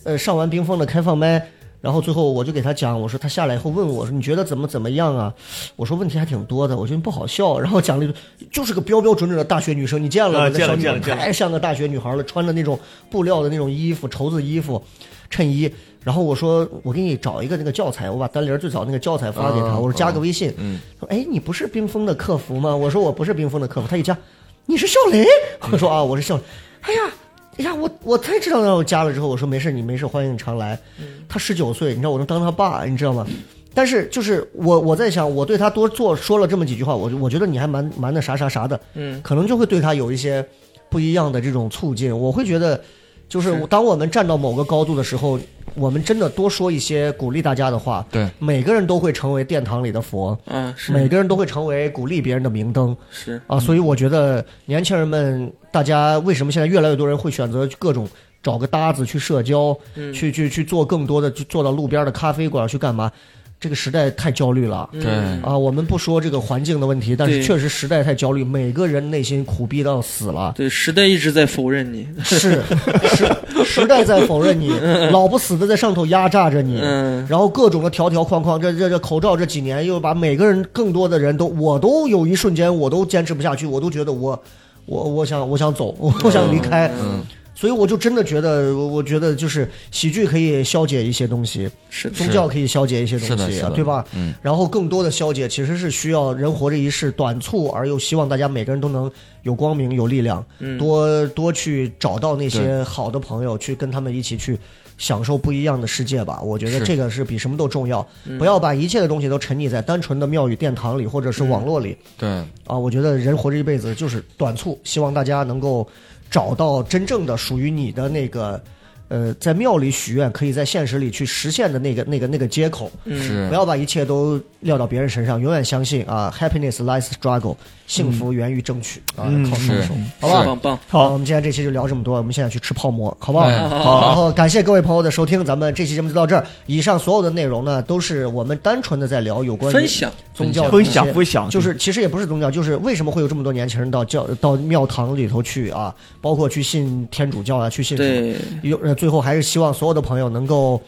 Speaker 3: 呃上完冰封的开放麦，然后最后我就给她讲，我说她下来以后问我说你觉得怎么怎么样啊？我说问题还挺多的，我觉得不好笑，然后讲了一堆，就是个标标准准的大学女生，你见了
Speaker 5: 啊
Speaker 3: 吗？那
Speaker 5: 见了
Speaker 3: 小女孩
Speaker 5: 见了见了
Speaker 3: 太像个大学女孩了，穿着那种布料的那种衣服，绸子衣服。衬衣，然后我说我给你找一个那个教材，我把丹玲儿最早那个教材发给她，
Speaker 4: 哦
Speaker 3: 我说加个微信，
Speaker 4: 嗯
Speaker 3: 说哎你不是冰封的客服吗？我说我不是冰封的客服，他一加，你是笑雷？我说啊我是笑雷，哎呀哎呀我我才知道让我加了之后，我说没事你没事欢迎你常来，他十九岁，你知道我能当他爸，你知道吗？但是就是我我在想，我对他多做说了这么几句话，我就我觉得你还蛮蛮那啥啥啥的，
Speaker 6: 嗯，
Speaker 3: 可能就会对他有一些不一样的这种促进。我会觉得，就是
Speaker 6: 是
Speaker 3: 当我们站到某个高度的时候，我们真的多说一些鼓励大家的话，
Speaker 4: 对，
Speaker 3: 每个人都会成为殿堂里的佛，
Speaker 6: 啊，是嗯
Speaker 3: 每个人都会成为鼓励别人的明灯
Speaker 6: 是，
Speaker 3: 啊。所以我觉得年轻人们，大家为什么现在越来越多人会选择各种找个搭子去社交，
Speaker 6: 嗯，
Speaker 3: 去去去做更多的，去坐到路边的咖啡馆去干嘛？这个时代太焦虑了。
Speaker 6: 嗯
Speaker 4: 对
Speaker 3: 啊，我们不说这个环境的问题，但是
Speaker 6: 对
Speaker 3: 确实时代太焦虑，每个人内心苦逼到死了。
Speaker 6: 对，时代一直在否认你，
Speaker 3: 是，时时代在否认你，老不死的在上头压榨着你，
Speaker 6: 嗯
Speaker 3: 然后各种的条条框框，这这这口罩这几年又把每个人更多的人都，我都有一瞬间我都坚持不下去，我都觉得我我我想我想走，我我想离开，
Speaker 4: 嗯
Speaker 3: 所以我就真的觉得，我我觉得就是喜剧可以消解一些东西，
Speaker 6: 是的，
Speaker 3: 宗教可以消解一些
Speaker 4: 是
Speaker 3: 东
Speaker 4: 的
Speaker 3: 西
Speaker 4: 是，的
Speaker 3: 对吧？
Speaker 4: 嗯
Speaker 3: 然后更多的消解其实是需要人活着一世，短促而又希望大家每个人都能有光明、有力量，
Speaker 6: 嗯
Speaker 3: 多多去找到那些好的朋友，去跟他们一起去享受不一样的世界吧。我觉得
Speaker 4: 是
Speaker 3: 这个是比什么都重要，不要把一切的东西都沉溺在单纯的庙宇、殿堂里或者是网络里、
Speaker 4: 对
Speaker 3: 啊。我觉得人活着一辈子就是短促，希望大家能够找到真正的属于你的那个。呃，在庙里许愿，可以在现实里去实现的那个、那个、那个接口，
Speaker 4: 是
Speaker 3: 不要把一切都撂到别人身上，永远相信啊，happiness lies struggle，幸福源于争取、
Speaker 5: 嗯
Speaker 3: 啊，靠双
Speaker 4: 嗯是
Speaker 3: 手。，
Speaker 4: 好
Speaker 6: 棒棒棒，
Speaker 3: 好，我们今天这期就聊这么多，我们现在去吃泡馍，好不好？
Speaker 4: 哎
Speaker 3: 好，然后感谢各位朋友的收听，咱们这期节目就到这儿。以上所有的内容呢，都是我们单纯的在聊有关于
Speaker 6: 分享，
Speaker 3: 宗教的
Speaker 5: 分
Speaker 3: 一些
Speaker 5: 享分享
Speaker 3: 就是其实也不是宗教，就是为什么会有这么多年轻人到教到庙堂里头去啊，包括去信天主教啊，去信什么
Speaker 6: 对，
Speaker 3: 有呃，最后还是希望所有的朋友能够，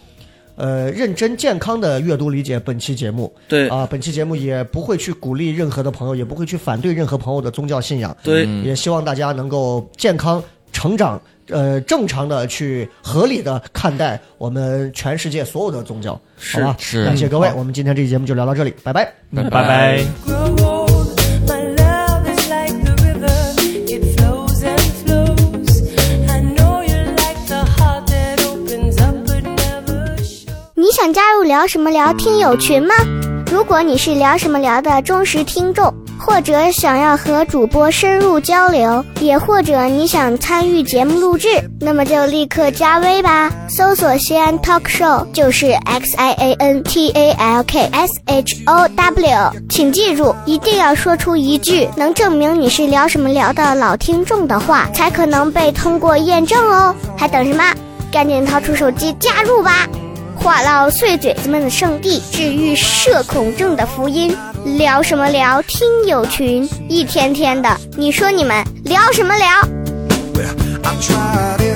Speaker 3: 呃，认真健康的阅读理解本期节目。
Speaker 6: 对
Speaker 3: 啊、本期节目也不会去鼓励任何的朋友，也不会去反对任何朋友的宗教信仰，
Speaker 6: 对，
Speaker 3: 也希望大家能够健康成长，呃，正常的去合理的看待我们全世界所有的宗教，好
Speaker 6: 是
Speaker 3: 吧？
Speaker 4: 是
Speaker 3: 感谢各位
Speaker 5: 嗯，好
Speaker 3: 我们今天这期节目就聊到这里，拜拜。
Speaker 4: 拜
Speaker 5: 嗯拜拜。
Speaker 2: grow old. My love is like the river, it flows and flows. I know you like the heart that opens.
Speaker 1: 聊什么聊听友群吗？如果你是聊什么聊的忠实听众，或者想要和主播深入交流，也或者你想参与节目录制，那么就立刻加微吧，搜索西安 Talk Show 就是 X I A N T A L K S H O W，请记住，一定要说出一句能证明你是聊什么聊的老听众的话，才可能被通过验证哦。还等什么？赶紧掏出手机加入吧！话唠碎嘴子们的圣地，治愈社恐症的福音。聊什么聊？听友群一天天的，你说你们聊什么聊？
Speaker 7: Well, I'm trying